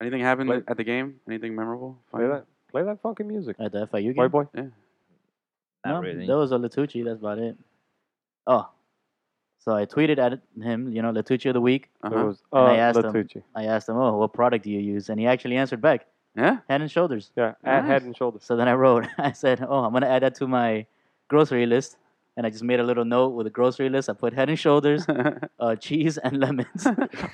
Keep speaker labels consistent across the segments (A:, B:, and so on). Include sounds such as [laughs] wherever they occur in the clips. A: Anything happened
B: Wait.
A: at the game? Anything memorable?
B: Play that, play that funky music,
C: At the FIU game?
B: White Boy.
C: No,
D: Not really.
C: There was a Latucci. That's about it. Oh, so I tweeted at him. You know, Latucci of the week.
B: There
A: Uh-huh.
B: was uh,
C: And I asked him.
B: Latucci.
C: I asked him, "Oh, what product do you use?" And he actually answered back,
A: Yeah.
C: "Head and Shoulders."
B: Yeah, at
A: Nice.
B: Head and Shoulders.
C: So then I wrote, [laughs] I said, "Oh, I'm gonna add that to my grocery list." And I just made a little note with a grocery list. I put Head and
A: [laughs]
C: Shoulders,
B: [laughs]
C: uh, cheese, and lemons.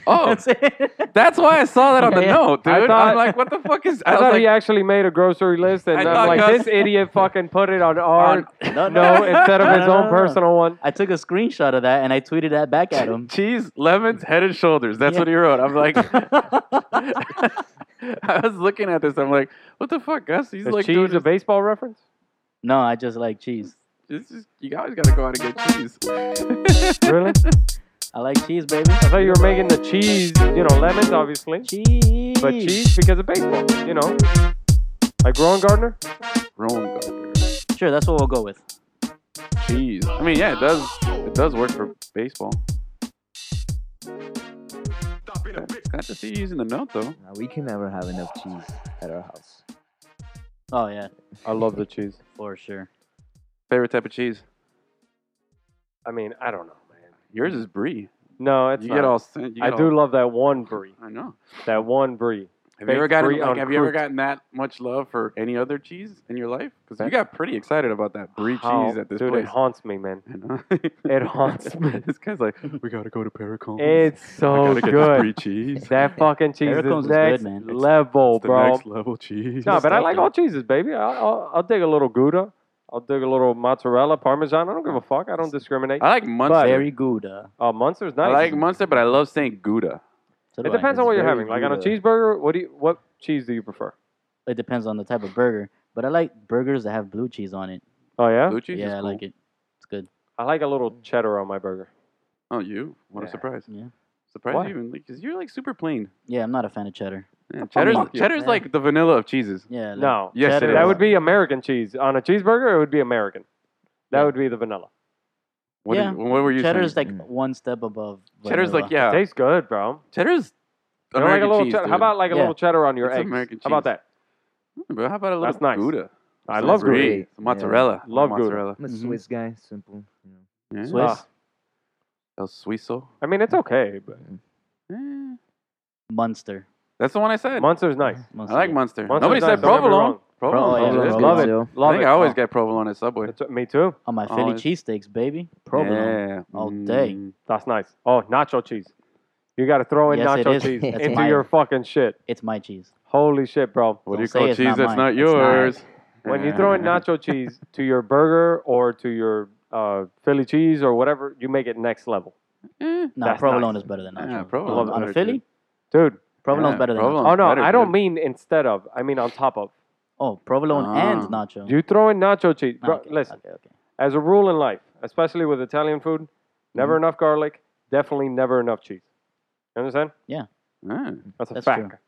A: oh,
C: [laughs] That's it.
A: that's why I saw
B: [laughs]
A: that on the
C: Yeah.
A: note, dude.
B: I thought-
A: I'm like, what the fuck is?
B: [laughs] I,
A: was
B: thought
A: like,
B: he actually made a grocery list, and
A: I
B: I'm
A: thought
B: like,
A: Gus-
B: this idiot fucking put
A: [laughs]
B: it on our [laughs]
C: no,
B: no instead of
C: No,
B: his
C: no, [laughs]
B: own
C: no, no.
B: personal one.
C: I took a screenshot of that and I tweeted that back at
A: [laughs]
C: him. [laughs]
A: cheese, lemons, head and shoulders. That's
C: Yeah.
A: what he wrote. I'm
B: [laughs]
A: like, [laughs] I was looking at this. I'm like, what the fuck, Gus? He's
B: Is
A: like,
B: cheese
A: doing
B: a baseball reference?
C: no, I just like cheese.
A: his- it's just- you always gotta go out and get cheese. [laughs]
B: Really?
C: I like cheese, baby.
B: I thought you were making the cheese, you know, lemons obviously,
C: Cheese.
B: but cheese because of baseball, you know. Like Rowan Gardner?
A: Rowan Gardner.
C: Sure, that's what we'll go with.
A: Cheese. I mean, yeah, it does. It does work for baseball. Glad to see you using the note though.
D: Now, we can never have enough cheese at our house.
C: Oh yeah,
B: I love the cheese.
C: for sure.
A: Favorite type of cheese?
B: I mean, I don't know, man.
A: Yours is brie.
B: No, it's
A: You
B: not.
A: get all. You get
B: I
A: all-
B: do love that one brie.
A: I know.
B: That one brie.
A: Have you
B: Baked
A: ever gotten
B: brie
A: like,
B: on
A: Have you ever
B: croûte.
A: gotten that much love for any other cheese in your life? Because you
B: That-
A: got pretty excited about that brie
B: How-
A: cheese at this
B: Dude,
A: place.
B: it haunts me, man.
A: [laughs] I know. [laughs]
B: it haunts me.
A: this guy's like, we gotta go to Pericone.
B: It's
A: I
B: so
A: gotta get this
B: good.
A: brie cheese.
B: That fucking cheese is
C: Perricone's
B: next
C: is good, man. It's-
A: [laughs]
B: level,
A: It's the
B: bro.
A: next level cheese.
B: No, but I
C: stuff,
B: like
C: though.
B: all cheeses, baby. I'll, I'll, I'll dig a little Gouda. I'll dig a little mozzarella, Parmesan. I don't give a fuck. I don't discriminate.
A: I like Munster.
C: Very good. Uh,
B: Uh, Munster's nice.
A: I like Munster, but I love saying Gouda.
C: so
B: it
C: do I.
B: depends on
C: It's
B: what you're
C: very
B: having. Like on a
C: good, uh,
B: cheeseburger, what do you, what cheese do you prefer?
C: It depends on the type of burger. But I like burgers that have blue cheese on it.
B: Oh yeah,
A: Blue cheese.
C: yeah,
A: is
C: I
A: cool.
C: like it. It's good.
B: I like a little cheddar on my burger.
A: Oh, you? What a
B: Yeah.
A: surprise!
C: Yeah.
A: Surprise
B: Why?
A: you even because you're like super plain.
C: Yeah, I'm not a fan of cheddar.
A: Yeah, cheddar's
C: fuck you,
A: cheddar's
C: man.
A: like the vanilla of cheeses.
C: Yeah. like-
B: No,
A: Yes, it
C: Cheddar.
A: is.
B: that would be American cheese on a cheeseburger. It would be American. That
C: Yeah.
B: would be the vanilla.
A: What,
C: Yeah.
A: did- what were you
C: Cheddar's
A: saying?
C: like
D: Mm.
C: one step above.
A: cheddar's like
C: vanilla.
A: yeah.
B: Tastes good, bro.
A: Cheddar's
B: You know, like a
A: American
B: little
A: cheese.
B: cheddar- How
A: dude.
B: about like a
C: Yeah.
B: little cheddar on your
A: It's
B: eggs?
A: American
B: How
A: cheese.
B: about that?
A: Hmm, bro, how about a little
B: That's nice.
A: Gouda?
B: I
D: Sounds
B: love
D: great.
B: Gouda.
A: Brie, mozzarella.
B: Yeah. Love Gouda.
A: mozzarella. Mm.
D: I'm a
C: Mhm.
D: Swiss guy, simple. You know.
A: Yeah.
C: Swiss.
B: Ah.
A: El Suizo.
B: I mean, it's okay, but
D: Mm.
A: Eh,
C: Munster.
A: That's the one I said.
B: Munster's nice.
A: I like Munster. Nobody
B: Munster's
A: said
B: nice, don't get me
A: provolone.
B: wrong.
A: Provolone.
C: Oh, yeah,
A: is good.
C: Provolone.
B: love it.
D: Too.
A: I
B: Love
A: think
B: it.
A: I always
B: Oh,
A: get provolone at Subway.
B: that's- me too.
C: On my Philly
A: Always.
C: cheesesteaks, baby. Provolone.
A: Yeah.
C: all day.
A: Mm.
B: That's nice. Oh, nacho cheese. You got to throw in
C: Yes, it
B: nacho
C: is.
B: cheese
C: [laughs] That's
B: into
C: mine.
B: your fucking shit.
C: It's my cheese.
B: Holy shit, bro.
A: What do
C: Don't
A: you
C: say
A: call
C: it's
A: cheese
C: not
A: that's
C: mine.
A: not
C: It's
A: yours? Eh.
B: When you
C: [laughs]
B: throw in nacho cheese to your burger or to your uh, Philly cheese or whatever, you make it next level.
A: Eh,
C: No,
B: That's
C: provolone
B: nice.
C: is better than
A: Yeah,
C: nacho.
A: provolone's
C: on, on
A: better,
C: a Philly,
A: dude.
B: Dude,
C: provolone's
A: Yeah,
C: better than
A: provolone.
C: nacho.
B: oh no,
A: better,
B: I don't
A: dude.
B: mean instead of. I mean on top of.
C: Oh, provolone and
A: Ah.
C: nacho.
B: You throw in nacho cheese.
C: Ah,
B: Bro,
C: okay,
B: listen,
C: okay, okay.
B: as a rule in life, especially with Italian food, never
C: Mm-hmm.
B: enough garlic, definitely never enough cheese. You understand?
A: Ah,
B: That's a
C: That's
B: fact.
C: true.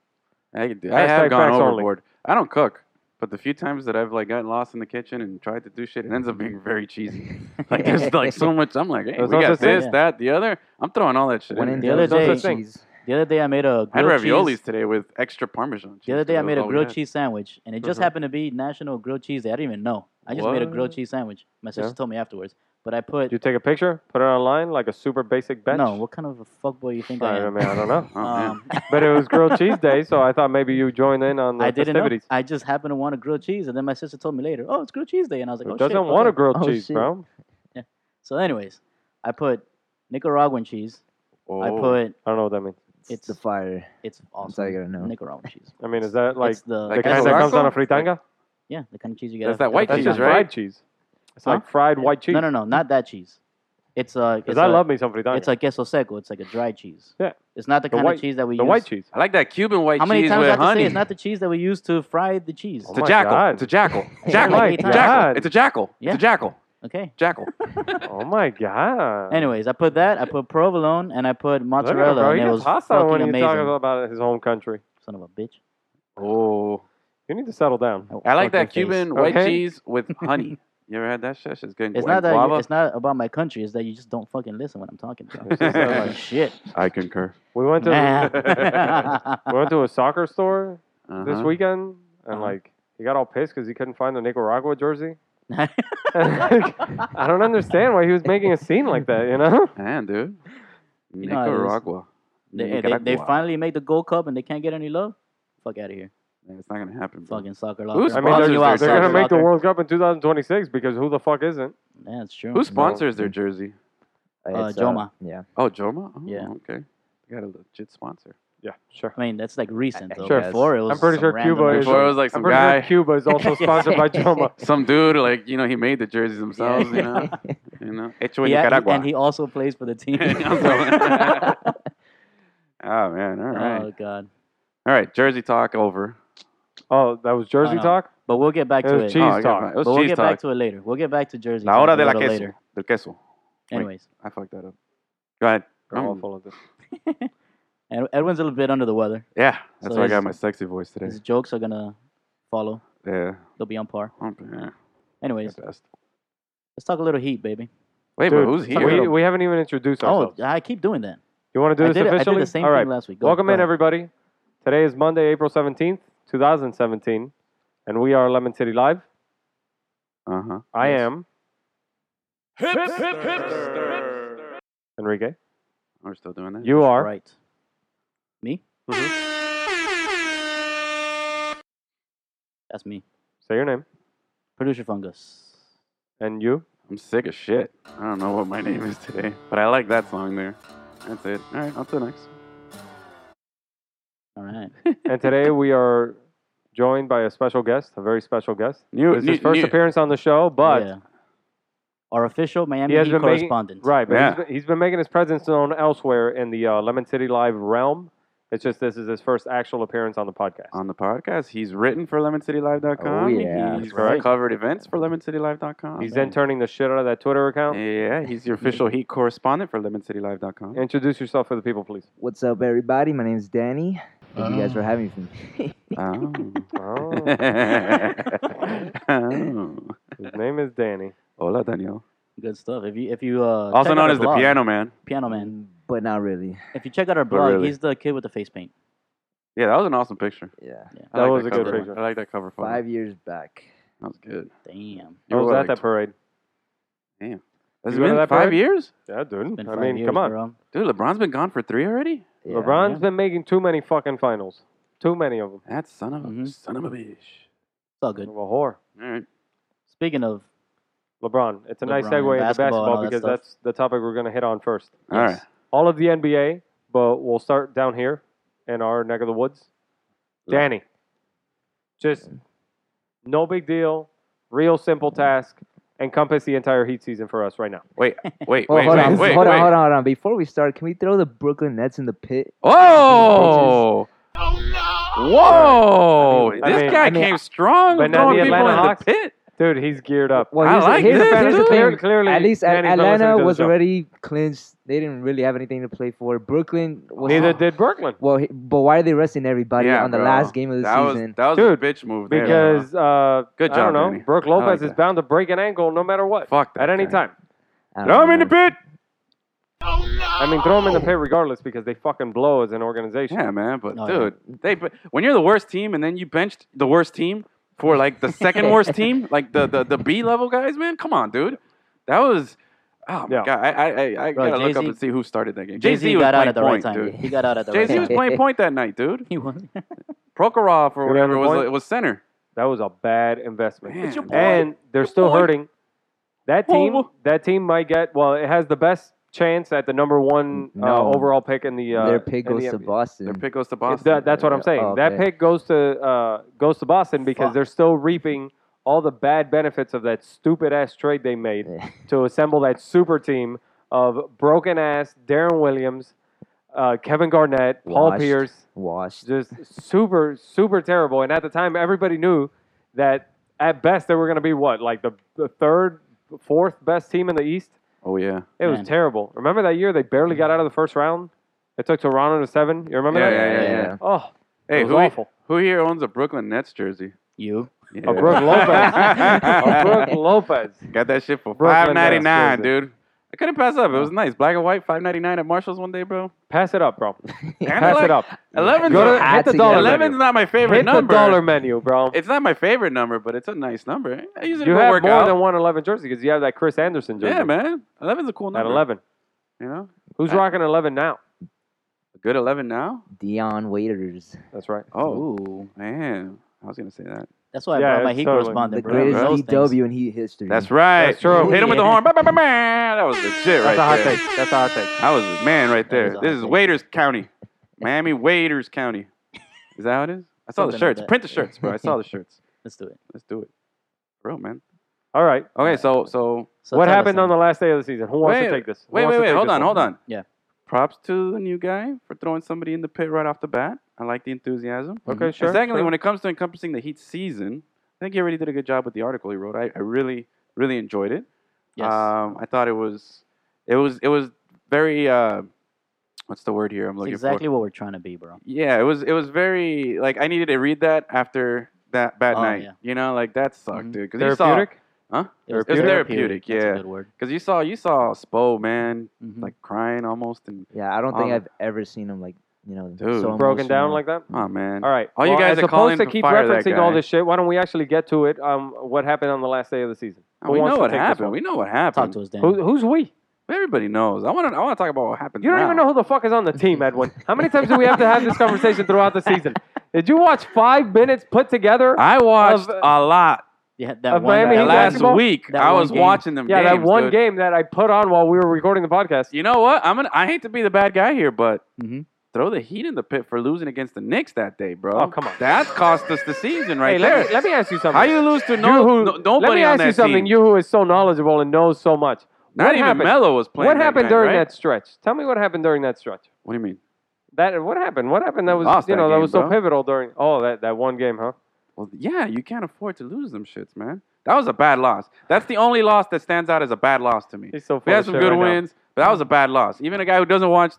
A: I, could do- I
B: Hashtag
A: have gone
B: facts only.
A: overboard. I don't cook, but the few times that I've like gotten lost in the kitchen and tried to do shit, it ends up being very
C: [laughs]
A: cheesy. like there's like so much. I'm like, hey,
B: There's
A: we
B: no
A: got
B: such thing.
A: this, that, the other. I'm throwing all that shit.
D: When
A: in
D: in
A: there.
C: The other
D: doubt,
C: day-
D: no such cheese.
C: The other day I made a grilled
A: I had raviolis
C: cheese.
A: today with extra parmesan.
C: The
A: cheese,
C: other day I
A: that was
C: made a
A: all we
C: grilled
A: had.
C: cheese sandwich, and it just
B: Mhm.
C: happened to be National Grilled Cheese Day. I didn't even know. I just made a grilled
B: What?
C: cheese sandwich. My sister
B: Yeah.
C: told me afterwards, but I put
B: Did you take a picture, put it online like a super basic bench?
C: no. What kind of a fuckboy you think I
B: I,
C: am?
B: mean, I don't know.
A: Oh, man.
B: [laughs]
C: Um, [laughs]
B: But it was grilled cheese day, so I thought maybe you joined in on the
C: I didn't know.
B: festivities.
C: I just happened to want a grilled cheese, and then my sister told me later, "Oh, it's grilled cheese day," and I was like,
B: Who
C: "Oh
B: doesn't
C: shit."
B: want a
C: okay."
B: grilled
D: Oh,
B: cheese,
D: shit.
B: bro?
C: So, anyways, I put Nicaraguan cheese. I
A: Oh.
C: put
B: I don't know what that means.
D: It's, the
C: It's-
D: fire.
C: it's
D: That's all
C: awesome.
D: you gotta know.
C: Nicaraguan cheese.
B: I mean, is that [laughs] like
C: it's the
B: the
A: Like
B: kind that
A: Casablanca?
B: comes on a fritanga?
C: yeah, the kind of cheese you get.
A: That's
C: at-
A: that
C: at a
A: white
B: That's
A: cheese,
B: just
C: fritanga.
A: right?
B: fried cheese. It's like fried white cheese.
C: No, no, no, not that cheese. It's uh,
B: Because
C: it's
B: I
C: a-
B: love me some fritanga.
C: It's like queso seco. It's like a dry cheese.
B: Yeah.
C: It's not the,
B: The
C: kind
B: white-
C: of cheese that we
B: the
C: use.
B: white cheese.
A: I like that Cuban white
C: How many
A: cheese
C: times I
A: with
C: have to say
A: honey.
C: it's not the cheese that we use to fry the cheese?
B: Oh
A: It's
B: my
A: a jackal.
B: God.
A: It's a jackal.
B: Oh
C: my
A: Jackal.
C: God.
A: Jackal. It's a jackal.
C: Yeah.
A: It's a jackal.
C: Okay. [laughs]
A: Jackal.
B: oh my god.
C: Anyways, I put that. I put provolone and I put
B: Look at him,
C: mozzarella,
B: bro.
C: and
B: He
C: it
B: gets
C: was
B: hostile when
C: fucking
B: he's
C: amazing.
B: talking about his home country.
C: Son of a bitch.
A: Oh.
B: You need to settle down.
C: Oh,
A: I like
C: fuck your
A: that
C: face.
A: Cuban white
B: Okay.
C: [laughs]
A: cheese with honey. You ever had that shit? It's good.
C: It's
A: Like
C: not that you-
A: guava?
C: it's not about my country. It's that you just don't fucking listen when I'm talking.
B: [laughs]
C: To you. It's just like, oh, shit.
A: I concur.
B: We went to [laughs]
C: Nah.
B: we went to a soccer store this
A: Uh-huh.
B: weekend, and
C: Uh-huh.
B: like he got all pissed because he couldn't find the Nicaragua jersey.
C: [laughs]
B: I don't understand why he was making a scene like that. You know?
A: Man, dude.
C: You know how it is.
A: Nicaragua.
C: [laughs] they, they, they
A: Nicaragua.
C: finally made the Gold Cup and they can't get any love. Fuck out of here.
A: Man, it's not gonna happen. Bro.
C: Fucking soccer locker.
A: Who's
B: I
C: I'm
B: mean,
A: sponsored
B: they're,
C: calling you
A: there?
C: out,
B: they're
A: outside
B: gonna
A: of
C: soccer
B: make the
C: locker.
B: World Cup in 2026 because who the fuck isn't?
C: Yeah, it's true.
A: Who sponsors their jersey?
C: Uh,
D: It's,
C: Joma. [laughs]
D: yeah.
A: Oh, Joma. Oh,
C: Yeah.
A: Okay. They got a legit sponsor.
B: Yeah, sure.
C: I mean, that's like recent though.
D: Sure.
C: Before it was
B: I'm pretty
C: some
B: sure
C: random
B: Cuba is-
C: shit.
A: Before it was like
B: I'm
A: some
B: pretty sure
A: guy,
B: Cuba is
C: [laughs]
B: also sponsored by Joma.
A: some dude, like you know, he made the jerseys themselves. You know,
C: Uh-huh.
A: you
C: [laughs]
A: know, hecho en
C: Yeah, he-
A: Nicaragua.
C: and he also plays for the
B: [laughs]
C: team. [laughs]
A: I'm sorry. oh man, all right,
C: Oh god.
A: all right. Jersey talk over.
B: Oh, that was Jersey
C: no.
B: talk.
C: But we'll get back
B: It
C: to
B: was
C: it.
B: cheese
A: oh, I got
B: talk.
A: my- It
C: But
A: was
C: we'll
A: cheese
C: get back
A: talk.
C: to it later. We'll get back to Jersey.
A: La
C: talk
A: hora
C: a
A: de la
C: little
A: queso.
C: later.
A: Del queso. Wait.
C: Anyways,
A: I fucked that up. Go ahead.
B: They're
A: Mm.
B: awful at this.
C: Ed- Edwin's a little bit under the weather.
A: Yeah, that's
C: So
A: why I
C: his-
A: got my sexy voice today.
C: His jokes are gonna follow.
A: Yeah.
C: They'll be on par.
A: I'm- yeah,
C: Anyways,
A: the best.
C: let's talk a little heat, baby.
A: Wait,
B: Dude,
A: but who's here?
B: We, we haven't even introduced
C: Oh,
B: ourselves.
C: I keep doing that.
B: you want to do
C: I
B: this
C: did, it- I
B: officially?
C: did the same
B: All right.
C: thing last week. Go-
B: Welcome
C: go
B: in,
C: ahead.
B: everybody. Today is Monday, April 17th, 2017, and we are Lemon City Live.
A: Uh huh.
B: I
C: Yes.
B: am Enrique.
A: We're still doing that. Mm-hmm.
B: You are. Mm-hmm.
C: Right. Me? That's me.
B: Say your name.
C: Producer Fungus.
B: And you.
A: I'm sick of shit. I don't know what my name is today, but I like that song there. That's it. All right, on to the next.
C: All right.
B: and today we are joined by a special guest, a very special guest.
A: New,
B: It's his first
A: new-
B: appearance on the show, but
C: Yeah. our official Miami
B: has
C: Heat
B: been making-
C: correspondent.
B: right, but
A: Yeah.
B: he's, been, he's been making his presence known elsewhere in the uh, Lemon City Live realm. It's just this is his first actual appearance on the podcast.
A: on the podcast. He's written for LemonCityLive.com.
D: Oh, yeah.
A: He's
B: That's right.
A: covered events for LemonCityLive.com.
B: he's then turning the shit out of that Twitter account.
A: yeah, he's the official heat correspondent for LemonCityLive.com.
B: Introduce yourself for the people,
C: [laughs]
B: please.
D: [laughs] What's up, everybody? My name's Danny. Thank you guys
A: Uh-huh.
D: for having me.
A: Oh. [laughs]
B: Oh,
A: oh.
B: his name is Danny.
A: Hola, Daniel.
C: Good stuff. If you if you uh,
A: Also
C: check out
A: known
C: our
A: as the
C: blog,
A: Piano Man.
C: Piano Man.
D: but not really.
C: If you check out our blog,
A: really.
C: he's the kid with the face paint.
A: Yeah, that was an awesome picture.
D: Yeah.
A: I
B: That
A: like
B: was a good
A: cover.
B: picture.
A: I like that cover photo.
D: Five years back.
A: That was good.
C: Damn.
B: I was
A: were
B: at
A: like-
B: that parade.
A: Has
B: You
A: it
B: go to
A: been
B: that
A: five
B: parade?
A: years?
B: Yeah, dude.
C: Been
B: I
C: five
B: mean,
C: years,
B: come on.
C: bro.
A: Dude, LeBron's been gone for three already?
D: Yeah.
B: LeBron's been making too many fucking finals. Too many of them.
A: That son of a
B: Mm-hmm.
C: Mhm.
A: son of a bitch.
C: It's all good.
B: Well, whore.
A: All right.
C: Speaking of,
B: LeBron. It's a nice
C: LeBron,
B: segue into
C: basketball and all
B: basketball
C: that
B: because
C: stuff.
B: that's the topic we're going to hit on first.
A: All right.
B: All of the NBA, but we'll start down here in our neck of the woods. Danny, just no big deal, real simple task, encompass the entire Heat season for us right now. [laughs]
A: Wait, wait, wait, wait,
D: Well, Oh, hold on,
A: wait,
D: hold
A: wait.
D: on, hold on, hold on. Before we start, can we throw the Brooklyn Nets in the pit?
A: Oh! Whoa!
B: I
A: this
B: mean-
A: guy
B: I
D: mean,
A: came strong
B: but now
A: throwing
B: the
A: people
B: Atlanta
A: in
B: Hawks-
A: the pit.
B: Dude, he's geared up.
D: Well,
A: I
D: here's, the-
A: like
D: here's
A: this,
D: the, here's the
A: dude.
D: thing.
B: Clearly,
D: at least
B: Danny's been listening
D: Atlanta
B: to the
D: was
B: show.
D: already clinched. They didn't really have anything to play for. Brooklyn was
B: Neither did Brooklyn.
D: Well, he- but why are they resting everybody
A: Yeah,
D: on the
A: bro.
D: last game of the
A: That was
D: season?
A: that was
B: Dude,
A: a bitch move there, bro.
B: Because uh,
A: Good
B: I don't
A: job,
B: know,
A: Danny.
B: Brooke
A: I like
B: Lopez is
A: that.
B: bound to break an ankle no matter what,
A: fuck that
B: at any
A: guy.
B: time.
D: I don't
A: Throw him in the
D: know.
A: pit.
B: I mean, throw him in the pit regardless because they fucking blow as an organization.
A: Oh. Yeah, man. But
C: No,
A: dude, they but when you're the worst team and then you benched the worst team for like the
C: [laughs]
A: second worst team, like the the, the B level guys, man. Come on, dude. That was. Oh my
B: Yeah.
A: god, I I I, I
C: Bro,
A: gotta look up
C: Jay-Z-
A: and see who started that game.
C: Jay Z
A: was
C: got out
A: playing
C: at the
A: point,
C: right time.
A: dude.
C: He got out at the
A: Jay
C: right
A: Z was
C: time.
A: playing point that night, dude.
C: He won.
A: Prokhorov or
B: Good
A: whatever was
B: point.
A: was center.
B: That was a bad investment.
A: Man, It's your boy.
B: And they're
A: Your
B: still
A: boy.
B: hurting. That
A: Whoa,
B: team,
A: whoa.
B: that team might get. Well, it has the best chance at the number one
D: No.
B: uh, overall pick in the. Uh,
D: Their pick
B: in
D: goes
B: the
D: to
B: NBA.
D: Boston.
A: Their pick goes to
B: It-
A: Boston.
B: that- that's what I'm saying.
D: Oh,
B: That
D: okay.
B: pick goes to uh, goes to Boston because
C: Fuck.
B: they're still reaping all the bad benefits of that stupid ass trade they made
D: Yeah.
B: to assemble that super team of broken ass Darren Williams, uh, Kevin Garnett, Paul
D: Washed.
B: Pierce.
D: [laughs] Washed.
B: just super, super terrible. And at the time, everybody knew that at best they were going to be what, like the, the third, fourth best team in the East.
A: Oh yeah.
B: It
C: Man.
B: was terrible. Remember that year they barely got out of the first round. It took Toronto to seven. You remember
A: Yeah,
B: that?
A: yeah, yeah,
D: Yeah.
A: yeah.
B: Oh,
A: Hey,
B: it was
A: who,
B: awful.
A: who here owns a Brooklyn Nets jersey?
C: you.
A: Yeah.
B: A Brooke
A: [laughs]
B: Lopez. [laughs] a Brooke Lopez.
A: Got that shit for five
B: Brooklyn,
A: ninety
B: that's
A: nine,
B: crazy.
A: dude. I couldn't pass up. It was nice, black and white, five ninety nine at Marshalls one day,
B: [laughs]
A: bro.
B: Pass it up, bro.
A: And I
B: Pass
A: like,
B: it up.
A: Eleven.
B: Go to,
D: I
B: hit the
D: see.
B: dollar
A: Eleven's
B: menu.
A: not my favorite
B: Hit the
A: number.
B: dollar menu, bro.
A: It's not my favorite number, but it's a nice number. I use it
B: You
A: for
B: have more
A: workout.
B: than one 11 jersey because you have that Chris Anderson jersey.
A: yeah, man. Eleven's a cool
B: At
A: number.
B: 11.
A: you know,
B: Who's rocking 11 now?
A: a good eleven now.
D: Dion Waiters,
B: That's right.
A: Oh
C: Ooh,
A: man, I was gonna say that.
C: that's why I
B: Yeah,
C: brought my
B: it's
C: heat
B: totally-
D: the
C: correspondent. bro.
D: greatest
C: Those things.
D: DW in Heat history.
A: That's right.
B: That's true.
A: Hit him with the
C: Yeah.
A: horn. Ba, ba, ba, ba. That was legit right
B: That's a hot
A: there.
B: take. That's a hot take.
A: I was a man right
C: was
A: there.
C: a
A: This
C: hot
A: is
C: take.
A: Waiters County, Miami Waiters County. Is that how it is? I saw the
C: Something like
A: shirts.
C: that.
A: Print the shirts, bro. I
B: [laughs]
A: saw the shirts.
C: Let's do it.
A: Let's do it, For real man.
B: All right.
A: Okay, so so
C: So
B: what
C: tell us
B: happened on
C: something.
B: the last day of the season? Who wants
A: Wait,
B: to take this? Who
A: wait,
B: wants
A: wait,
B: to
A: wait.
B: take
A: Hold
B: this
A: on,
B: one?
A: hold on.
C: Yeah.
A: Props to the new guy for throwing somebody in the pit right off the bat. I like the enthusiasm.
C: Mm-hmm.
B: Okay, sure.
A: and secondly,
B: sure.
A: when it comes to encompassing the Heat season, I think he already did a good job with the article he wrote. I, I really, really enjoyed it.
C: Yes.
A: Um, I thought it was, it was, it was very. Uh, what's the word here? I'm
C: It's
A: looking for.
C: exactly what we're trying to be, bro.
A: Yeah, it was it was very like I needed to read that after that bad
C: Oh,
A: night.
C: yeah.
A: You know, like that sucked,
C: Mhm.
A: dude. Because you saw,
B: Mm-hmm. Therapeutic?
C: It was
A: It was
C: therapeutic.
A: therapeutic,
C: That's
A: yeah.
C: a good word.
A: because you saw you saw Spo man
B: Mm.
C: Mhm.
A: like crying almost, and
D: yeah. I don't think
A: Oh.
D: I've ever seen him like you know
A: Dude.
D: so
B: Um, Broken down
D: emotional.
B: like that?
A: oh man,
B: All right.
A: All you
B: Well,
A: guys
B: as
A: are
B: opposed
A: calling
B: to
A: to
B: keep
A: fire that
B: referencing all
A: guy.
B: this shit, why don't we actually get to it? Um, what happened on the last day of the season?
A: Oh,
B: Who
A: we
B: wants
A: know
B: to
A: what
B: take this
A: happened.
B: one?
A: We know what
C: Talk
A: happened.
C: to us, Dan.
B: Who, who's we?
A: Everybody knows. I want to I want to talk about what happened.
B: You don't even know who the fuck is on the team, Edwin. How many times do we have to have this conversation throughout
A: [laughs]
B: the season? Did you watch five minutes put together?
A: I watched
B: Of, uh,
A: a lot
C: yeah, that
B: of
C: one
B: Miami
C: guy.
B: Heat
A: last
B: basketball?
A: week.
C: That
A: I
C: one
A: was
C: game.
A: watching them.
B: yeah, that
A: games,
B: one
A: dude.
B: game that I put on while we were recording the podcast.
A: You know what? I'm gonna. I hate to be the bad guy here, but
B: Mm-hmm.
C: Mhm.
A: throw the Heat in the pit for losing against the Knicks that day, bro.
B: Oh, come on.
A: That cost us the season right
B: hey,
A: there.
B: let me, let me ask you something.
A: How you lose to
B: You
A: no,
B: who-
A: no- nobody
B: let me
A: on
B: ask
A: that
B: you something.
A: team?
B: You who is so knowledgeable and knows so much.
A: Not
B: what
A: even
B: happened?
A: Melo was playing.
B: what
A: that
B: happened
A: night,
B: during
A: right?
B: that stretch? Tell me what happened during that stretch.
A: What do you mean?
B: That what happened? What happened? That
A: We
B: was
A: lost
B: you know
A: that
B: that
A: game,
B: was so
A: bro.
B: pivotal during. Oh, that, that one game, huh?
A: Well, yeah, you can't afford to lose them shits, man. That was a bad loss. That's the only loss that stands out as a bad loss to me.
B: He's so.
A: We
B: full
A: had
B: of
A: some
B: shit
A: good
B: right now.
A: wins, but that was a bad loss. Even a guy who doesn't watch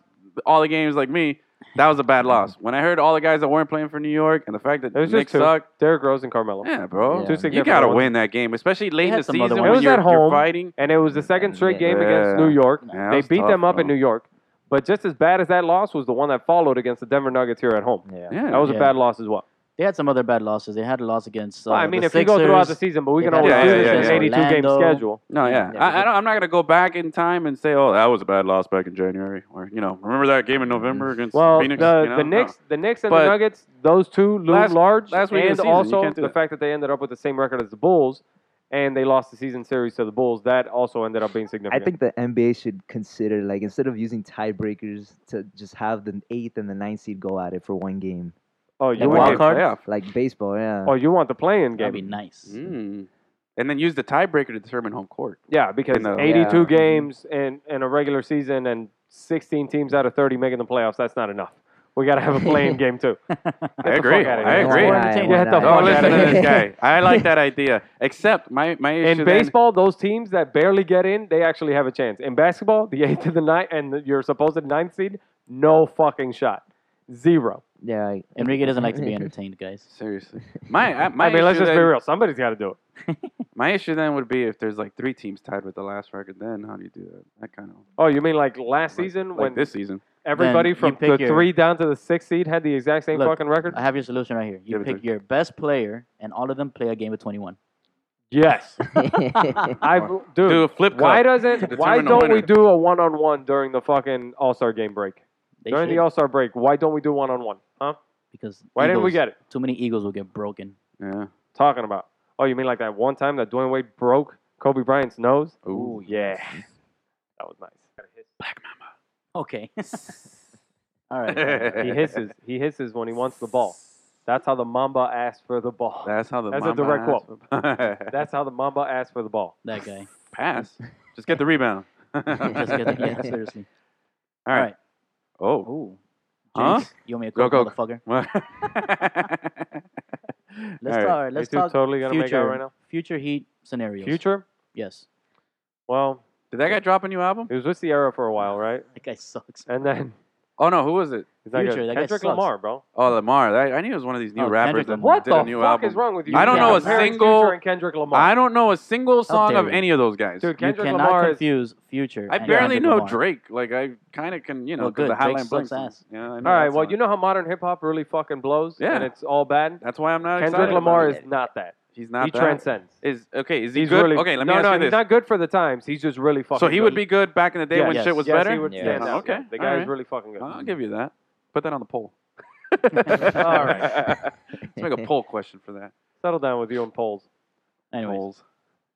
A: all the games like me, that was a bad loss. When I heard all the guys that weren't playing for New York and the fact that
B: It was just
A: Knicks
B: two.
A: sucked,
B: Derrick Rose and Carmelo.
A: yeah, bro,
C: Yeah. Two
A: you
B: significant
A: gotta
B: ones.
A: win that game, especially late in
C: had
A: the
C: some other
A: season
C: ones.
A: when
C: It
B: was
A: you're,
B: at
A: you're
B: home.
A: fighting.
B: And it was the second straight game against
A: Yeah.
B: New York.
A: Yeah, that
B: they
A: was
B: beat
A: tough,
B: them up in
A: bro.
B: New York. But just as bad as that loss was the one that followed against the Denver Nuggets here at home.
D: yeah.
A: Yeah,
B: That was a
C: Yeah.
B: bad loss as well.
C: They had some other bad losses. They had a loss against. Uh,
B: Well, I mean,
C: the
B: if you go throughout the
C: Sixers.
B: season, but we
C: They've
B: can
C: had
B: always
A: a loss
B: do this in an
A: against
B: 82 game
C: Orlando.
B: schedule.
A: No, yeah.
C: Yeah,
A: I, I don't, I'm not going to go back in time and say, oh, that was a bad loss back in January. Or, you know, remember that game in November against
B: Mm-hmm. Well,
A: Phoenix?
B: the,
A: you know?
B: the
A: No.
B: Knicks, the Knicks and
A: But-
B: the Nuggets, those two lose
A: Last-
B: large,
A: last week of the
B: and
A: season, you
B: also
A: can't do
B: the
A: that.
B: fact that they ended up with the same record as the Bulls, and they lost the season series to the Bulls. That also ended up being
D: I
B: significant.
D: think the NBA should consider like instead of using tiebreakers to just have the eighth and the ninth seed go at it for one game,
B: Oh,
C: The
B: you
A: One
C: wild
A: game
B: want
C: card?
A: playoff.
D: like baseball. Yeah.
B: oh you want the playing game?
C: That'd be nice.
A: Mm. And then use the tiebreaker to determine home court.
B: Yeah, because
A: In the- mm-hmm.
B: 82
D: Yeah.
B: games and, and a regular season and 16 teams out of 30 making the playoffs, that's not enough. We got to have a
C: [laughs]
B: playing
A: [laughs]
B: game, too.
A: I agree.
B: outta
A: I
B: here.
D: Why
A: agree.
D: not?
C: Yeah,
D: Why
B: hit the
D: not?
B: fuck
A: Oh,
B: outta
A: listen to
B: here.
A: this guy. I like
B: [laughs]
A: that idea. Except my, my issue
B: In
A: then-
B: baseball, those teams that barely get in, they actually have a chance. In basketball, the [laughs] eighth to the ninth and the- your supposed ninth seed, no fucking shot. Zero.
D: Yeah. like-
C: Enrique doesn't like to be entertained, guys.
A: Seriously. My, I, my,
B: I mean, let's
A: issue
B: just be
A: then,
B: real. Somebody's got to do it.
A: my issue then would be if there's like three teams tied with the last record, then how do you do that? That kind of.
B: Oh, you mean like last
A: like-
B: season
A: like
B: when
A: this season.
B: everybody
C: you
B: from
C: pick
B: the
C: your-
B: three down to the sixth seed had the exact same
C: Look,
B: fucking record?
C: I have your solution right here. You
A: Give it to
C: pick
A: me.
C: your best player, and all of them play a game of 21.
A: [laughs]
B: Yes.
D: [laughs]
B: [laughs] I, dude,
A: Do a flip cup.
B: Why doesn't why
A: Determine the
B: don't we
A: winner.
B: do a one on one during the fucking All Star game break?
C: They
B: during
C: should,
B: the All Star break, why don't we do one on one? Huh?
C: because
B: Why didn't we
C: Eagles-
B: get it?
C: Too many Eagles will get broken.
A: yeah.
B: Talking about. Oh, you mean like that one time that Dwayne Wade broke Kobe Bryant's nose?
A: Ooh.
B: Yeah. That was nice.
C: Okay. [laughs] all right.
B: [laughs] He hisses. He hisses when he wants the ball. That's how the Mamba asked for the ball.
A: [laughs] That's how the
B: That's a
A: Mamba
B: direct
A: asked [laughs] for-
B: [laughs] That's how the Mamba asked for the ball.
C: That guy.
A: Pass.
B: [laughs]
A: Just get the [laughs] rebound.
C: Just get that. Yeah, seriously.
A: All right. Oh. [laughs]
C: Ooh.
A: Huh?
C: Jinx, You want me to
A: Go,
C: cook,
A: go.
C: motherfucker?
A: Let's
C: Let's talk. Let's
B: you two
C: talk.
B: totally gonna make out
C: future.
B: right now.
C: Future Heat scenarios.
B: Future.
C: Yes.
B: Well,
A: Did that guy drop a new album?
B: he was with Sierra for a while, right? Uh,
C: That guy sucks.
B: And then
A: Oh no, who was it?
B: He's like
C: Future,
B: a,
C: that guy
B: Kendrick
C: sucks.
B: Lamar, bro.
A: Oh, Lamar. I, I knew it was one of these new
C: Oh,
A: rappers
C: Kendrick
A: that
C: Lamar.
B: What
A: did
B: the
A: a new
B: fuck
A: album.
B: is wrong with you?
A: I don't know a
B: Comparing
A: single-
B: Future and Kendrick Lamar.
A: I don't know a single song
C: dare
A: of
C: you.
A: any of those guys.
B: Dude,
C: You
B: Kendrick
C: cannot
B: Lamar is
C: confuse Future.
A: I
C: and
A: barely
C: Kendrick
A: know
C: Lamar.
A: Drake. Like I kind of can, you know,
C: Well,
A: 'cause
C: good.
A: the
C: Drake
A: Highline
C: sucks
A: Blinks.
C: ass.
A: Yeah, I know
B: All right,
A: that
B: well,
A: song.
B: you know how modern hip hop really fucking blows,
A: Yeah.
B: and it's all bad.
A: that's why I'm not
B: Kendrick
A: excited
B: Lamar
A: about
B: is
A: it.
B: not that.
A: He's not
B: he
A: that.
B: transcends.
A: Is okay. Is he
B: He's
A: good?
B: really
A: okay, let me
B: no,
A: ask
B: no,
A: you
B: he's
A: this.
B: not good for the times. He's just really fucking.
A: so he
B: good.
A: would be good back in the day
B: Yeah.
A: when
C: Yes.
A: shit was
B: yes,
A: better.
B: He would
C: Yeah.
B: stand
A: Yeah.
B: out.
A: Okay.
B: Yeah, the
A: All
B: guy is
A: right.
B: really fucking good. [laughs]
A: I'll give you that. Put that on the poll.
B: All right.
A: [laughs] Let's make a poll question for that.
B: Settle down with you and polls.
C: Anyways,
A: Polls.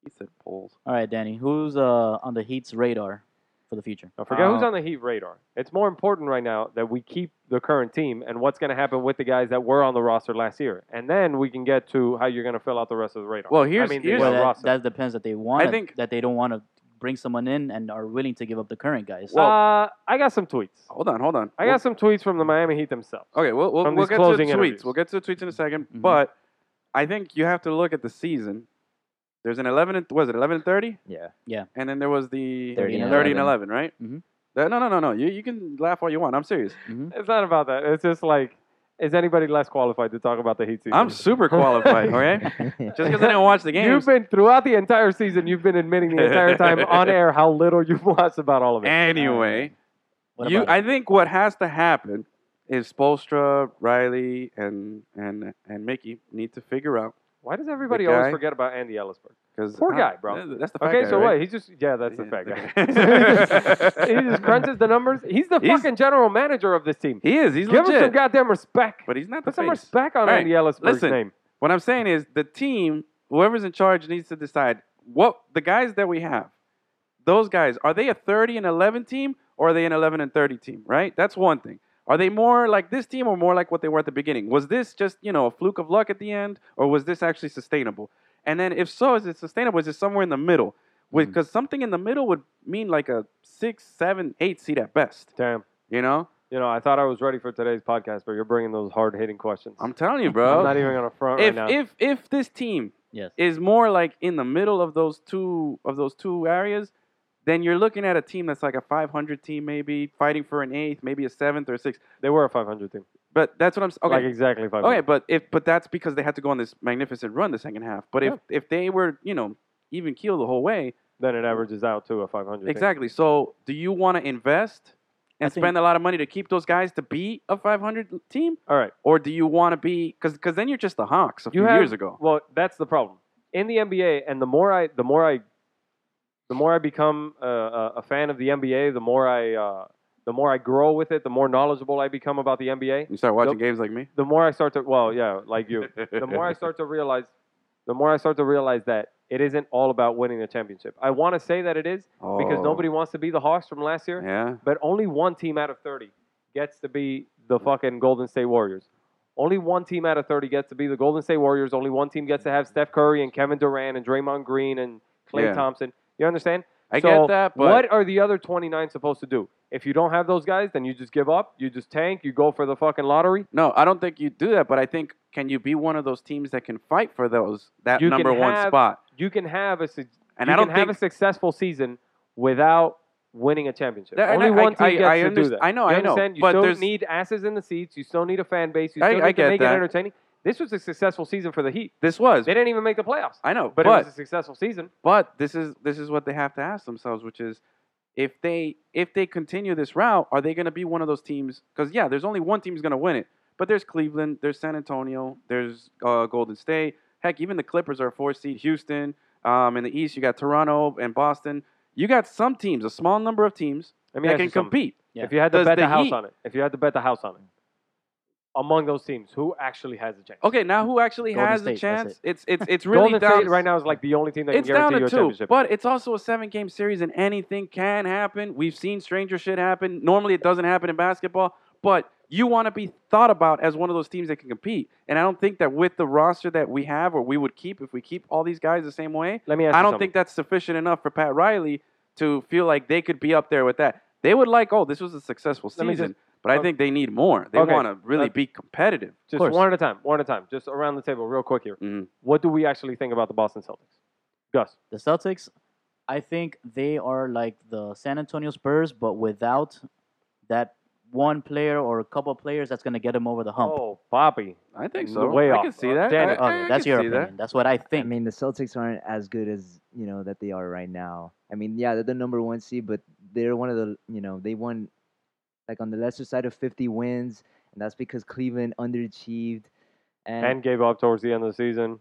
A: He said polls.
C: all right, Danny, who's uh, on the Heat's radar for the future?
B: Now, forget who's
A: Oh.
B: on the Heat radar. It's more important right now that we keep the current team and what's going to happen with the guys that were on the roster last year, and then we can get to how you're going to fill out the rest of the radar.
A: Well, here's-
B: I mean, the,
A: here's-
B: uh,
C: Well, that,
B: roster.
C: that depends that they want.
A: I think-
C: that they don't want to bring someone in and are willing to give up the current guys.
B: uh, I got some tweets.
A: Hold on, hold on.
B: I got some tweets from the Miami Heat themselves.
A: Okay, we'll we'll,
B: from
A: we'll
B: these
A: get to the
B: closing
A: tweets.
B: interviews. Mm-hmm.
A: We'll get to the tweets in a 2nd
C: Mhm.
A: but I think you have to look at the season. There's an 11 and was it 11 and 30,
D: yeah.
A: and then there was the
D: 30
A: and
C: and
A: 30
C: 11.
A: and 11, right?
B: Mm-hmm.
C: Mhm.
A: That- no, no, no, no. You you can laugh all you want. I'm
B: [laughs]
A: serious.
B: It's not about that. It's just like, is anybody less qualified to talk about the Heat season?
A: I'm super qualified.
B: Oh, [laughs]
A: okay,
D: [laughs]
A: just because I didn't watch the
B: You've
A: games.
B: been throughout the entire season. You've been admitting the entire
A: [laughs]
B: time on air how little you've [laughs] watched about all of it.
A: Anyway,
C: What
A: you,
C: about it?
A: I think what has to happen is Spolstra, Riley, and and and Mickey need to figure out
B: Why does everybody
A: The
B: always
A: guy-
B: forget about Andy Ellisberg?
A: because
B: Poor guy, bro.
A: That's the fact.
B: Okay,
A: guy,
B: so
A: right?
B: what? He's just yeah, that's the
A: Yeah,
B: fact. guy.
A: the-
B: [laughs] he just crunches the numbers. He's the
A: He's-
B: fucking general manager of this team.
A: He is. He's
B: Give
A: legit.
B: him some goddamn respect.
A: but he's not the
B: Put some
A: face.
B: respect on
A: All right,
B: Andy Ellisberg's
A: listen.
B: name.
A: What I'm saying is the team, whoever's in charge, needs to decide what the guys that we have. Those guys are they a 30 and 11 team or are they an 11 and 30 team? Right. That's one thing. Are they more like this team or more like what they were at the beginning? Was this just you know a fluke of luck at the end or was this actually sustainable? And then if so, is it sustainable? Is it somewhere in the middle?
B: Mm.
A: Because something in the middle would mean like a six, seven, eight seed at best.
B: Damn.
A: You know,
B: You know, I thought I was ready for today's podcast, but you're bringing those hard hitting questions.
A: I'm telling you,
B: [laughs] I'm
A: bro.
B: not even on a front
A: if
B: right now.
A: if if this team
C: yes.
A: is more like in the middle of those two of those two areas, then you're looking at a team that's like a 500 team, maybe fighting for an eighth, maybe a seventh or a sixth.
B: they were a 500 team,
A: But that's what I'm s- okay.
B: like exactly 500.
A: okay, but if but that's because they had to go on this magnificent run the second half. But if if they were you know even keel the whole way,
B: Then it averages out to a 500. team.
A: exactly. So do you want to invest?
C: I
A: And
C: think-
A: spend a lot of money to keep those guys to be a 500 team,
B: All right.
A: or do you want to be? Because then you're just the Hawks a few
B: You have-
A: years ago.
B: Well, that's the problem in the NBA, and the more I, the more I, the more I become uh, a, a fan of the NBA, the more I, uh, the more I grow with it, the more knowledgeable I become about the NBA.
A: You start watching
B: Nope.
A: games like me.
B: The more I start to, well, yeah, like you, the
A: [laughs]
B: more I start to realize, the more I start to realize that it isn't all about winning the championship. I want to say that it is because
A: Oh,
B: nobody wants to be the Hawks from last year,
A: Yeah.
B: but only one team out of thirty gets to be the fucking Golden State Warriors. Only one team out of 30 gets to be the Golden State Warriors. Only one team gets to have Steph Curry and Kevin Durant and Draymond Green and Klay
A: Yeah.
B: Thompson. You understand?
A: I
B: So
A: get that, but
B: what are the other 29 supposed to do? If you don't have those guys, then you just give up. You just tank. You go for the fucking lottery.
A: no, I don't think you do that. But I think can you be one of those teams that can fight for those that
B: You can
A: number one
B: have-
A: spot?
B: You can have a su-
A: And
B: you
A: I don't
B: can have
A: think
B: a successful season without winning a championship.
A: That- and
B: Only
A: I-
B: one team
A: I-
B: gets
A: I
B: to do
A: underst-
B: that.
A: I know,
B: You
A: I know,
B: understand? You
A: but
B: still
A: there's-
B: need asses in the seats. You still need a fan base. You
A: I-
B: still need
A: I
B: to
A: get
B: make
A: that.
B: it entertaining. This was a successful season for the Heat.
A: this was.
B: They didn't even make the playoffs,
A: I know,
B: but,
A: but
B: it was a successful season.
A: but this is this is what they have to ask themselves, which is if they if they continue this route, are they going to be one of those teams? Because yeah, there's only one team's going to win it, but there's Cleveland, there's San Antonio, there's uh, Golden State. Heck, even the Clippers are a four seed. Houston um, in the East, you got Toronto and Boston. You got some teams, a small number of teams
B: Let me
A: that
B: ask you
A: can
B: something.
A: compete.
C: Yeah.
B: If you had to
A: Does
B: bet
A: the
B: the house
A: Heat-
B: on it, if you had to bet the house on it, among those teams, who actually has a chance?
A: Okay, now who actually
C: Golden
A: has
C: State,
A: a
C: that's
A: chance?
C: it.
A: It's
B: [laughs]
A: it's it's really
B: Golden
A: down
B: State right now is like the only team that
A: It's
B: can guarantee
A: down
B: you
A: to
B: a
A: two,
B: championship.
A: but it's also a seven-game series, and anything can happen. We've seen stranger shit happen. Normally, it doesn't happen in basketball, but you want to be thought about as one of those teams that can compete. And I don't think that with the roster that we have, or we would keep if we keep all these guys the same way,
B: Let me ask
A: I
B: you
A: don't
B: something.
A: think that's sufficient enough for Pat Riley to feel like they could be up there with that. They would like, oh, this was a successful
B: Let me
A: season,
B: just-
A: but I
B: okay.
A: think they need more. They
B: Okay.
A: want to really
B: Uh,
A: be competitive.
B: Just
C: course.
B: one at a time, one at a time, just around the table, real quick here.
A: Mhm.
B: What do we actually think about the Boston Celtics? Gus,
C: The Celtics, I think they are like the San Antonio Spurs, but without that one player or a couple players that's going to get him over the hump.
B: Oh, Bobby.
A: I think
B: The
A: so.
B: way
A: I
B: off.
A: can see that.
B: Danny.
A: I- I-
C: Okay,
A: I
C: that's
A: can
C: your
A: see
C: opinion.
A: that.
C: That's what I think.
D: I mean, the Celtics aren't as good as you know that they are right now. I mean, yeah, they're the number one seed, but they're one of the you know they won like on the lesser side of 50 wins, and that's because Cleveland underachieved. And
B: And gave up towards the end of the season.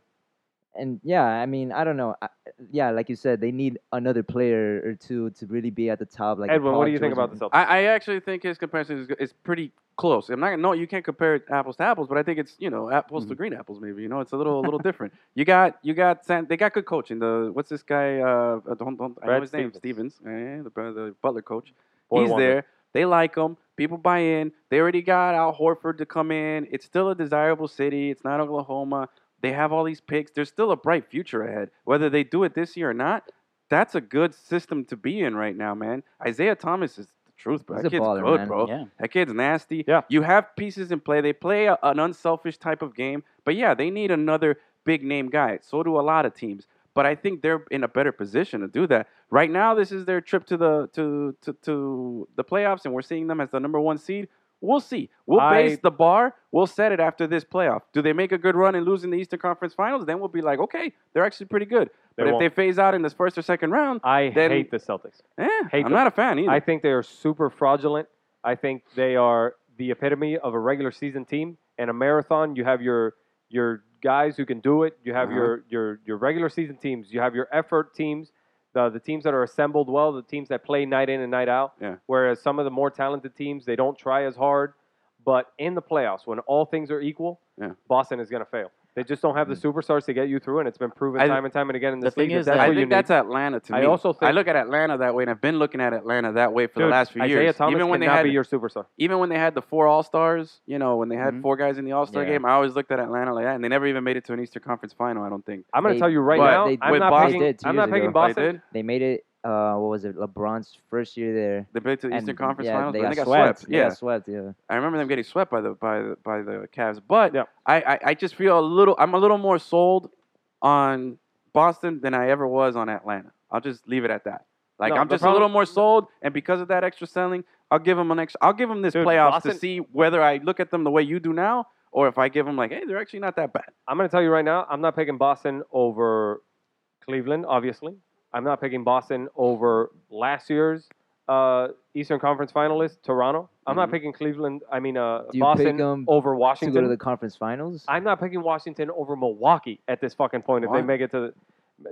D: and yeah, I mean, I don't know. I, yeah, like you said, they need another player or two to really be at the top. Like a
B: Edwin,
D: Paul
B: what do you think
D: George
B: about
D: or-
B: the Celtics?
A: I, I actually think his comparison is, is pretty close. I'm not no, you can't compare it apples to apples, but I think it's you know apples to green apples maybe. You know, it's a little a little different. You got you got San, they got good coaching. The what's this guy? Uh, uh, don't don't I know
B: Brad
A: his name Stevens, eh, the, the Butler coach.
B: Boy
A: He's
B: wonder.
A: there. They like him. People buy in. They already got Al Horford to come in. It's still a desirable city. It's not Oklahoma. They have all these picks. There's still a bright future ahead. Whether they do it this year or not, that's a good system to be in right now, man. Isaiah Thomas is the truth, bro.
D: He's
A: That
D: a
A: kid's
D: baller,
A: good,
D: man.
A: bro.
C: yeah.
A: That kid's nasty.
B: Yeah.
A: You have pieces in play. They play a, an unselfish type of game. But yeah, they need another big name guy. So do a lot of teams. But I think they're in a better position to do that. Right now, this is their trip to the to to, to the playoffs, and we're seeing them as the number one seed. We'll see. We'll
B: I-
A: base the bar. We'll set it after this playoff. Do they make a good run and lose in the Eastern Conference Finals? Then we'll be like, okay, they're actually pretty good.
B: They
A: but
B: won't.
A: if they phase out in this first or second round,
B: I
A: Then-
B: hate the Celtics.
A: eh, I'm
B: Hate them.
A: not a fan either.
B: I think they are super fraudulent. I think they are the epitome of a regular season team. In a marathon, you have your your guys who can do it. You
A: Uh-huh.
B: have your your your regular season teams. You have your effort teams. The, the teams that are assembled well, the teams that play night in and night out.
A: Yeah.
B: Whereas some of the more talented teams, they don't try as hard. But in the playoffs, when all things are equal,
A: Yeah. Hmm.
B: Boston is going to fail. They just don't have the superstars to get you through, and it's been proven
A: I-
B: time and time and again in
C: the
B: this
C: thing
B: league.
C: is
B: that's
C: that-
B: what
A: I
B: you
A: think
B: need.
A: that's Atlanta to
B: I
A: me.
B: also think-
A: I look at Atlanta that way, and I've been looking at Atlanta that way for
B: Dude,
A: the last few
B: Isaiah
A: years.
B: Thomas
A: even when they
B: cannot
A: had
B: be your Mm-hmm. superstar.
A: even when they had the four All Stars, you know, when they had
C: Mhm.
A: four guys in the All Star
D: Yeah.
A: game, I always looked at Atlanta like that, and they never even made it to an Eastern Conference Final. I don't think.
B: I'm going to
D: They-
B: tell you right
A: But
B: now,
D: they-
B: I'm
A: with
B: not
A: Boston-
B: picking,
D: They did two
B: I'm not
D: years
B: picking
D: ago.
A: They
B: Boston.
A: did.
D: They made it. Uh, what was it? LeBron's first year there.
A: They made it to the
D: and
A: Eastern Conference
D: yeah,
A: Finals,
D: They
A: but
D: got
A: then they got
D: swept.
A: swept.
D: They
A: Yeah,
D: got swept. Yeah.
A: I remember them getting swept by the by the by the Cavs. But
B: Yeah.
A: I, I I just feel a little. I'm a little more sold on Boston than I ever was on Atlanta. I'll just leave it at that. Like
B: No,
A: I'm
B: the
A: just
B: problem-
A: a little more sold, and because of that extra selling, I'll give them an extra. I'll give them this
B: Dude,
A: playoffs
B: Boston-
A: to see whether I look at them the way you do now, or if I give them like, hey, they're actually not that bad.
B: I'm going to tell you right now, I'm not picking Boston over Cleveland, obviously. I'm not picking Boston over last year's uh, Eastern Conference finalist, Toronto. I'm not
A: Mhm.
B: picking Cleveland, I mean, uh,
D: Mm-hmm. Do you pick
B: Boston
D: 'em
B: over
D: To go to
B: Washington.
D: the conference finals.
B: I'm not picking Washington over Milwaukee at this fucking point if
A: Why?
B: they make it to the.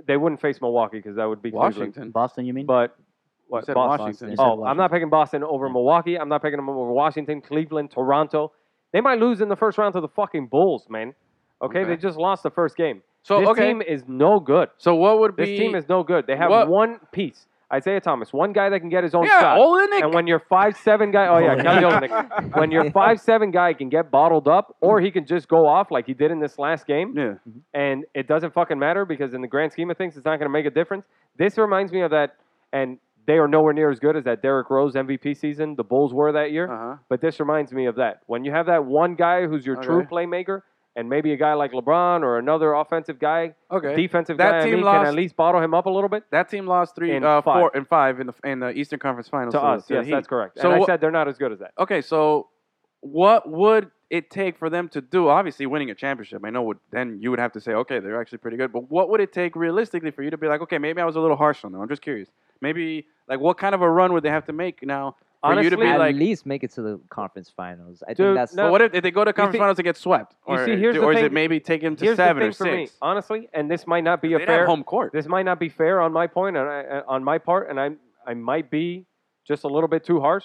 B: They wouldn't face Milwaukee because that would be Cleveland.
A: Washington.
C: Boston, you mean?
B: But
A: You
B: what,
A: said
B: Boston.
A: Washington.
D: You said
B: Oh, I'm not picking Boston over
C: Yeah.
B: Milwaukee. I'm not picking them over Washington, Cleveland, Toronto. They might lose in the first round to the fucking Bulls, man. Okay,
A: Okay.
B: they just lost the first game.
A: So
B: this
A: okay.
B: team is no good.
A: so what would be?
B: This team is no good. They have
A: What-
B: one piece. Isaiah Thomas, one guy that can get his own
A: yeah, oh,
B: shot.
A: Olenek.
B: and when your five seven guy,
A: [laughs]
B: oh yeah, Kelly Olynyk. When your five seven guy can get bottled up, or he can just go off like he did in this last game,
A: yeah.
B: and it doesn't fucking matter because in the grand scheme of things, it's not going to make a difference. This reminds me of that, and they are nowhere near as good as that Derrick Rose MVP season the Bulls were that year.
A: Uh-huh.
B: But this reminds me of that when you have that one guy who's your true
A: Okay.
B: playmaker, and maybe a guy like LeBron or another offensive guy,
A: Okay.
B: defensive
A: That
B: guy, I
A: team
B: mean, can
A: lost-
B: at least bottle him up a little bit.
A: That team lost three,
B: In
A: uh,
B: five.
A: four, and five in the in the Eastern Conference Finals.
B: To
A: the-
B: us,
A: the
B: yes,
A: Heat.
B: that's correct.
A: So
B: and I
A: what-
B: said they're not as good as that.
A: Okay, so what would it take for them to do? Obviously, winning a championship, I know. Would then you would have to say, okay, they're actually pretty good. But what would it take realistically for you to be like, okay, maybe I was a little harsh on them. I'm just curious. Maybe like what kind of a run would they have to make now for you to
B: Honestly,
A: be
D: At
A: like?
D: least make it to the conference finals. I
B: Dude,
D: think that's
B: no,
A: But what if, if they go to conference
B: see-
A: finals and get swept?
B: you
A: Or,
B: see, here's the
A: or is
B: thing-
A: it maybe take them to
B: Here's
A: seven
B: the thing
A: or
B: for
A: six?
B: me, honestly, and this might not be a
A: They'd
B: fair
A: have home court.
B: this might not be fair on my point and I, uh, on my part, and I I might be just a little bit too harsh,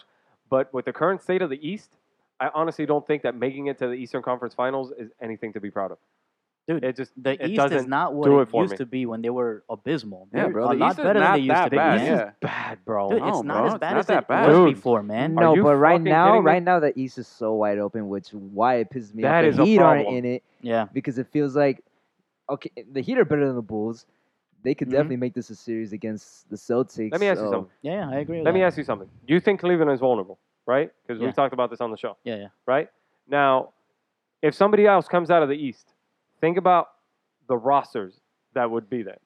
B: but with the current state of the East, I honestly don't think that making it to the Eastern Conference Finals is anything to be proud of.
C: Dude,
B: it just
C: the
B: it
C: East is
B: doesn't
C: not what
B: do
C: it,
B: it for
C: used
B: me.
C: to be when they were abysmal.
A: Yeah,
C: They're
A: bro,
C: A
A: the
C: lot
A: East is
C: better than
A: not
C: they used
A: that
C: to be.
A: bad,
C: The East
A: yeah.
C: is-
B: bad, bro.
C: Dude,
A: No,
C: it's not
A: bro,
C: as
A: it's
C: bad
A: not
C: as
A: that
C: it
A: bad.
C: was
B: Dude.
C: before, man.
B: Are
D: No,
B: you
D: but right
B: fucking
D: now,
B: kidding me?
D: right now the East is so wide open, which why it pisses me
B: That
D: off.
B: is a
D: the Heat aren't
B: problem.
D: in it
C: Yeah.
D: because it feels like okay, the Heat are better than the Bulls. They could
C: Mhm.
D: definitely make this a series against the Celtics.
B: Mm-hmm. Let me ask you
D: so-
B: something.
C: Yeah, I agree with
B: Let me
C: that.
B: ask you something. Do you think Cleveland is vulnerable, right? Because
C: Yeah.
B: we talked about this on the show,
C: Yeah, yeah.
B: right? Now, if somebody else comes out of the East, think about the rosters that would be there.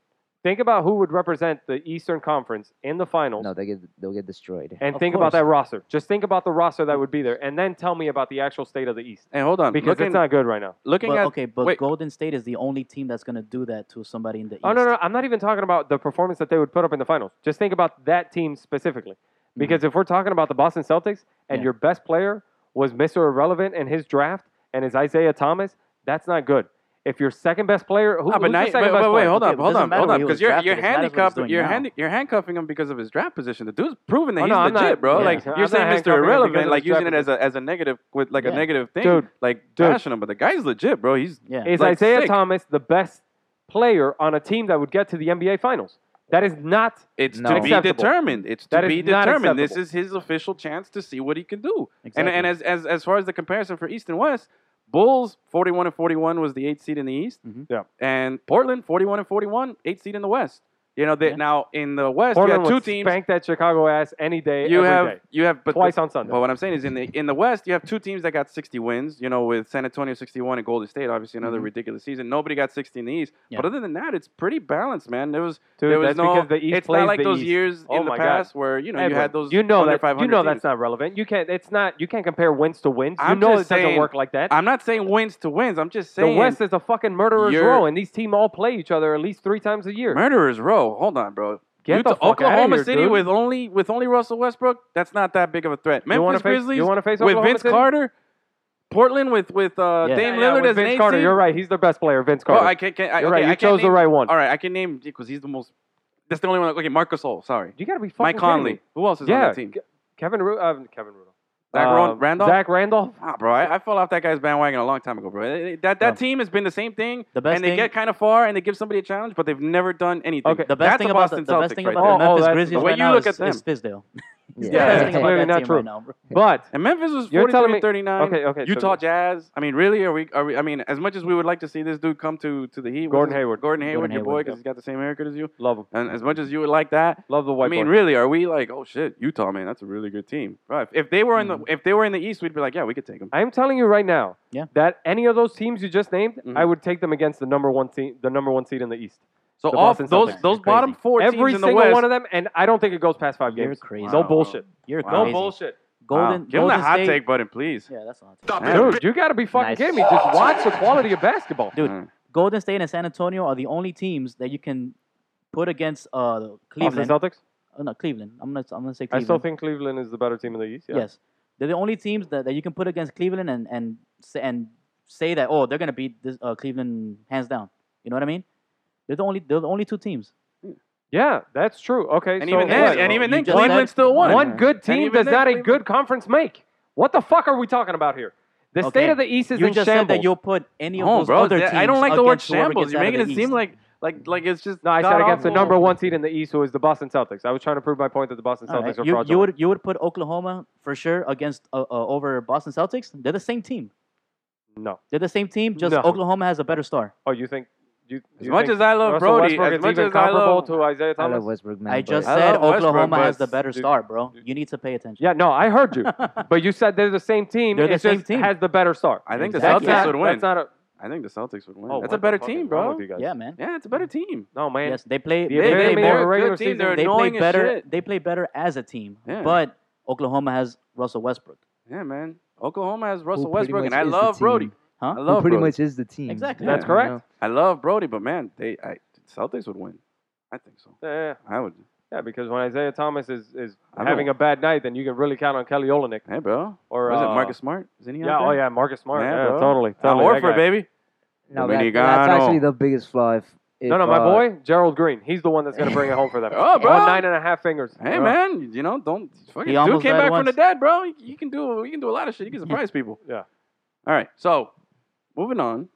B: Think about who would represent the Eastern Conference in the finals.
D: Oh, No, they get they'll get destroyed.
B: And
C: Of
B: think
C: course.
B: about that roster. Just think about the roster that would be there, and then tell me about the actual state of the East
A: And hold on,
B: because
A: Um, looking,
B: it's not good right now.
A: looking
C: But,
A: at
C: okay, but
A: wait.
C: Golden State is the only team that's going to do that to somebody in the East.
B: Oh no, no, I'm not even talking about the performance that they would put up in the finals. Just think about that team specifically,
A: Mm-hmm.
B: because if we're talking about the Boston Celtics and
C: Yeah.
B: your best player was Mr. Irrelevant in his draft and is Isaiah Thomas, that's not good. If your second best player, who,
A: Ah, but,
B: who's your
A: now,
B: second
A: but,
B: best
A: but wait,
B: player?
A: hold
C: Okay,
A: on,
C: but
A: hold
C: doesn't
A: on,
C: matter
A: hold
C: where
A: on,
C: he
A: because
C: was
A: you're
C: drafted,
A: you're
C: it matters what he's
A: handicapped,
C: doing
A: you're
C: now.
A: hand, you're handcuffing him because of his draft position. The dude's proven that
B: Oh,
A: he's
B: no, I'm
A: legit,
B: not-
A: bro.
B: yeah.
A: Like
B: I'm
A: you're
B: not
A: saying, Mr.
B: handcuffing him because of
A: Irrelevant,
B: his
A: like using
B: draft
A: it as a as a negative with like a
C: Yeah.
A: negative thing,
B: Dude.
A: like
B: Dude.
A: bashing him. But the guy's legit, bro. He's
C: Yeah.
B: is
A: like
B: Isaiah
A: sick.
B: Thomas the best player on a team that would get to the NBA Finals? That is not.
A: it's
D: No.
A: to be
B: Acceptable.
A: determined. It's to
B: That is
A: be
B: not
A: determined. This
B: acceptable.
A: is his official chance to see what he can do.
C: Exactly.
A: And and as, as as far as the comparison for East and West, Bulls 41 and 41 was the eighth seed in the East.
C: Mhm.
B: Yeah.
A: And Portland 41 and 41, eighth seed in the West. You know that
C: Yeah.
A: now in the West you
B: Portland would
A: have two teams.
B: spank that Chicago ass any day.
A: You
B: every
A: have
B: day.
A: e-, you have but
B: twice
A: the-
B: on Sunday.
A: But what I'm saying is in the in the West you have two teams that got 60 wins. You know with San Antonio 61 and Golden State obviously another
B: Mm-hmm.
C: Mhm.
A: ridiculous season. Nobody got 60 in the East.
C: Yeah.
A: But other than that it's pretty balanced, man. There was
B: Dude,
A: there was
B: that's
A: no
B: because the East
A: it's
B: plays
A: not like
B: the
A: those
B: East.
A: years
B: Oh
A: in the
B: my God.
A: past where you know you
B: Edwin,
A: had those
B: You know
A: under
B: that.
A: 500
B: You know
A: teams.
B: that's not relevant. You can't. It's not. You can't compare wins to wins. You
A: I'm
B: know it
A: just
B: doesn't
A: saying-
B: work like that.
A: I'm not saying wins to wins. I'm just
B: the
A: saying
B: West is a fucking murderer's
A: You're-
B: row, and these teams all play each other at least three times a year.
A: Murderers Row. Hold on, bro.
B: Get
A: You
B: the
A: to
B: fuck outta
A: Oklahoma
B: here,
A: City
B: dude.
A: with only with only Russell Westbrook. That's not that big of a threat.
B: You wanna
A: Memphis
B: face-
A: Grizzlies
B: You want to face
A: with
B: Oklahoma
A: Vince
B: City?
A: Carter. Portland with with uh,
C: Yeah.
A: Dame
B: Yeah, yeah,
A: Lillard
B: with
A: as an
B: Vince
A: eight
B: Carter.
A: seed?
B: You're right. He's their best player, Vince
A: Bro,
B: Carter.
A: Oh, I can't. can't I,
B: You're
A: okay,
B: right.
A: I
B: You
A: can't
B: chose the
A: name-
B: right one.
A: All right, I can name because he's the most. That's the only one. Okay, Marcus Sol. Sorry,
B: You gotta be fucking
A: Mike
B: kidding
A: Conley.
B: me.
A: Who else is on
B: Yeah,
A: that team?
B: Ke- Kevin. Ru- uh, Kevin Rudolph.
A: Zach
B: Uh,
A: Ron- Randolph.
B: Zach Randolph.
A: Ah, bro, I, I fell off that guy's bandwagon a long time ago, bro. Eh, eh, That
B: Oh.
A: that
C: No.
A: team has been the same thing,
C: The best
A: and they
C: thing-
A: get kind of far, and they give somebody a challenge, but they've never done anything.
B: Okay.
C: the best
A: That's
C: thing
A: a
C: about the,
A: Boston
C: the best
A: Celtics
C: thing
A: right
C: about
A: there.
B: Oh,
C: the Memphis
B: that's-
C: Grizzlies
A: the way
C: right
A: you
C: now
A: look
C: is,
A: at
C: is Fizdale.
D: Yeah. [laughs]
C: The best
B: that's
C: thing about
B: clearly
C: that
B: not
C: team
B: true.
C: right now, bro.
B: But
A: And Memphis was
B: You're
A: 43
B: telling me-
A: and 39.
B: okay, okay. so-
A: Utah Jazz. I mean, really? Are we? Are we? I mean, as much as we would like to see this dude come to to the Heat, what's
B: Gordon
A: his-
B: Hayward.
A: Gordon Hayward,
C: Gordon
A: your boy,
C: Hayward,
A: because he's got the same haircut as you.
B: love him.
A: And as much as you would like that,
B: Love the white
A: I mean,
B: boy.
A: really, are we like, oh shit, Utah, man, that's a really good team, right? If they were in
B: Mm.
A: the if they were in the East, we'd be like, yeah, we could take them.
B: I'm telling you right now
C: Yeah. Mm-hmm.
B: that any of those teams you just named,
A: Mhm.
B: I would take them against the number one team, the number one seed in the East.
A: So
B: The
A: off
B: Boston
A: those
B: Celtics.
A: those
C: You're
A: bottom four
B: Every
A: teams in the
B: single
A: West.
B: one of them, and I don't think it goes past five
C: You're
B: games.
C: crazy.
B: No
A: Wow.
B: bullshit.
C: You're
A: Wow.
B: No
C: crazy.
B: bullshit.
C: Golden,
A: Give him
C: Golden
A: the hot
C: State-
A: take button, please.
C: Yeah, that's not.
A: Stop
B: Dude, you gotta be fucking
C: Nice.
B: kidding me. Just watch the quality of basketball.
C: Dude,
A: Mm.
C: Golden State and San Antonio are the only teams that you can put against uh,
B: Boston
C: [laughs] Cleveland.
B: Celtics.
C: Oh, no, Cleveland. I'm gonna I'm gonna
B: I
C: say Cleveland.
B: still think Cleveland is the better team in the East. Yeah.
C: Yes, they're the only teams that, that you can put against Cleveland and and say- and say that oh they're gonna beat this uh, Cleveland hands down. You know what I mean? They're the only they're the only two teams.
B: Yeah, that's true. Okay,
A: And
B: so
A: even
B: what?
A: then, and even
C: You
A: then,
C: just
A: Cleveland
C: said-
A: still won.
B: one good
A: And
B: team
A: even
B: does
A: then,
B: not a
A: Cleveland-
B: good conference make. What the fuck are we talking about here? The
C: Okay.
B: state of the East is
C: You
B: in
C: just
B: shambles.
C: said that you'll put any of
A: Oh,
C: those
A: bro,
C: other
A: that-
C: teams.
A: I don't like the word
C: against whoever
A: shambles.
C: gets
A: You're
C: out of
A: making it
C: the
A: seem
C: East.
A: like like like it's just.
B: no, I said
A: god
B: against the
A: awful.
B: number one seed in the East, who is the Boston Celtics. I was trying to prove my point that the Boston
C: All
B: Celtics
C: right.
B: are
C: you,
B: fraudulent.
C: you would you would put Oklahoma for sure against uh, uh, over Boston Celtics. They're the same team.
B: No.
C: They're the same team. Just
B: No.
C: Oklahoma has a better star.
B: Oh, you think? You,
A: As
B: you
A: much
B: think
A: as I love
B: Russell
A: Brody,
B: Westbrook
A: as
B: is
A: much
B: even
A: as I
B: comparable
A: love,
B: to Isaiah
D: I
B: Thomas.
D: love Westbrook, man.
C: I
D: but-
C: just
A: I
C: said
A: love Westbrook,
C: Oklahoma
A: but
C: has the better
B: dude-
C: star, bro. You need to pay attention.
B: Yeah, no,
A: [laughs]
B: I heard you, but you said they're the same team.
C: They're the
B: it's
C: same
B: just
C: team.
B: Has the better star.
A: I think the
C: Exactly.
A: Celtics
C: That's
A: would win.
B: That's not a.
A: I think the Celtics would win.
B: Oh,
A: That's
B: what
A: a better
B: the fuck is
A: team,
B: wrong
A: bro.
B: with you guys?
C: Yeah, man.
A: Yeah, it's a better team.
B: No, man.
C: Yes, they play.
B: The
C: they
A: They,
C: play
B: advantage
A: they,
B: more
A: are
C: better.
B: over
A: a
B: regular
A: good team.
B: season.
A: They're
C: They play
A: annoying as
C: better.
A: shit.
C: They play better as a team.
A: Yeah.
C: But Oklahoma has Russell Westbrook.
A: Yeah, man. Oklahoma has Russell
D: pretty
A: Westbrook,
D: much
A: and I
D: is the
A: love Brody.
D: team.
C: Huh?
A: I
C: Who
D: Who
A: love
D: pretty
A: Brody.
D: much is the team.
C: Exactly.
B: That's
A: Yeah,
B: correct.
D: know.
A: I love Brody, but man, they I, Celtics would win. I think so.
B: Yeah, yeah,
A: I would.
B: yeah, because when Isaiah Thomas is, is
A: I don't-
B: having a bad night, then you can really count on Kelly Olynyk
A: Hey, bro.
B: or
A: Was it
B: uh,
A: Marcus Smart? Is he
B: Yeah,
A: out
B: oh
A: there?
B: yeah, Marcus Smart.
A: Yeah,
B: Yeah,
A: bro.
B: totally,
A: Al
B: totally. that
A: Horford,
B: guy.
A: baby.
D: No, that, that's
A: Dominicano.
D: actually the biggest flaw. If, if,
B: No, no, my
D: uh,
B: boy Gerald Green. He's the one that's gonna bring it home for them.
A: [laughs] Oh, bro.
B: On nine and a half fingers.
A: Hey
B: Yeah.
A: man, you know, don't fucking dude
C: almost
A: came
C: died
A: back from
C: once.
A: the dead, bro. You, you can do you can do a lot of shit.
B: [laughs]
A: You can surprise people.
B: Yeah.
A: All right. So moving on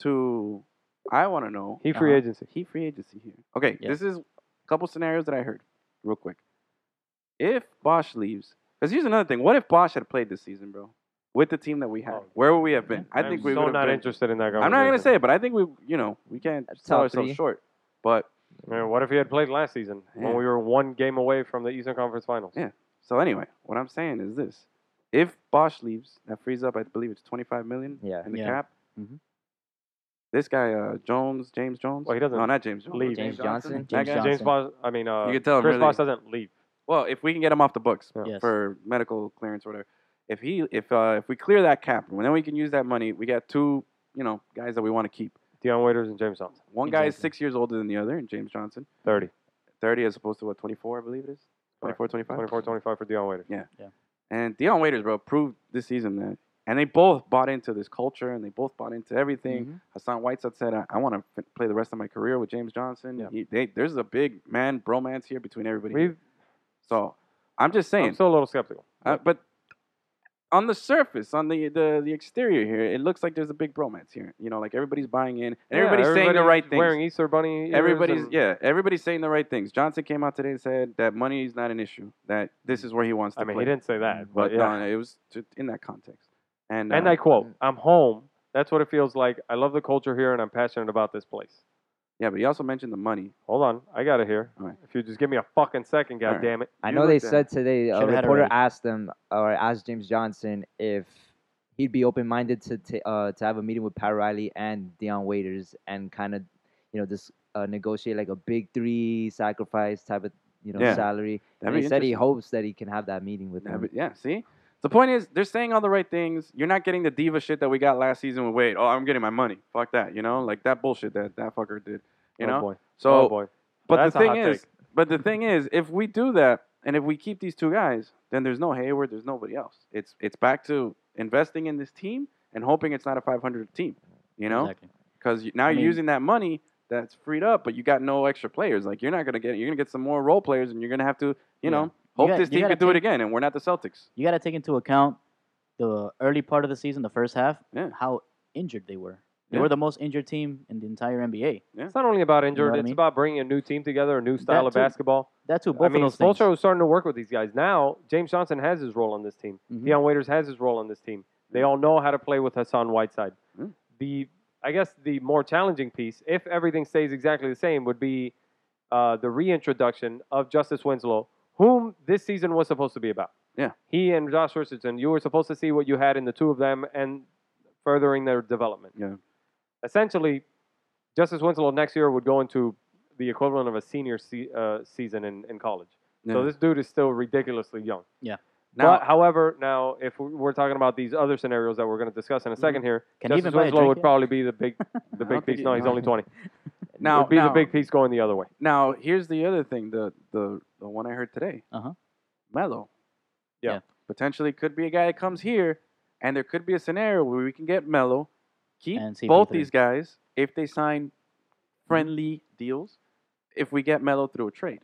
A: to I want to know
B: He free
C: Uh-huh.
B: agency.
A: He free agency here. Okay,
C: Yeah.
A: this is a couple scenarios that I heard real quick. If Bosch leaves, because here's another thing. What if Bosch had played this season, bro? With the team that we had,
B: Oh.
A: where would we have been? I
B: I'm
A: think we
B: so
A: would
B: not
A: have been.
B: interested in that guy.
A: I'm not gonna say it, but I think we, you know, we can't
D: Top
A: sell ourselves
D: three.
A: short. But
B: what if he had played last season
A: Yeah.
B: when we were one game away from the Eastern Conference Finals?
A: Yeah. so anyway, what I'm saying is this: if Bosch leaves, that frees up, I believe it's 25 million
D: Yeah.
A: in the
C: Yeah.
A: cap.
C: Mhm.
A: This guy, uh, Jones, James Jones.
B: Mm-hmm. Well, he doesn't
A: No, not James Jones.
B: leave.
C: James Johnson.
A: That
C: James
A: guy?
C: Johnson.
B: James Boss, I mean, uh,
A: You can tell him
B: Chris
A: really-
B: Bosh doesn't leave.
A: Well, if we can get him off the books
C: Yes.
A: for medical clearance or whatever, if he, if uh, if we clear that cap, then we can use that money. We got two, you know, guys that we want to keep.
B: Deion Waiters and James Johnson,
A: One guy is
C: Exactly.
A: six years older than the other, and James Johnson,
B: 30.
A: 30 as opposed to what, 24, I believe it is? 24, 25?
B: 24 25 for Deion Waiters.
A: And Deion Waiters, bro, proved this season that. And they both bought into this culture and they both bought into everything.
D: Mm-hmm.
A: Hassan Whiteside said, I, I want to play the rest of my career with James Johnson.
B: Yeah.
A: He- they, there's a big man bromance here between everybody.
B: We've,
A: so I'm just saying.
B: I'm still a little skeptical.
A: Uh, but on the surface, on the, the the exterior here, it looks like there's a big bromance here. You know, like everybody's buying in and
B: Yeah,
A: everybody's saying the
B: everybody's
A: right things.
B: Wearing Easter Bunny. ears
A: Everybody's
B: and-
A: yeah, everybody's saying the right things. Johnson came out today and said that money is not an issue. That this is where he wants to
B: I mean,
A: play.
B: he didn't say that,
A: but uh,
B: but yeah.
A: no, it was just in that context. And
B: And
A: uh,
B: I quote, I'm home. That's what it feels like. I love the culture here and I'm passionate about this place.
A: yeah, but he also mentioned the money.
B: Hold on. I got it here.
A: All right.
B: If you just give me a fucking second,
A: All
B: God
A: right.
B: damn it.
D: I
A: You
D: know they
A: looked at
D: said today a
C: Should've had it
D: reporter
C: ready. asked
D: asked them or asked James Johnson if he'd be open minded to ta- uh, to have a meeting with Pat Riley and Deion Waiters and kind of you know just uh, negotiate like a big three sacrifice type of you know
A: Yeah.
D: salary.
A: That'd
D: and
A: be
D: he said he
A: interesting.
D: hopes that he can have that meeting with
A: Yeah,
D: them.
A: but- yeah, see, the point is they're saying all the right things. You're not getting the diva shit that we got last season with Wade. Oh, I'm getting my money. Fuck that. You know, like that bullshit that that fucker did. You
B: oh,
A: know.
B: boy.
A: So,
B: oh, boy.
A: but
B: That's
A: the
B: a
A: thing
B: hot
A: is,
B: take.
A: but the thing is, if we do that and if we keep these two guys, then there's no Hayward. There's nobody else. It's it's back to investing in this team and hoping it's not a 500 team. You know.
C: Exactly.
A: because now
C: I
A: you're
C: mean-
A: using that money that's freed up, but you got no extra players. Like you're not gonna get you're gonna get some more role players, and you're gonna have to you
C: Yeah.
A: know hope
C: got-
A: this
C: you
A: team
C: gotta
A: can do it
C: take-
A: again, and we're not the Celtics.
C: You got to take into account the early part of the season, the first half,
A: Yeah.
C: how injured they were. They
A: Yeah.
C: were the most injured team in the entire NBA.
B: It's not only about injured,
C: what I
B: it's
C: mean?
B: about bringing a new team together, a new style of
C: too.
B: basketball.
C: That too, both
B: I mean,
C: of those
B: Spoelstra
C: things.
B: was starting to work with these guys. Now, James Johnson has his role on this team.
C: Mhm.
A: Mm-hmm.
B: Deion Waiters has his role on this team. They all know how to play with Hassan Whiteside.
A: Mhm.
B: The I guess the more challenging piece, if everything stays exactly the same, would be uh, the reintroduction of Justice Winslow, whom this season was supposed to be about.
A: Yeah.
B: He and Josh Richardson, you were supposed to see what you had in the two of them and furthering their development.
A: Yeah.
B: Essentially, Justice Winslow next year would go into the equivalent of a senior se- uh, season in, in college. So
A: Yeah.
B: this dude is still ridiculously young.
A: Now,
B: but, however, now if we- we're talking about these other scenarios that we're going to discuss in a 2nd here,
C: Can he
B: Justice
C: even buy a
B: Winslow
C: drink
B: would
C: yet?
B: probably be the big, the
A: don't
B: big
A: think
B: piece.
A: he-
B: No, he's
A: no.
B: only twenty.
A: now,
B: would be
A: now,
B: the big piece going the other way.
A: now here's the other thing the the the one I heard today.
C: Uh-huh.
A: Melo.
B: Yeah.
C: Yeah.
A: Potentially could be a guy that comes here, and there could be a scenario where we can get Melo, keep
C: And CP3.
A: both these guys if they sign friendly deals. If we get Melo through a trade,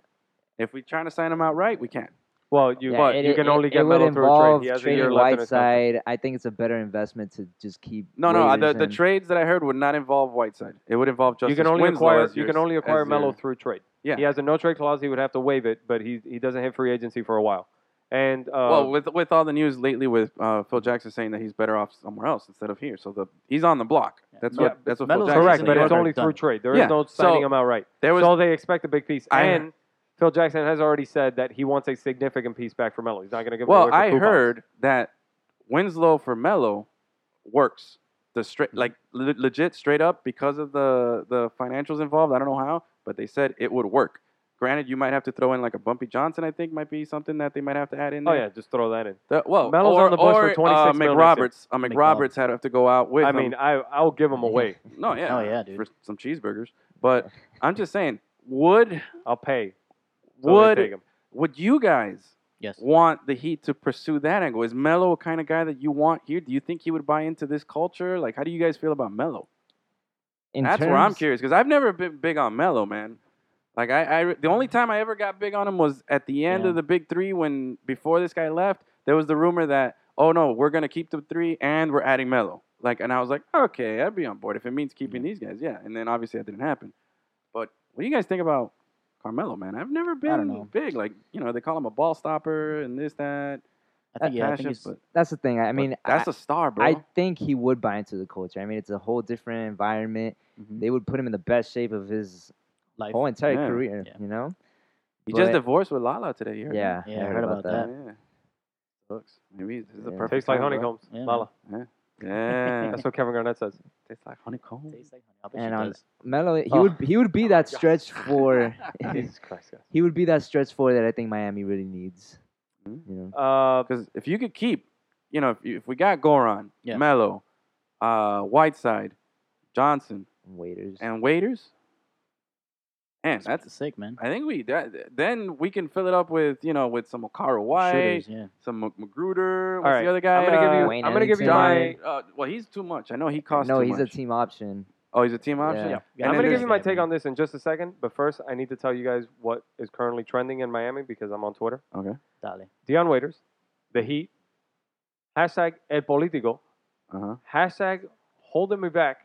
A: if we're trying to sign him outright, we can't.
B: Well, you but
D: it-
B: you can
D: it-
B: only
D: it
B: get
D: would
B: Melo through a trade.
D: involve
B: He has a year
D: trading
B: left in his contract.
D: Whiteside. I think it's a better investment to just keep.
A: No, no. uh, The,
D: Waiters
A: the
D: and-
A: trades that I heard would not involve Whiteside. It would involve Justice
B: You can only
A: Winslow
B: acquire
A: as
B: you
A: your-
B: can only
A: as
B: acquire
A: your-
B: Melo through trade.
A: Yeah.
B: He has a no trade clause. He would have to waive it, but he he doesn't hit free agency for a while. And uh,
A: well, with with all the news lately, with uh, Phil Jackson saying that he's better off somewhere else instead of here, so the he's on the block. That's
C: Yeah,
A: what that's what Phil
C: Melo's
A: Jackson
B: correct,
A: said.
B: but
C: Yeah.
B: it's only through
C: Done.
B: trade. There is
A: Yeah,
B: no
A: so
B: signing him outright.
A: there was
B: so they expect a big piece.
A: I-
B: and Phil Jackson has already said that he wants a significant piece back for Melo. He's not going to give. it away
A: well,
B: for
A: I
B: coupons.
A: heard that Winslow for Melo works the
B: Mm-hmm.
A: straight like le- legit straight up because of the the financials involved. I don't know how, but they said it would work. Granted, you might have to throw in like a Bumpy Johnson. I think might be something that they might have to add in.
B: Oh
A: There.
B: yeah, just throw that in.
A: The- well,
B: Melo's
A: or,
B: on the books for
A: or,
B: 26
A: uh,
B: million
A: McRoberts. Uh, McRoberts
C: McRoberts.
A: had to have to go out with.
B: I
A: him.
B: mean, I I'll give him
A: [laughs]
B: away.
A: no, yeah,
C: Oh, yeah, dude.
A: for some cheeseburgers.
C: [laughs]
A: But I'm just saying, would
B: I'll pay. So they take
A: would
B: him.
A: would you guys
C: Yes.
A: want the Heat to pursue that angle? Is Melo a kind of guy that you want here? Do you think he would buy into this culture? Like, how do you guys feel about Melo?
D: in
A: That's where I'm
D: terms-
A: curious because I've never been big on Melo, man. Like I, I, the only time I ever got big on him was at the end
C: Yeah.
A: of the Big Three when before this guy left, there was the rumor that oh no, we're gonna keep the three and we're adding Melo. Like, and I was like, okay, I'd be on board if it means keeping these guys, yeah. And then obviously that didn't happen. But what do you guys think about Carmelo, man? I've never been
C: know.
A: big. Like, you know, they call him a ball stopper and this that.
C: I
D: Uh,
C: think, yeah, I think
A: passion,
C: he's,
A: but-
D: That's the thing. I
A: but
D: mean, I-
A: that's a star, bro.
D: I think he would buy into the culture. I mean, it's a whole different environment.
A: Mhm.
D: They would put him in the best shape of his
C: life.
D: whole entire
A: Yeah.
D: career.
C: Yeah.
D: You know?
A: he just
D: but-
A: divorced with Lala today. You heard that?
D: Yeah.
C: Yeah, I heard about
A: Yeah.
C: that.
A: Sucks. Maybe this is the
D: Oh, Yeah.
A: perfect.
B: Tastes like
A: time, bro. [laughs]
B: honeycombs.
C: Yeah,
B: Lala.
A: Yeah. [laughs]
B: [laughs] That's what Kevin Garnett says.
A: Tastes like honeycomb.
C: Tastes like honey. I bet
D: And
C: she
A: uh,
D: I'll-
C: does.
D: Melo, he
B: Oh.
D: would he would be that
B: God.
D: stretch for
B: Jesus Christ, guys.
D: [laughs] he would be that stretch for that I think Miami really needs.
A: Hmm.
D: You know,
B: Uh,
A: Because if you could keep, you know, if, you, if we got Goron,
C: Yeah.
A: Mello, uh, Whiteside, Johnson,
D: waiters.
A: and Waiters, and that's
C: That's sick, man.
A: I think we that, then we can fill it up with you know with some Okara White,
C: Shooters, yeah.
A: some Mag- Magruder. What's
B: all right,
A: the other guy?
B: I'm gonna give you.
D: Wayne
B: I'm gonna give you my.
D: Ellington.
A: Uh, well, he's too much. I know he costs.
D: no,
A: too
D: he's
A: much.
D: a team option.
A: Oh, he's a team option.
D: Yeah.
C: Yeah,
B: I'm
A: And
B: gonna
A: then
B: give you my take
C: man.
B: on this in just a second, but first I need to tell you guys what is currently trending in Miami because I'm on Twitter.
A: Okay.
C: Dale.
B: Deion Waiters, the Heat, hashtag El Politico,
A: Uh huh.
B: hashtag holding me back,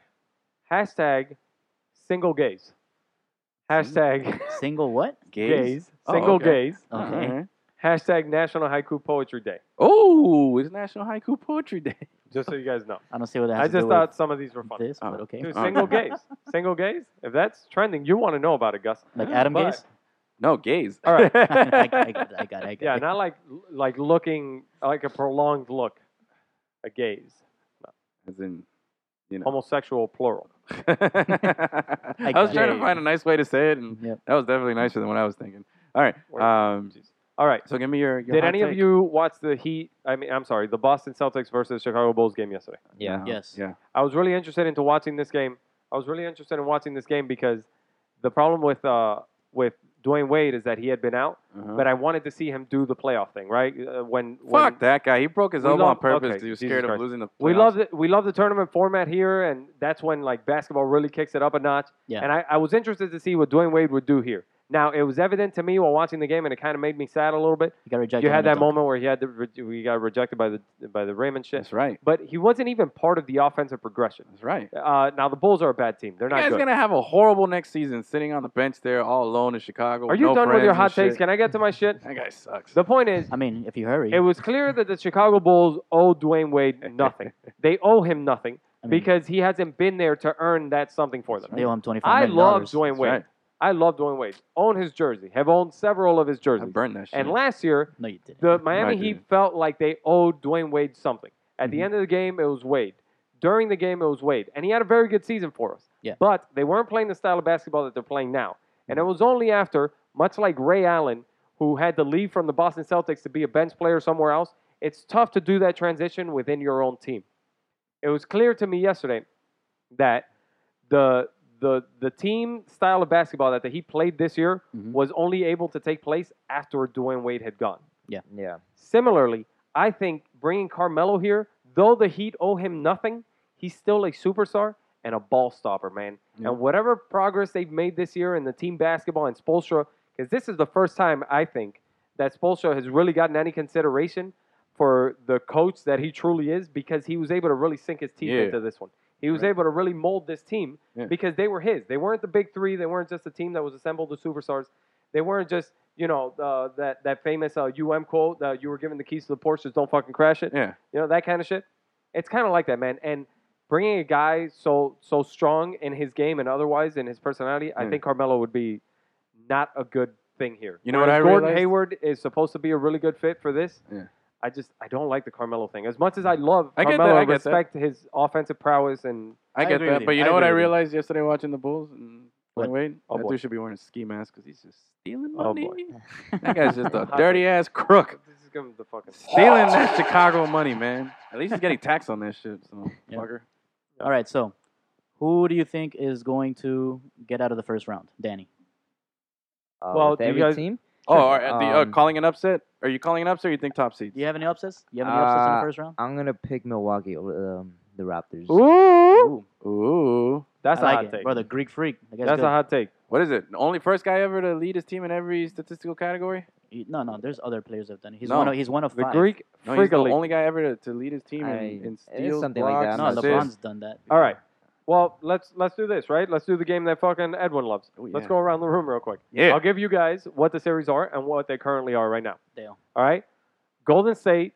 B: hashtag single gays, hashtag
C: Single what?
B: [laughs] gays,
A: Oh,
B: single
A: okay.
B: gays,
C: Okay.
B: hashtag National Haiku Poetry Day.
A: Oh, it's National Haiku Poetry Day.
B: Just so you guys know,
C: I don't see what that has
B: I
C: to
B: just
C: do
B: thought some of these were
C: with
B: funny.
C: this, but okay.
B: Dude,
A: Oh.
B: single gays,
A: [laughs]
B: single gays. If that's trending, you want to know about it, Gus.
C: Like Adam
B: But-
C: Gaze?
A: No, gays. [laughs]
B: All right.
C: [laughs] I, I got it. I got it. I
B: [laughs]
C: got
B: Yeah,
C: it.
B: not like like looking like a prolonged look, a gaze,
A: As in, [laughs] you know.
B: homosexual plural.
A: I was trying to
B: gays.
A: find a nice way to say it, and
C: Yep.
A: that was definitely nicer than what I was thinking. All right.
B: Word.
A: Um,
B: All right.
A: so give me your. your
B: Did
A: hot
B: any of
A: take.
B: you watch the Heat? I mean, I'm sorry, the Boston Celtics versus Chicago Bulls game yesterday.
A: No.
C: Yes.
A: Yeah.
B: I was really interested into watching this game. I was really interested in watching this game because the problem with uh, with Dwayne Wade is that he had been out,
A: Uh-huh.
B: but I wanted to see him do the playoff thing, right? Uh, when when
A: Fuck that guy. He broke his
B: We
A: elbow on
B: love-
A: purpose.
B: okay,
A: He was
B: Jesus
A: scared of
B: Christ.
A: losing the.
B: We
A: playoffs.
B: love the we love the tournament format here, and that's when like basketball really kicks it up a notch.
C: Yeah.
B: And I, I was interested to see what Dwayne Wade would do here. Now it was evident to me while watching the game, and it kind of made me sad a little bit.
C: You got rejected.
B: you
C: on
B: had
C: the
B: that
C: dunk.
B: moment where he had the, re- we got rejected by the by the Raymond shit,
A: That's right.
B: but he wasn't even part of the offensive progression.
A: That's right.
B: Uh, now the Bulls are a bad team; they're
A: You
B: not
A: guys
B: good.
A: gonna have a horrible next season, sitting on the bench there, all alone in Chicago.
B: are you
A: no
B: done with your hot
A: friends and
B: takes?
A: shit.
B: Can I get to my
A: [laughs]
B: shit?
A: That guy sucks.
B: The point is,
C: I mean, if you hurry.
B: it was clear that the Chicago Bulls owe Dwayne Wade
A: [laughs]
B: nothing. they owe him nothing
C: I mean,
B: because he hasn't been there to earn that something for them.
C: they owe him twenty-five
B: I
C: million
B: love
C: dollars.
B: Dwayne
A: That's
B: Wade.
A: right.
B: I love Dwayne Wade. Own his jersey. Have owned several of his
A: I
B: jerseys.
A: burned that shit.
B: And last year,
C: No, you didn't.
B: the Miami
A: I
B: Heat
A: didn't.
B: felt like they owed Dwayne Wade something. At the
C: Mhm.
B: end of the game, it was Wade. During the game, it was Wade. And he had a very good season for us.
C: Yeah. Mm-hmm.
B: But they weren't playing the style of basketball that they're playing now. And it was only after, much like Ray Allen, who had to leave from the Boston Celtics to be a bench player somewhere else, it's tough to do that transition within your own team. It was clear to me yesterday that the the the team style of basketball that the Heat played this year
C: Mhm.
B: was only able to take place after Dwayne Wade had gone.
D: Yeah,
B: Similarly, I think bringing Carmelo here, though the Heat owe him nothing, he's still a superstar and a ball stopper, man.
A: Yeah.
B: And whatever progress they've made this year in the team basketball and Spolstra, because this is the first time I think that Spolstra has really gotten any consideration for the coach that he truly is because he was able to really sink his teeth
A: Yeah.
B: into this one. He was
A: Right.
B: able to really mold this team
A: Yeah.
B: because they were his. They weren't the big three. They weren't just a team that was assembled of superstars. They weren't just you know uh, that that famous uh, UM quote that you were given the keys to the Porsches, don't fucking crash it.
A: yeah.
B: You know that kind of shit. It's kind of like that, man. And bringing a guy so so strong in his game and otherwise in his personality, I
A: Yeah.
B: think Carmelo would be not a good thing here.
A: You know what
B: Whereas
A: I
B: Gordon
A: realized?
B: Hayward is supposed to be a really good fit for this.
A: Yeah.
B: I just I don't like the Carmelo thing. As much as I love
A: I get that,
B: Carmelo,
A: I get that.
B: respect his offensive prowess and
A: I get
C: agree with
A: that,
C: you.
A: but you
C: I
A: know what
C: agree
A: I
C: with you.
A: realized yesterday watching the Bulls and
C: What?
A: Dwayne Wade?
B: Oh,
A: that
B: boy.
A: dude should be wearing a ski mask because he's just stealing
B: Oh,
A: money.
B: boy.
A: [laughs]
B: [laughs]
A: that guy's just a
B: Hot
A: dirty
B: take.
A: ass crook,
B: this is gonna be the fucking
A: stealing
B: [laughs]
A: that Chicago money, man. At least he's getting taxed on that shit, so
C: Yeah.
A: fucker.
C: All right, so who do you think is going to get out of the first round? Danny.
D: uh,
B: Well,
D: with
B: do you
D: every
B: guys-
D: team.
A: Oh, all right, the, uh,
D: Um,
A: calling an upset? Are you calling an upset? or You think top seeds?
C: Do you have any upsets? Do you have any upsets in the
D: Uh,
C: first round?
D: I'm gonna pick Milwaukee over um, the Raptors.
B: Ooh,
C: Ooh,
A: Ooh,
B: that's
C: I like
B: a hot
C: it,
B: take,
C: brother. Greek freak. That guy's
B: That's
C: good.
B: a hot take.
A: what is it? Only first guy ever to lead his team in every statistical category?
C: He- no, no. There's other players that have done it. He's
A: No.
C: one. Of, he's one of
B: The
C: five.
B: Greek
A: No,
B: freak
A: he's the
B: elite.
A: only guy ever to, to lead his team
D: I-
A: in, in
D: it is
A: steals,
D: something like
A: blocks,
D: that.
C: No,
D: I'm not
A: assists.
C: LeBron's done that.
B: All right. Well, let's let's do this, right? Let's do the game that fucking Edwin loves.
A: Oh,
B: Let's
A: yeah.
B: go around the room real quick.
A: Yeah.
B: I'll give you guys what the series are and what they currently are right now.
C: Dale.
B: All right. Golden State,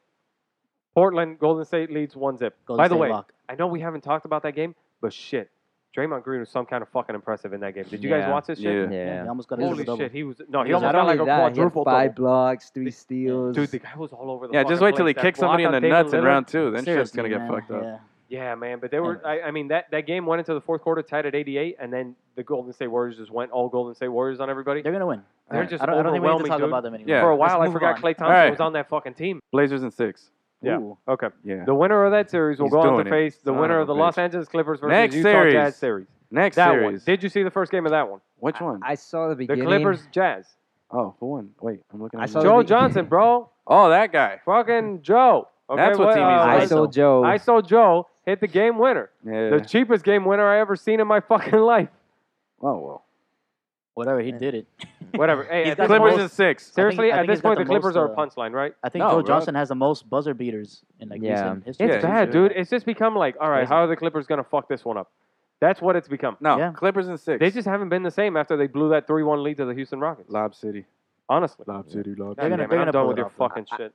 B: Portland. Golden State leads one zip.
C: Golden
B: By the
C: State
B: way,
C: lock.
B: I know we haven't talked about that game, but shit, Draymond Green was some kind of fucking impressive in that game. Did you guys
D: Yeah.
B: watch this shit?
A: Yeah.
C: Yeah, he almost got a
B: Holy
C: double.
B: shit, he was no, he,
C: He
B: almost
C: was-
D: Not
B: got
D: only
B: like a
D: that, he had
B: quadruple
D: five
B: double.
D: blocks, three
B: Dude,
D: steals.
B: Dude, the guy was all over the.
A: Yeah, just
B: fucking
A: wait till he
B: place. That
A: kicks somebody in
B: block
A: the
B: on Damian
A: nuts in
B: Lillard.
A: round two. Then shit's
C: Seriously,
A: gonna get
C: man,
A: fucked up.
C: Yeah.
B: Yeah, man. But they were. I, I mean, that, that game went into the fourth quarter tied at 88, and then the Golden State Warriors just went all Golden State Warriors on everybody.
C: They're gonna win.
B: They're
A: right.
B: just
C: I don't, I don't think we need to
B: overwhelming,
C: talk
B: dude.
C: about them anymore.
A: Yeah.
B: For a while,
C: Let's
B: I
C: move
B: forgot
C: on.
B: Clay Thompson
A: All right.
B: was on that fucking team.
A: Blazers and six.
B: Yeah.
C: Ooh.
B: Okay.
A: Yeah.
B: The winner of that series will
A: He's
B: go on
A: doing
B: to
A: it.
B: face the
A: Son
B: winner
A: of
B: of
A: a
B: the Los
A: bitch.
B: Antlers Clippers versus
A: Next
B: Utah
A: series.
B: Jazz series.
A: Next
B: That one.
A: series.
B: Did you see the first game of that one?
A: Which one?
D: I saw the
B: The
D: beginning.
B: Clippers Jazz.
A: oh, who won? Wait, I'm looking.
D: I
A: at
D: saw
A: it.
D: the
B: Joe
D: big-
B: Johnson, bro.
A: Oh, that guy.
B: Fucking Joe. Okay,
A: That's what team he's
D: I
A: on.
D: saw Joe.
B: Oh, I saw Joe hit the game winner.
A: Yeah.
B: The cheapest game winner I ever seen in my [laughs] fucking life.
A: oh well.
C: Whatever, he
D: Yeah.
C: did it.
B: Whatever. Hey,
C: He's
B: at
C: got
B: this
C: the
A: Clippers
B: point,
C: most-
A: and six.
B: seriously,
C: I
B: at
C: think
B: this
C: he's got
B: point,
C: the
B: the Clippers
C: most,
B: are a
C: uh,
B: punchline, right?
C: I think
A: No,
C: Joe
A: bro.
C: Johnson has the most buzzer beaters in like
D: Yeah.
C: recent history.
B: It's
A: Yeah,
B: bad,
A: he's-
B: dude. It's just become like, all right,
C: Crazy.
B: how are the Clippers going to fuck this one up? That's what it's become.
A: No,
C: Yeah.
A: Clippers and six.
B: They just haven't been the same after they blew that 3 1 lead to the Houston Rockets.
A: Lob City.
B: Honestly.
A: Lob City. Lob City.
B: God
C: They're gonna-
B: damn it,
C: they're
B: I'm
C: gonna
B: done
C: pull
B: with
C: it
B: your
C: off.
B: fucking shit.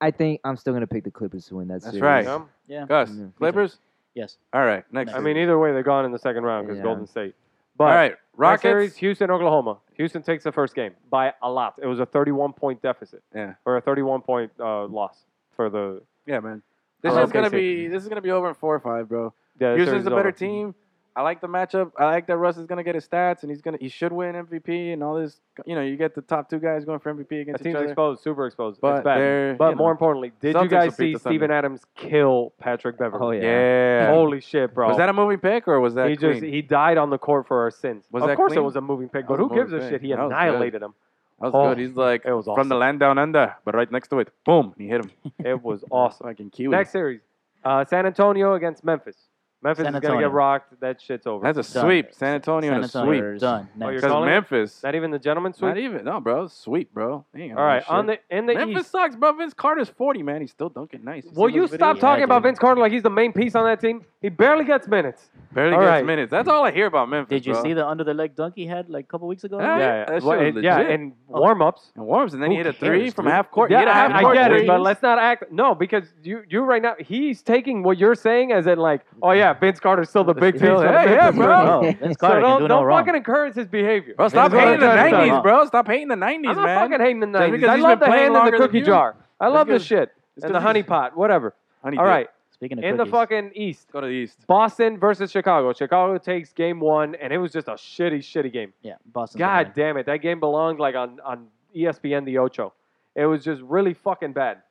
D: I think I'm still gonna pick the Clippers to win that
A: That's
D: series.
A: right.
B: Um,
C: Yeah.
A: Gus.
D: Yeah.
A: Clippers.
C: Yes.
A: All right. Next.
B: I
A: series.
B: mean, either way, they're gone in the second round because
D: Yeah.
B: Golden State. But
A: All right.
B: Rock series,
A: Rockets.
B: Houston, Oklahoma. Houston takes the first game by a lot. It was a 31 point deficit
A: Yeah.
B: or a 31 point uh, loss for the.
A: Yeah, man. This
B: Oh,
A: is gonna
B: okay.
A: be. This is gonna be over in four or five, bro.
B: Yeah, the series
A: Houston's
B: is
A: a better
B: over.
A: team. I like the matchup. I like that Russ is gonna get his stats and he's gonna he should win MVP and all this. You know, you get the top two guys going for MVP
B: The
A: against each
B: team's
A: other.
B: exposed, super exposed.
A: But
B: it's bad.
A: they're-
B: But
A: you
B: more
A: know.
B: importantly, did you
A: Celtics
B: guys
A: will beat
B: see
A: the Thunder.
B: Steven Adams kill Patrick Beverly?
D: Oh yeah.
A: Yeah.
B: Holy shit, bro.
A: Was that a moving pick or was that
B: he
A: clean?
B: just he died on the court for our sins.
A: Was
B: of
A: that
B: course it
A: clean?
B: was a moving pick,
A: That
B: but
A: was a
B: who gives a
A: moving
B: shit?
A: pick.
B: He
A: That was good.
B: annihilated him.
A: that was
B: oh,
A: good. He's like
B: it was
A: from
B: awesome.
A: the land down under, but right next to it. Boom, and [laughs] he hit him.
B: It was awesome.
A: Fucking Kiwi.
B: Next series, uh, San Antonio against Memphis. Memphis
C: San
B: is gonna
C: Antonio.
B: get rocked. That shit's over.
A: That's a
C: Done.
A: sweep. San Antonio
C: San
A: and a
C: Antonio,
A: sweep.
C: done.
B: Oh,
C: Next.
B: you're
A: Because
B: calling it?
A: Memphis,
B: Not even the gentleman sweep.
A: not even no, bro, sweep, bro. They ain't
B: All
A: gonna
B: right,
A: win
B: on
A: shit.
B: the in the
A: Memphis
B: East.
A: sucks, bro. Vince Carter's forty, man. He's still dunking nice.
B: Will you stop
C: videos?
B: talking
C: Yeah,
B: about
C: dude.
B: Vince Carter like he's the main piece on that team? He barely gets minutes.
A: Barely
B: All
A: gets
B: right.
A: minutes. That's all I hear about Memphis.
C: Did you
A: bro.
C: see the under the leg dunk he had like a couple weeks ago?
A: Yeah,
B: Yeah, yeah.
A: that shit
B: Well,
A: was
B: and- yeah,
A: legit.
B: and warm ups.
A: and warms, and then
B: Who
A: he hit a
B: cares,
A: three from
B: dude?
A: half court. he
B: Yeah,
A: hit a half
B: I, I
A: court
B: get it,
A: three.
B: but let's not act. No, because you you right now he's taking what you're saying as in like, oh yeah, Vince Carter's still the big piece.
A: Still,
B: of
A: hey, yeah,
B: Memphis,
A: bro.
C: No, Vince Carter
B: so
C: can
B: don't,
C: do no
B: don't
C: wrong.
B: fucking encourage his behavior.
A: Bro, stop
B: He's
A: hating the
B: gonna
C: touch
A: nineties,
C: down.
A: bro. Stop hating the nineties,
B: I'm
A: man.
B: not fucking hating the nineties.
A: because
B: I
A: he's
B: love
A: been
B: the
A: playing
B: hand in the
A: longer than
B: cookie
A: you.
B: jar. I
A: That's
B: love this
A: because-
B: shit.
A: It's
B: And the
A: 'cause
B: honey
A: he's-
B: pot, whatever.
A: Honey
B: All
A: dip.
B: right,
C: Speaking of
B: in the
C: cookies,
B: fucking East,
A: Go to the East.
B: Boston versus Chicago. Chicago takes game one, and it was just a shitty, shitty game.
C: yeah, Boston.
B: God damn it, that game belonged like on on E ESPN the Ocho. It was just really fucking bad.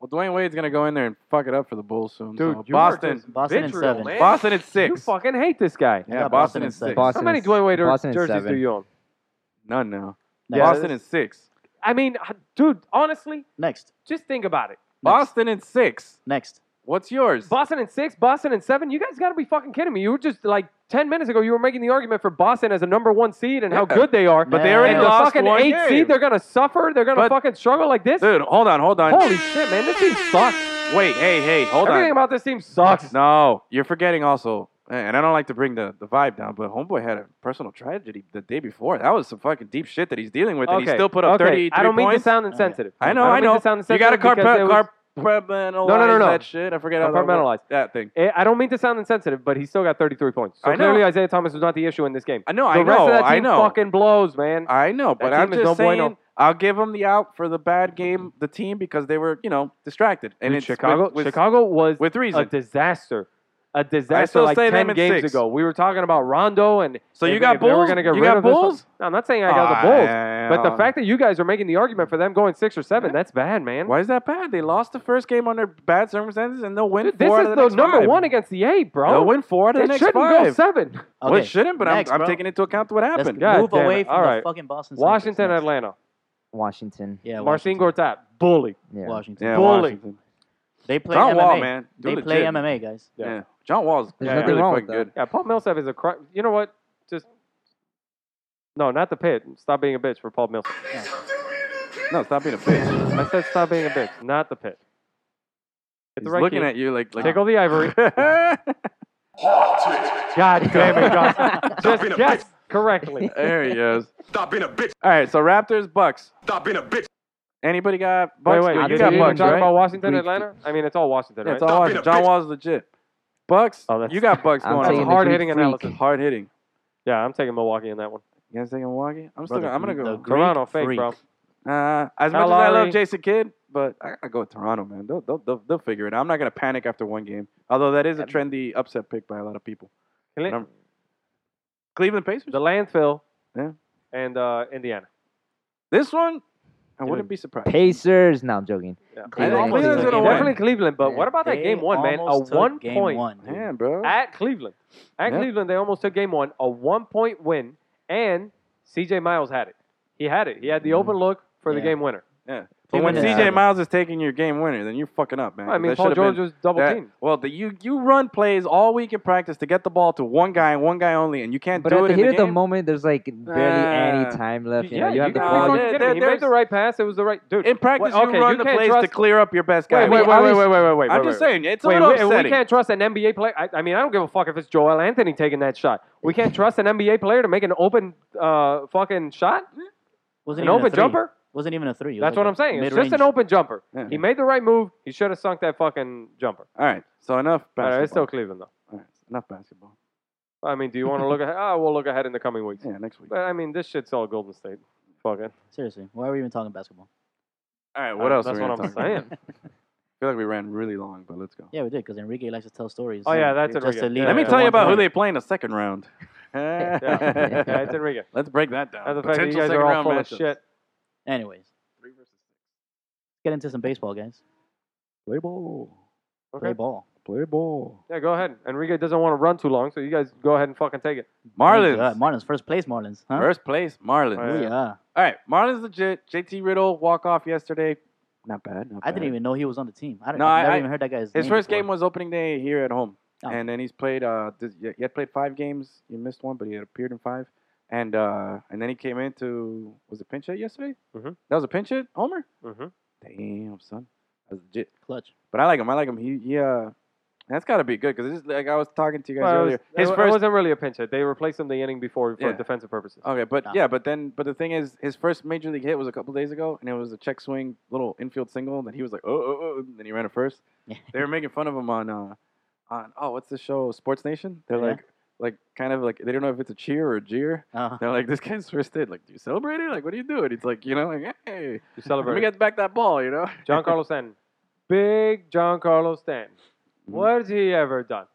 A: Well, Dwayne Wade's gonna go in there and fuck it up for the Bulls soon.
B: Dude,
A: so
B: you are
A: Boston,
B: just
C: Boston in
B: vitriol,
C: seven.
B: man.
A: Boston at six.
B: You fucking hate this guy.
A: yeah,
C: Yeah,
A: Boston,
C: Boston
A: at
C: is
A: six.
C: six.
B: How
D: Boston
B: many
D: is-
B: Dwayne Wade
D: Boston is
B: jerseys do
D: seven.
B: you own?
A: None now.
C: Next.
B: Yeah,
A: Boston
B: this-
A: at six.
B: I mean, h- dude, honestly,
C: Next.
B: just think about it.
A: Boston at six.
C: Next.
A: What's yours?
B: Boston in six, Boston in seven. You guys got to be fucking kidding me. You were just like ten minutes ago. You were making the argument for Boston as a number one seed and how
A: Yeah.
B: good they are.
C: But they
B: And
C: already
B: the
A: lost
B: fucking
A: one
B: eight
A: game.
B: seed. They're gonna suffer. They're gonna
A: But-
B: fucking struggle like this.
A: Dude, hold on, hold on.
B: Holy shit, man! This team sucks.
A: Wait, hey, hey, hold
B: Everything
A: on.
B: about this team sucks.
A: No, you're forgetting also. And I don't like to bring the, the vibe down, but Homeboy had a personal tragedy the day before. That was some fucking deep shit that he's dealing with, and he
B: Okay,
A: still put up
B: okay.
A: 33
B: I don't mean
A: points.
B: to sound
C: Okay.
B: insensitive.
A: I know,
B: don't
A: I
B: mean to
A: know.
B: sound
A: You got to
B: insensitive because it was-
A: carp- compartmentalize
B: No, no, no, no.
A: that shit. I forget how that
B: Compartmentalize.
A: word- that thing.
B: Eh, I don't mean to sound insensitive, but he still got 33 points. So
A: I know.
B: clearly, Isaiah Thomas was not the issue in this game.
A: I know,
B: the
A: I
B: rest
A: know,
B: of that team
A: I know.
B: fucking blows, man.
A: I know, but I'm
B: team is
A: just
B: no
A: saying
B: bueno.
A: I'll give them the out for the bad game, the team because they were you know distracted. And
B: Dude,
A: it's
B: Chicago,
A: with, with,
B: Chicago was
A: with
B: a
A: reason.
B: disaster. A
A: I
B: disaster
A: still
B: like
A: say them
B: 10
A: in
B: games
A: six.
B: ago. We were talking about Rondo and
A: So you
B: if-
A: got
B: if they were
A: Bulls?
B: gonna get
A: You
B: rid
A: got
B: of this one-
A: Bulls?
B: No, I'm not saying I got the
A: Ah,
B: Bulls.
A: yeah,
B: But the
A: yeah.
B: fact that you guys are making the argument for them going six or seven, that's bad, man.
A: Why is that bad? They lost the first game under bad circumstances, and they'll win
B: Dude, this
A: four
B: is
A: out of the,
B: the
A: next
B: number
A: five.
B: one against the eight, bro.
A: They'll win four out of
B: it
A: the next
B: shouldn't go
A: five.
B: seven.
A: Well, it
C: Okay.
A: shouldn't, but
C: Next,
A: I'm,
C: bro.
A: I'm taking into account what
C: Let's
A: happened.
B: God
C: move
B: damn
C: away
B: it.
C: from
B: All
C: the
B: right.
C: fucking Boston. Celtics.
B: Washington,
C: Next.
B: Atlanta.
D: Washington.
C: Yeah,
B: Marcin
C: Washington.
B: Gortat, bully.
D: Yeah. [laughs]
C: Washington.
A: Yeah,
B: Bully.
A: Washington.
C: They play
A: John
C: MMA.
A: Wall, man. Do
C: They
A: legit.
C: play MMA, guys.
A: Yeah.
B: Yeah.
A: John Wall's
D: There's
A: yeah,
D: nothing
A: really
D: wrong
A: fucking
D: with
A: good.
B: Yeah, Paul Millsap is a cr You know what? Just no, not the pit. Stop being a bitch for Paul Millsap.
A: No, stop being a bitch.
B: I said stop being a bitch, not the pit. Hit
A: He's
B: the right
A: looking
B: key.
A: at you like like.
B: Tickle
A: [laughs]
B: the ivory. God damn
A: [laughs]
B: it, Johnson. Just guess correctly.
A: there he goes.
E: Stop being a bitch.
A: All right, so Raptors, Bucks.
E: Stop being a bitch.
A: Anybody got
B: Wait,
A: Bucks?
B: wait.
A: Good,
B: You,
A: you
B: you
A: got
B: talking
A: Bucks, right?
B: about Washington,
A: Greek-
B: Atlanta? I mean, it's all Washington,
A: Yeah, it's
B: right?
A: all
E: Stop
A: Washington.
E: being a
A: John
E: bitch.
A: Wall's legit. Bucks.
B: Oh, that's-
A: you got Bucks
D: I'm
A: going
D: taking
A: on.
B: That's
D: the
B: hard hitting
D: Greek
B: analysis.
D: freak.
A: Hard hitting.
B: yeah, I'm taking Milwaukee in that one.
A: You guys taking Milwaukee? I'm still.
C: Brother,
A: gonna, I'm gonna
C: the
A: go.
C: Greek
B: Toronto fake,
C: freak.
B: bro.
A: Uh, as
B: Kyle
A: much as I
B: Lowry.
A: love Jason Kidd, but I gotta go with Toronto, man. They'll, they'll, they'll, they'll figure it out. I'm not gonna panic after one game, although that is a trendy upset pick by a lot of people.
B: Cle-
A: Number- Cleveland Pacers.
B: the landfill.
A: Yeah.
B: And uh, Indiana.
A: this one, I
B: Dude.
A: wouldn't be surprised.
D: Pacers. No, I'm joking.
B: Yeah.
A: I
D: They
A: think
D: almost
A: Cleveland's gonna
D: took game
A: win.
B: Definitely Cleveland, but
C: Yeah,
B: what about that
C: they
B: game one, man? A
C: almost took
B: one
C: game
B: point
C: one, dude.
A: Damn, bro.
B: at Cleveland. At
A: Oh. Yeah.
B: Cleveland, they almost took game one, a one point win, and CJ Miles had it. He had it. He had the
A: Mhm.
B: open look for the
C: Yeah.
B: game winner.
A: yeah. But
C: Cleveland
A: when
C: is
A: CJ
C: terrible.
A: Miles is taking your game winner, then you're fucking up, man.
B: I mean,
A: That
B: Paul
A: should've
B: George
A: been-
B: was double
A: that-
B: teamed.
A: Well, the, you you run plays all week in practice to get the ball to one guy and one guy only, and you can't
D: But
A: do it
D: at the
A: in the
D: heat of the
A: game.
D: moment, there's like barely
A: Ah.
D: any time left. You know, you have the
A: got-
D: ball.
A: you-
B: He,
A: There-
B: he
A: there's-
B: made the right pass. It was the right dude.
A: in practice,
B: What- okay,
A: you run
B: you
A: the
B: can't
A: plays to
B: trust-
A: clear up your best guy.
B: Wait,
A: We-
B: wait, wait,
D: I
B: wait,
D: was-
B: wait, wait, wait, wait.
A: I'm
B: wait,
A: just
B: wait.
A: saying, it's a
B: Wait,
A: little
B: we, we
A: upsetting.
B: can't trust an NBA player. I, I mean, I don't give a fuck if it's Joel Anthony taking that shot. We
A: [laughs]
B: can't trust an NBA player to make an open uh, fucking shot,
C: Wasn't
B: an
C: even a
B: open
C: three.
B: jumper.
C: Wasn't even a three. It was
B: That's
C: like
B: what
C: a
B: I'm saying. It's just an
C: mid-range.
B: open jumper.
A: Yeah.
B: He made the right move. He should have sunk that fucking jumper.
A: All right, so enough
B: All
A: basketball.
B: right, it's still Cleveland though.
A: All right, enough basketball.
B: I mean, do you want to look ahead? [laughs] Oh, we'll look ahead in the coming weeks.
A: Yeah, next week.
B: But I mean, this shit's all Golden State. Fuck it.
C: Seriously, why are we even talking basketball?
A: All right, what
B: Uh,
A: else?
B: That's
A: are we
B: what
A: gonna
B: I'm
A: talk about?
B: saying.
A: I feel like we ran really long, but let's go.
C: Yeah, we did because Enrique likes to tell stories.
B: Oh, yeah, that's
C: just
B: Enrique.
C: to lead
B: Yeah,
A: Let me
C: up to
A: tell you
C: one
A: about who
C: point.
A: they play in the second
B: [laughs]
A: round. [laughs]
B: yeah, it's Enrique.
A: Let's break that down.
B: That's the fact that you
A: Potential
B: guys
A: second
B: are all
A: round
B: full of
A: matchups.
B: shit.
C: Anyways,
A: Three versus
C: get into some baseball, guys.
A: Play ball.
C: Play
B: Okay.
C: ball.
A: Play ball.
B: Yeah, go ahead. Enrique doesn't want to run too long, so you guys go ahead and fucking take it.
A: Marlins.
C: Uh, Marlins first place. Marlins. Huh?
A: First place, Marlins.
B: Oh, yeah.
C: Yeah.
A: All right, Marlins legit. JT Riddle walk off yesterday. Not bad. Not
C: I didn't
A: bad.
C: even know he was on the team. I don't.
A: No,
C: I've
A: I-
C: never
A: I-
C: even heard that guy's.
A: His
C: name
A: first
C: before.
A: game was opening day here at home,
C: Oh.
A: and then he's played. Uh, this, he had played five games. He missed one, but he had appeared in five. And uh, and then he came into was it pinch hit yesterday?
B: Mhm.
A: That was a pinch hit homer.
B: Mm-hmm.
A: Damn son, that was legit.
C: clutch.
A: But I like him. I like him. He he. Uh, that's got to be good because like I was talking to you guys
B: Well, it,
A: earlier.
B: was,
A: His
B: it
A: first
B: wasn't really a pinch hit. They replaced him the inning before for
A: Yeah.
B: defensive purposes.
A: Okay, but
C: No.
A: yeah, but then, but the thing is, his first major league hit was a couple days ago, and it was a check swing little infield single, and he was like, oh, oh, oh, and then he ran it first.
C: Yeah.
A: they were making fun of him on, uh, on oh, what's the show, Sports Nation? They're
C: Yeah.
A: like, like kind of like they don't know if it's a cheer or a jeer. [laughs]
C: Uh,
A: They're like, this guy's first hit. Like, do you celebrate it? Like, what do you do? And it's like, you know, like, hey,
B: You
A: let
B: celebrate.
A: me get back that ball, you know.
B: John Carlos Stanton. Big John Carlos Stanton.
A: Mhm.
B: What has he ever done?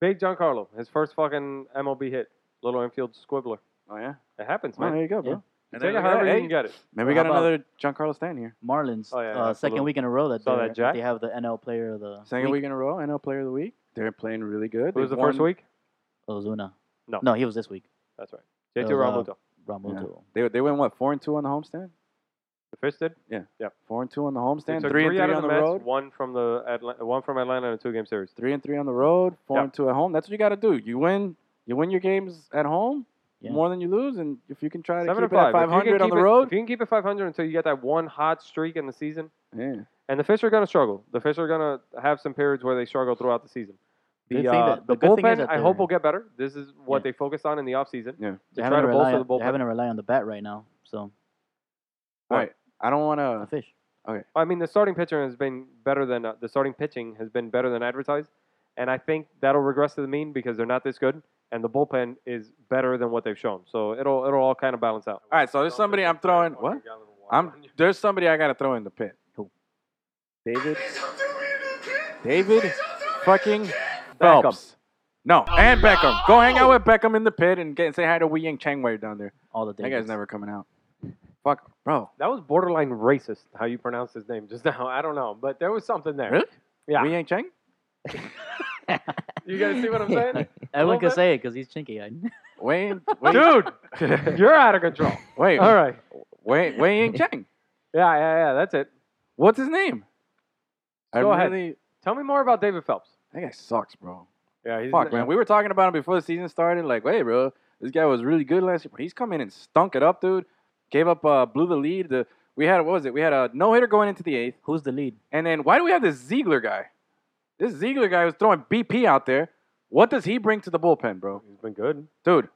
B: Big John Carlo, his first fucking MLB hit. Little infield squibbler.
A: Oh yeah,
B: It happens,
A: well,
B: man.
A: there you go, bro.
C: Yeah.
A: And
B: Take
A: then
B: it
A: look at
B: however
A: that,
B: you
A: hey,
B: can get it.
A: Maybe we
C: How
A: got
C: about-
A: another John Carlos Stan here.
C: Marlins.
B: Oh, yeah, yeah,
C: uh,
B: absolutely.
C: second week in a row that,
B: Saw that
C: they're-
B: jack?
C: they have the NL Player of the
A: Second week in a row, NL Player of the Week. They're playing really good.
B: Who was
A: They've
B: the first
A: won-
B: week?
C: Ozuna.
B: No.
C: Oh, No, he was this week.
B: That's right. JT
C: It was, uh,
B: Realmuto.
C: Ramuto.
A: They they went what four and two on the homestand.
B: The first did.
A: Four and two on the
B: We
A: homestand,
B: took
A: three and three
B: out of
A: on the,
B: the Mets,
A: road,
B: one from the Atla- one from Atlanta in a two game series.
A: three and three on the road, four
B: Yeah.
A: and two at home. That's what you got to do. You win, you win your games at home
C: Yeah.
A: more than you lose, and if you can try to
B: Seven
A: keep
B: and
A: it at
B: five. If you can
A: 500 on
B: keep
A: the
B: it-
A: road,
B: If you can keep it 500 until you get that one hot streak in the season,
A: yeah,
B: and the Fish are going to struggle. The Fish are going to have some periods where they struggle throughout the season. The,
C: Good thing
B: uh,
C: that-
B: the
C: the good thing is
B: bullpen,
C: that
B: I hope
C: they're-
B: will get better. This is what
C: Yeah.
B: they focus on in the offseason.
A: yeah.
C: They're
B: try
C: having,
B: to
C: to rely,
B: bolster the
C: they're having
B: bullpen.
C: to rely on the bat right now. So
A: All right, I don't want
C: the
A: to.
C: fish.
B: I mean, the starting pitcher has been better than uh, the starting pitching has been better than advertised, and I think that'll regress to the mean because they're not this good, and the bullpen is better than what they've shown. So it'll it'll all kind of balance out.
A: All right, so there's somebody I'm throwing. What? I'm there's somebody I got to throw in the pit.
C: Who?
A: David. David, fucking
B: Beckham.
A: Phelps. No, and Beckham. Go hang out with Beckham in the pit and get say hi to Wee Yang Changwei down there.
C: All the things.
A: That guy's never coming out. Fuck, bro.
B: That was borderline racist how you pronounce his name just now. [laughs] I don't know, but there was something there.
A: Really?
B: Yeah.
A: Wee Yang Chang.
B: You guys see what I'm
C: [laughs]
B: saying?
C: Everyone can
B: bullpen?
C: say it because he's chinky eyed.
B: [laughs]
A: Wayne, Wayne,
B: Dude, you're out of control.
A: [laughs] wait,
B: All right.
A: Wayne, Wayne Chang.
B: Yeah, yeah, yeah. That's it.
A: What's his name?
B: Go
A: I
B: ahead.
A: Really,
B: Tell me more about David Phelps.
A: that guy sucks, bro.
B: Yeah, he's
A: Fuck, man. We were talking about him before the season started. Like, wait, bro, this guy was really good last year. He's come in and stunk it up, dude. Gave up, uh, blew the lead. The we had what was it? We had a no hitter going into the eighth,
C: [laughs] Who's the lead?
A: and then why do we have this Ziegler guy? This Ziegler guy was throwing BP out there. What does he bring to the bullpen, bro?
B: He's been good.
A: Dude,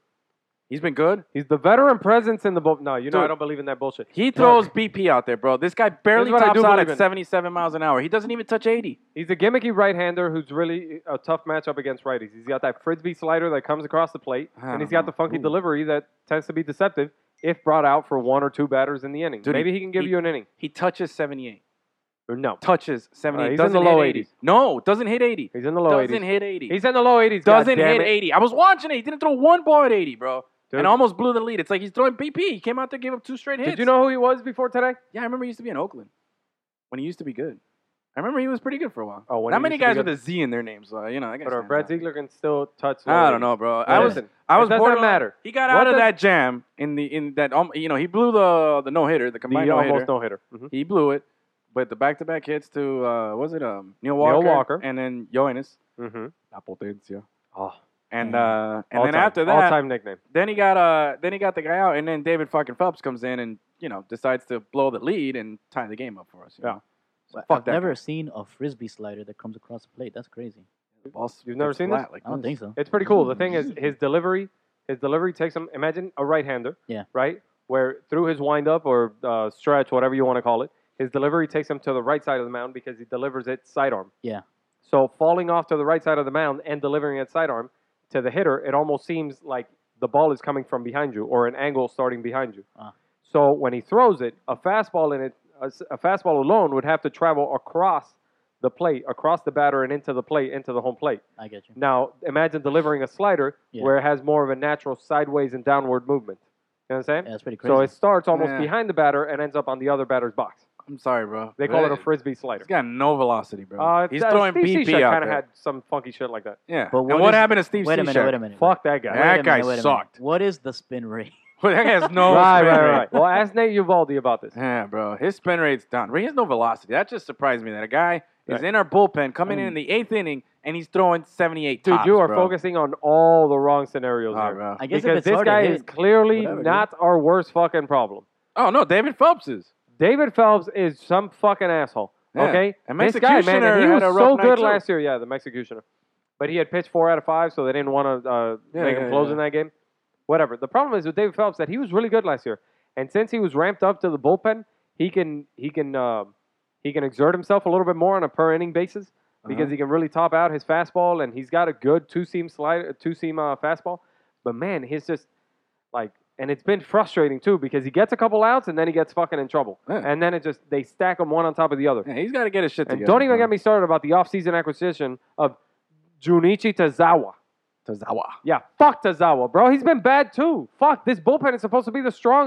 A: he's been good.
B: He's the veteran presence in the bullpen. No, you know
A: Dude.
B: I don't believe in that bullshit.
A: He throws BP out there, bro. This guy barely
B: Here's what I
A: tops
B: do
A: out
B: believe
A: at
B: in.
A: 77 miles an hour. He doesn't even touch 80.
B: He's a gimmicky right-hander who's really a tough matchup against righties. He's got that frisbee slider that comes across the plate,
A: I
B: and he's
A: don't
B: got
A: know.
B: the funky
A: Ah, Ooh.
B: delivery that tends to be deceptive. if brought out for one or two batters in the inning.
A: Dude,
B: Maybe he can give
A: he-
B: you an inning.
A: He touches 78.
B: Or no,
A: Touches 78.
B: Uh, he's in
A: doesn't
B: the low
A: hit 80.
B: 80s.
A: No, doesn't hit 80.
B: he's in the low
A: doesn't
B: 80s.
A: hit 80.
B: He's in the low 80s.
A: doesn't
B: goddammit.
A: hit 80. I was watching it. He didn't throw one ball at 80, bro.
B: Dude.
A: And almost blew the lead. It's like he's throwing BP. He came out there, gave up two straight hits.
B: Did you know who he was before today?
A: Yeah, I remember he used to be in Oakland when he used to be good. I remember he was pretty good for a while.
B: Oh, when
A: Not
B: he
A: many
B: used to be
A: guys
B: good.
A: with a Z in their names, so you know. I,
B: But our Brad Ziegler can still touch.
A: I don't
B: low 80s.
A: know, bro. I was
B: Listen,
A: I
B: it
A: was
B: does not
A: borderline-
B: matter.
A: He got out
B: What
A: of
B: does-
A: that jam in the in that um, you know he blew the the no hitter the
B: The
A: combined no hitter.
B: almost no hitter. Mhm.
A: He blew it, but the back to back hits to uh, what was it um Neil Walker,
B: Walker.
A: and then Yoenis.
B: Mhm.
A: La Potencia.
B: Oh,
A: And
C: Yeah.
A: uh, and
B: all
A: then
B: time.
A: after that,
B: all-time nickname.
A: then he got uh then he got the guy out, and then David fucking Phelps comes in and you know decides to blow the lead and tie the game up for us. you
B: Yeah.
A: know? So
C: But
A: fuck
C: I've
A: that.
C: never
A: guy.
C: seen a frisbee slider that comes across the plate. That's crazy.
A: The ball's
B: You've never seen
A: flat
B: this?
A: Like
C: I don't think so.
B: It's pretty cool. The thing
C: [laughs]
B: is, his delivery, his delivery takes him. Imagine a right-hander.
C: Yeah.
B: Right, where through his windup or uh, stretch, whatever you want to call it, his delivery takes him to the right side of the mound because he delivers it sidearm.
C: Yeah.
B: So falling off to the right side of the mound and delivering it sidearm to the hitter, it almost seems like the ball is coming from behind you or an angle starting behind you.
C: Ah.
B: So when he throws it, a fastball in it, a, s- a fastball alone would have to travel across the plate, across the batter, and into the plate, into the home plate.
C: I get you.
B: Now, imagine delivering a slider
C: Yeah.
B: where it has more of a natural sideways and downward movement. You know what I'm
C: Yeah,
B: saying?
C: that's pretty crazy.
B: so it starts almost
A: Yeah.
B: behind the batter and ends up on the other batter's box.
A: I'm sorry, bro.
B: They call it a
A: free.
B: frisbee slider.
A: He's got no velocity, bro.
B: Uh,
A: He's
B: uh,
A: throwing
B: Steve
A: BP out
B: kind
A: there.
B: of had some funky shit like that.
A: yeah.
C: But
A: and
C: what
A: what
C: is-
A: happened to Steve
C: wait a minute.
A: Cishek?
C: Wait a minute.
B: Fuck that guy.
A: Yeah. That
C: Wait a minute,
A: guy
C: wait a minute.
A: sucked.
C: What is the spin rate?
A: [laughs]
C: [laughs]
A: that guy has no
B: right,
A: spin
B: right,
A: rate. [laughs]
B: right. Well, ask Nate Uvalde about this.
A: Yeah, bro. His spin rate's down. He has no velocity. That just surprised me that a guy is
B: Right. Mm.
A: in our bullpen coming in in the eighth inning and he's throwing 78
B: Dude,
A: tops,
B: you are
A: bro.
B: focusing on all the wrong scenarios
A: Oh,
B: here.
A: bro.
C: I guess if
B: Because
C: it's
B: this
C: hard to
B: guy
C: hit,
B: is clearly
C: whatever, dude.
B: not our worst fucking problem.
A: oh, no. David Phelps is.
B: David Phelps is some fucking asshole.
A: Yeah.
B: Okay,
A: And
B: this guy, man,
A: Mexicutioner
B: and he
A: had
B: was
A: a rough
B: so
A: night,
B: good
A: too.
B: last year. Yeah, the Mexicutioner, but he had pitched four out of five, so they didn't want to uh,
A: Yeah,
B: make him
A: yeah,
B: close
A: yeah.
B: in that game. Whatever. The problem is with David Phelps that he was really good last year, and since he was ramped up to the bullpen, he can he can uh, he can exert himself a little bit more on a per inning basis
A: Uh-huh.
B: because he can really top out his fastball, and he's got a good two seam slide, two seam uh, fastball. But man, he's just like, and it's been frustrating too because he gets a couple outs and then he gets fucking in trouble,
A: Yeah.
B: and then it just they stack them one on top of the other.
A: Yeah, he's got to get his shit
B: And
A: together.
B: don't even
A: bro.
B: get me started about the offseason acquisition of Junichi Tazawa.
A: Tozawa.
B: Yeah, fuck Tazawa, bro. He's been bad too. Fuck, this bullpen is supposed to be the strong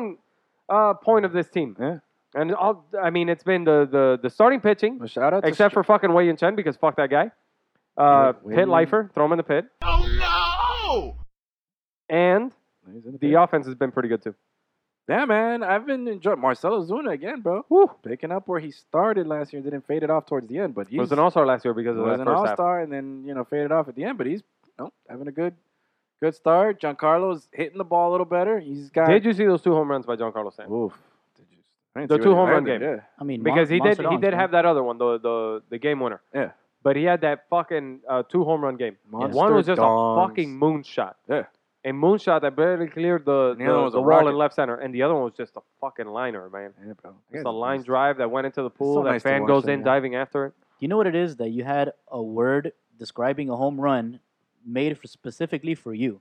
B: uh, point of this team.
A: Yeah.
B: And all, I mean, it's been the, the, the starting pitching,
A: Well, shout out to
B: except for fucking Wei Yin Chen because fuck that guy.
A: Wei-
B: Uh,
A: Wei
B: pit
A: Yin.
B: lifer, throw him in the pit.
E: Oh
B: And
A: He's in the
B: the
A: pit.
B: offense has been pretty good too.
A: yeah, man. I've been enjoying Marcelo Zuna again, bro.
B: Woo.
A: Picking up where he started last year, didn't fade it off towards the end, but he's
B: was an all star last year because of
A: was
B: that
A: an
B: first
A: all
B: half.
A: star and then you know faded off at the end. But he's you know, having a good, good start. Giancarlo's hitting the ball a little better. He's got
B: Did you see those two home runs by Giancarlo Stanton?
A: Oof. Did you? I didn't
B: The
A: see what
B: two
A: he
B: home run
A: landed,
B: game.
A: Yeah.
C: I mean, mon-
B: because he did
C: monster
B: he
C: dogs,
B: did
C: man.
B: have that other one the the the game winner.
A: Yeah.
B: But he had that fucking uh, two home run game.
A: Monster
B: One was just
A: dongs.
B: a fucking moonshot.
A: Yeah.
B: A moonshot that barely cleared the
A: And the
B: the,
A: other one was
B: the
A: a
B: wall
A: rocket.
B: in left center, and the other one was just a fucking liner, man.
A: Yeah, bro.
B: Just a line drive that went into the pool.
A: so
B: that
A: nice to
B: fan
A: watch
B: goes
A: that,
B: in
A: yeah.
B: diving after it.
C: You know what it is that you had a word describing a home run made for specifically for you.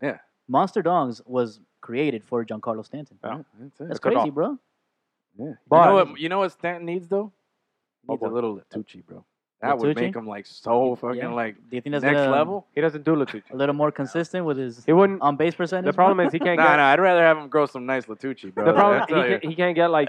A: Yeah.
C: Monster Dogs was created for Giancarlo Stanton.
B: Uh,
A: Yeah, that's it.
C: That's
B: Good
C: crazy,
B: off.
C: bro.
A: Yeah.
B: But-
A: you know what? You know what Stanton needs though? He
B: Oh,
A: needs a
B: boy.
A: little Latucci, bro. That would
C: Latucci?
A: make him like so fucking
C: Yeah.
A: like
C: Do you think that's
A: next
C: gonna-
A: level.
B: He doesn't do Latucci.
C: A little more consistent with his
B: He
C: [laughs]
B: wouldn't.
C: on base percentage.
B: The problem is he can't
A: Nah,
B: get.
A: nah. I'd rather have him grow some nice Latucci, bro.
B: The problem
A: I tell
B: he
A: you.
B: can't, he can't get like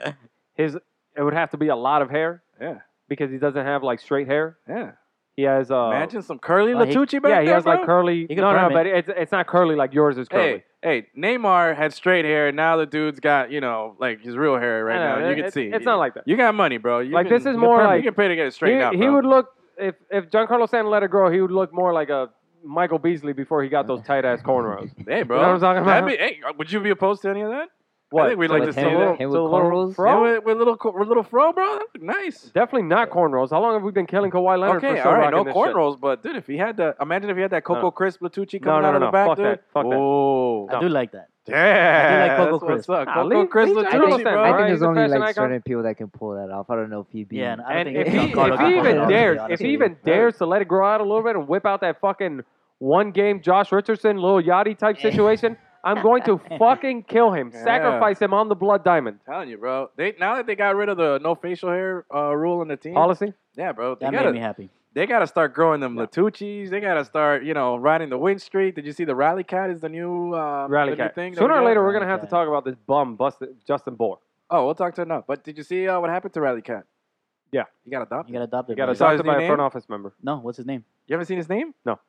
B: his. It would have to be a lot of hair
A: yeah,
B: because he doesn't have like straight hair.
A: yeah.
B: He has. Uh,
A: Imagine some curly
C: Oh, he-
A: Latucci back
B: Yeah, he
A: there,
B: has
A: bro.
B: like curly.
C: He can
B: No, no,
C: perm it.
B: but it's it's not curly like yours is curly.
A: Hey, hey, Neymar had straight hair, and now the dude's got you know like his real hair right
B: I know,
A: now. you
B: it-
A: can
B: it's-
A: see.
B: It's not like that.
A: you got money, bro. You
B: Like,
A: can-
B: this is
A: you
B: more
A: can, pay-
B: like-
A: you can pay to get it
B: He,
A: straightened out.
B: he
A: bro.
B: would look if if Giancarlo Stanton let it grow, he would look more like a Michael Beasley before he got those tight ass
A: [laughs]
B: cornrows.
A: Hey, bro.
B: You know what I'm talking
A: That'd
B: about?
A: be- hey, uh, would you be opposed to any of that?
B: What?
A: think we'd like
D: to
B: to
D: see that.
B: little,
D: Him with
B: to the little
D: cornrows?
B: fro?
A: Yeah, with, with little co- with little fro, bro. That look nice.
B: Definitely not cornrows. How long have we been killing Kawhi Leonard
A: Okay,
B: for so
A: all right, no
B: rocking this shit?
A: cornrows, but dude, if he had that, imagine if he had that Coco
B: No.
A: Crisp Latucci
B: No,
A: coming
B: no,
A: out of
B: no,
A: the
B: no.
A: back,
B: Fuck
A: dude.
B: that. Fuck that.
A: Whoa.
C: [laughs] I do like that.
A: Yeah,
C: I do like Coco
A: that's what's
C: Crisp.
A: up.
B: Nah,
A: Coco
B: leave-
A: Crisp
B: leave
A: Latucci,
B: Giancarlo
D: I think,
B: Stanton,
A: bro.
D: I
B: right?
D: think
B: He's
D: there's
B: a
D: only
B: fashion
D: like
B: icon.
D: certain people that can pull that off. I don't know if he'd be.
C: Yeah, and I don't
B: And if
C: think it's
B: he, if
C: Giancarlo
B: he
C: can pull it
B: even
C: off, to be
B: dares, if
C: honest
B: he
C: with you.
B: even dares to let it grow out a little bit and whip out that fucking one game Josh Richardson, Lil Yachty type situation, I'm going to fucking kill him.
A: Yeah.
B: Sacrifice him on the blood diamond.
A: telling you, bro. They now that they got rid of the no facial hair uh, rule in the team.
B: Policy?
A: yeah, bro. They
C: That made
A: gotta,
C: me happy.
A: they gotta start growing them
B: Yeah.
A: Latuchis. They gotta start, you know, riding the win streak. Did you see the rally cat is the new uh,
B: Rally
A: the new
B: cat.
A: thing? that
B: Sooner
A: we
B: or
A: got?
B: later, we're
C: Rally
B: going to have to
C: cat.
B: talk about this bum, busted, Justin Bohr.
A: Oh, we'll talk to him now. But did you see uh, what happened to rally cat?
B: Yeah. Mm-hmm.
A: you got adopted.
C: You got adopted.
B: You got
C: bro.
A: You saw his
B: adopted
A: new
B: by a
A: name?
B: front office member.
C: No, what's his name?
A: You haven't seen his name?
B: No.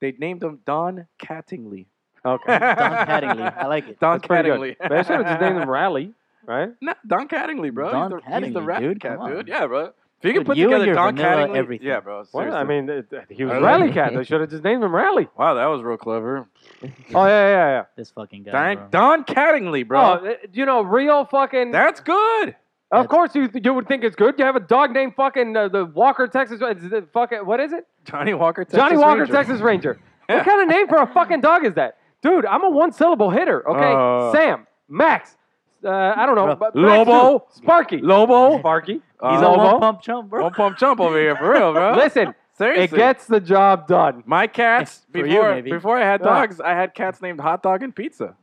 A: They named him Don Cattingly. [laughs]
B: Okay.
C: [laughs] Don Pattingly. I like it.
A: Don
B: That's pretty good.
A: Cattingly.
B: They should have just named
A: [laughs]
B: him Rally, right?
A: No, Don Cattingly, bro. he's
C: Don
A: the, he's the
C: Cattingly,
A: rally
C: dude.
A: cat,
C: Come on.
A: dude. Yeah, bro. If you can
C: Dude,
A: put
C: you and
A: together
C: your
A: Don
C: vanilla
A: Cattingly,
C: everything.
A: yeah, bro.
B: Well,
A: seriously.
B: I mean, it- it- he was
A: Rally.
B: Rally Cat. They should have just named him Rally.
A: wow, that was real clever.
B: Oh, yeah, yeah, yeah.
C: This fucking guy.
A: Don,
C: bro.
A: Don Cattingly, bro.
B: Bro, you know, real fucking.
A: That's good.
B: of course, you you would think it's good. You have a dog named fucking uh, the Walker Texas. It's the fucking what is it?
A: Johnny Walker, Texas
B: Johnny Walker
A: Ranger. [laughs]
B: Texas Ranger.
A: Yeah.
B: What kind of name for a fucking dog is that, dude? I'm a one syllable hitter. Okay,
A: Uh,
B: Sam, Max, uh, I don't know,
C: Bro.
B: but Max
A: Lobo.
B: too. Sparky,
A: Lobo.
B: Sparky.
A: Uh,
C: He's
B: Lobo.
C: a one pump chump, bro.
B: Oh.
A: One pump chump over here, for real, bro.
B: Listen, it
A: Seriously.
B: gets the job done.
A: My cats, [laughs]
C: For you,
A: before,
C: maybe.
A: before I had
B: Yeah.
A: dogs, I had cats named Hot Dog and Pizza.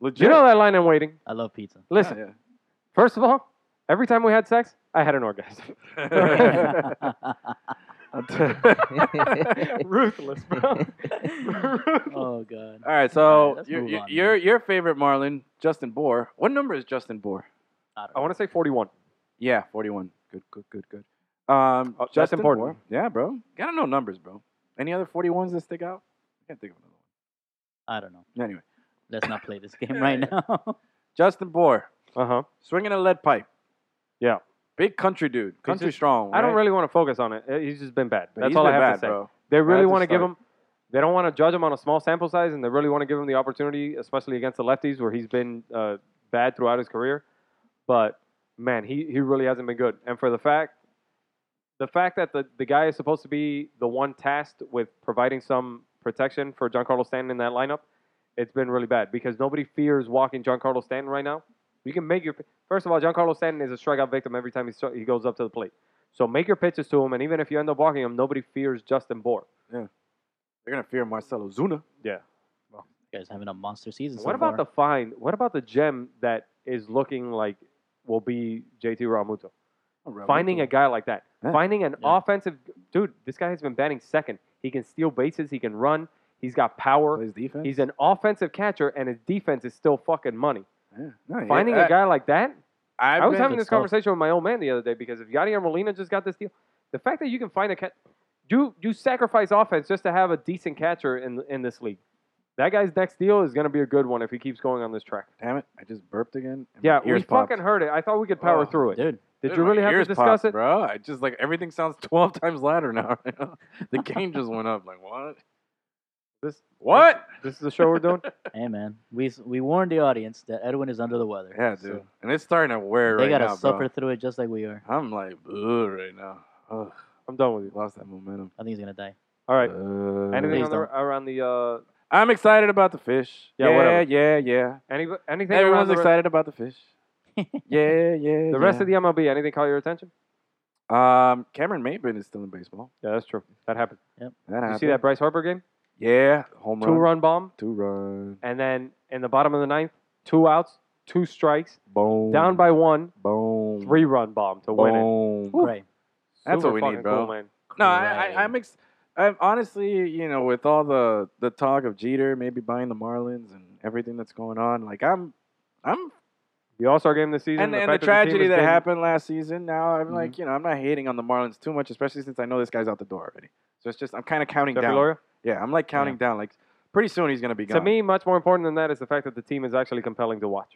A: Legit. [laughs]
B: You know that line I'm waiting.
C: I
B: [laughs]
C: love pizza. [laughs]
B: Listen,
A: Yeah,
B: first of all, every time we had sex, I had
A: [laughs]
B: an orgasm.
A: yeah.
B: Ruthless, [laughs] bro.
C: oh
A: All
C: god.
A: right,
C: All right,
A: so
C: let's
A: your,
C: move
A: your,
C: on.
A: your your favorite Marlin, Justin Bohr. What number is Justin Bohr?
B: I want to say 41.
A: Yeah, forty-one. Good, good, good, good. Um,
B: Oh, that's
A: Justin
B: important.
A: Bohr. Yeah, bro. Gotta know numbers, bro. Any other forty-ones that stick out? I can't think of another
C: I don't know.
A: one. Anyway,
C: Let's not play this game right now. [laughs]
A: Justin Bohr
B: Uh huh.
A: swinging a lead pipe.
B: Yeah.
A: Big country dude, country
B: just-
A: strong.
B: I don't
A: right?
B: really want to focus on it. Uh, He's just been bad.
A: But
B: That's
A: he's
B: all I
A: been bad,
B: have to say.
A: bro.
B: They really
A: That's a
B: want to give
A: start.
B: him. They don't want to judge him on a small sample size, and they really want to give him the opportunity, especially against the lefties, where he's been uh, bad throughout his career. But man, he, he really hasn't been good. And for the fact, the fact that the, the guy is supposed to be the one tasked with providing some protection for Giancarlo Stanton in that lineup, it's been really bad because nobody fears walking Giancarlo Stanton right now. You can make your first of all, Giancarlo Stanton is a strikeout victim every time he stri- he goes up to the plate. So make your pitches to him, and even if you end up walking him, nobody fears Justin Bohr.
A: They're gonna fear Marcelo Zuna.
C: you guys having a monster season. so
B: What about
C: far.
B: the find? What about the gem that is looking like will be JT Realmuto? Finding a guy like that,
A: Yeah.
B: finding an
C: Yeah.
B: offensive dude. This guy has been batting second. He can steal bases. He can run. He's got power.
A: plays defense.
B: He's an offensive catcher, and his defense is still fucking money.
A: Yeah. No, yeah,
B: Finding
A: I-
B: a guy like that,
A: I've
B: I was
A: been-
B: having this
C: It's tough.
B: conversation with my old man the other day because if Yadier Molina just got this deal, the fact that you can find a cat, you you sacrifice offense just to have a decent catcher in in this league. That guy's next deal is going to be a good one if he keeps going on this track.
A: Damn it! I just burped again. and
B: Yeah,
A: my
B: we
A: ears popped.
B: fucking heard it. I thought we could power
A: Oh,
B: through it.
C: dude?
B: Did
A: Dude,
B: you
A: my
B: really have to
A: ears
B: discuss
A: popped,
B: it?
A: bro? I just like everything sounds [laughs] twelve times louder now. [laughs] the game just went up. Like what?
B: This
A: What?
B: this is the show we're doing.
A: [laughs]
C: Hey man, we s- we warned the audience that Edwin is under the weather.
A: Yeah, dude.
C: so
A: and it's starting to wear
C: they
A: right
C: gotta
A: now,
C: suffer
A: bro.
C: through it just like we are.
A: I'm like, ugh, right now. Ugh,
B: I'm done with you.
A: lost that momentum.
C: I think he's gonna die.
B: All
A: Uh,
B: right.
A: Ugh.
B: Anything
C: Please
B: on the,
C: don't.
B: around the uh,
A: I'm excited about the fish.
B: Yeah,
A: yeah,
B: whatever.
A: yeah, yeah.
B: any anything around
A: Everyone's
B: the,
A: excited about the
B: [laughs]
A: fish. yeah, yeah.
B: the rest of the MLB? Anything caught your attention?
A: the um, Cameron Maybin is still in baseball.
B: Yeah, that's true. That happened.
A: That
B: you
A: happened.
B: see that Bryce Harper game?
A: Yeah, home
B: Two
A: run.
B: run bomb.
A: Two run.
B: And then in the bottom of the ninth, two outs, two strikes,
A: Boom.
B: down by one,
A: Boom.
B: three run bomb to win it.
A: Boom.
C: Right.
A: Oh, That's
B: Super
A: what we
B: fucking
A: need, bro.
B: cool, man.
A: No, I,
C: Right.
A: I, I'm, ex- I'm honestly, you know, with all the the talk of Jeter maybe buying the Marlins and everything that's going on, like I'm, I'm,
B: The All Star game this season.
A: and, and the
B: fact that team Mm-hmm.
A: tragedy
B: has
A: that
B: been-
A: happened last season. Now I'm like, you know, I'm not hating on the Marlins too much, especially since I know this guy's out the door already. So it's just I'm kind of counting
B: Jeffrey
A: down.
B: Loria?
A: Yeah, I'm like counting down. Like pretty soon he's gonna be gone.
B: To me, much more important than that is the fact that the team is actually compelling to watch.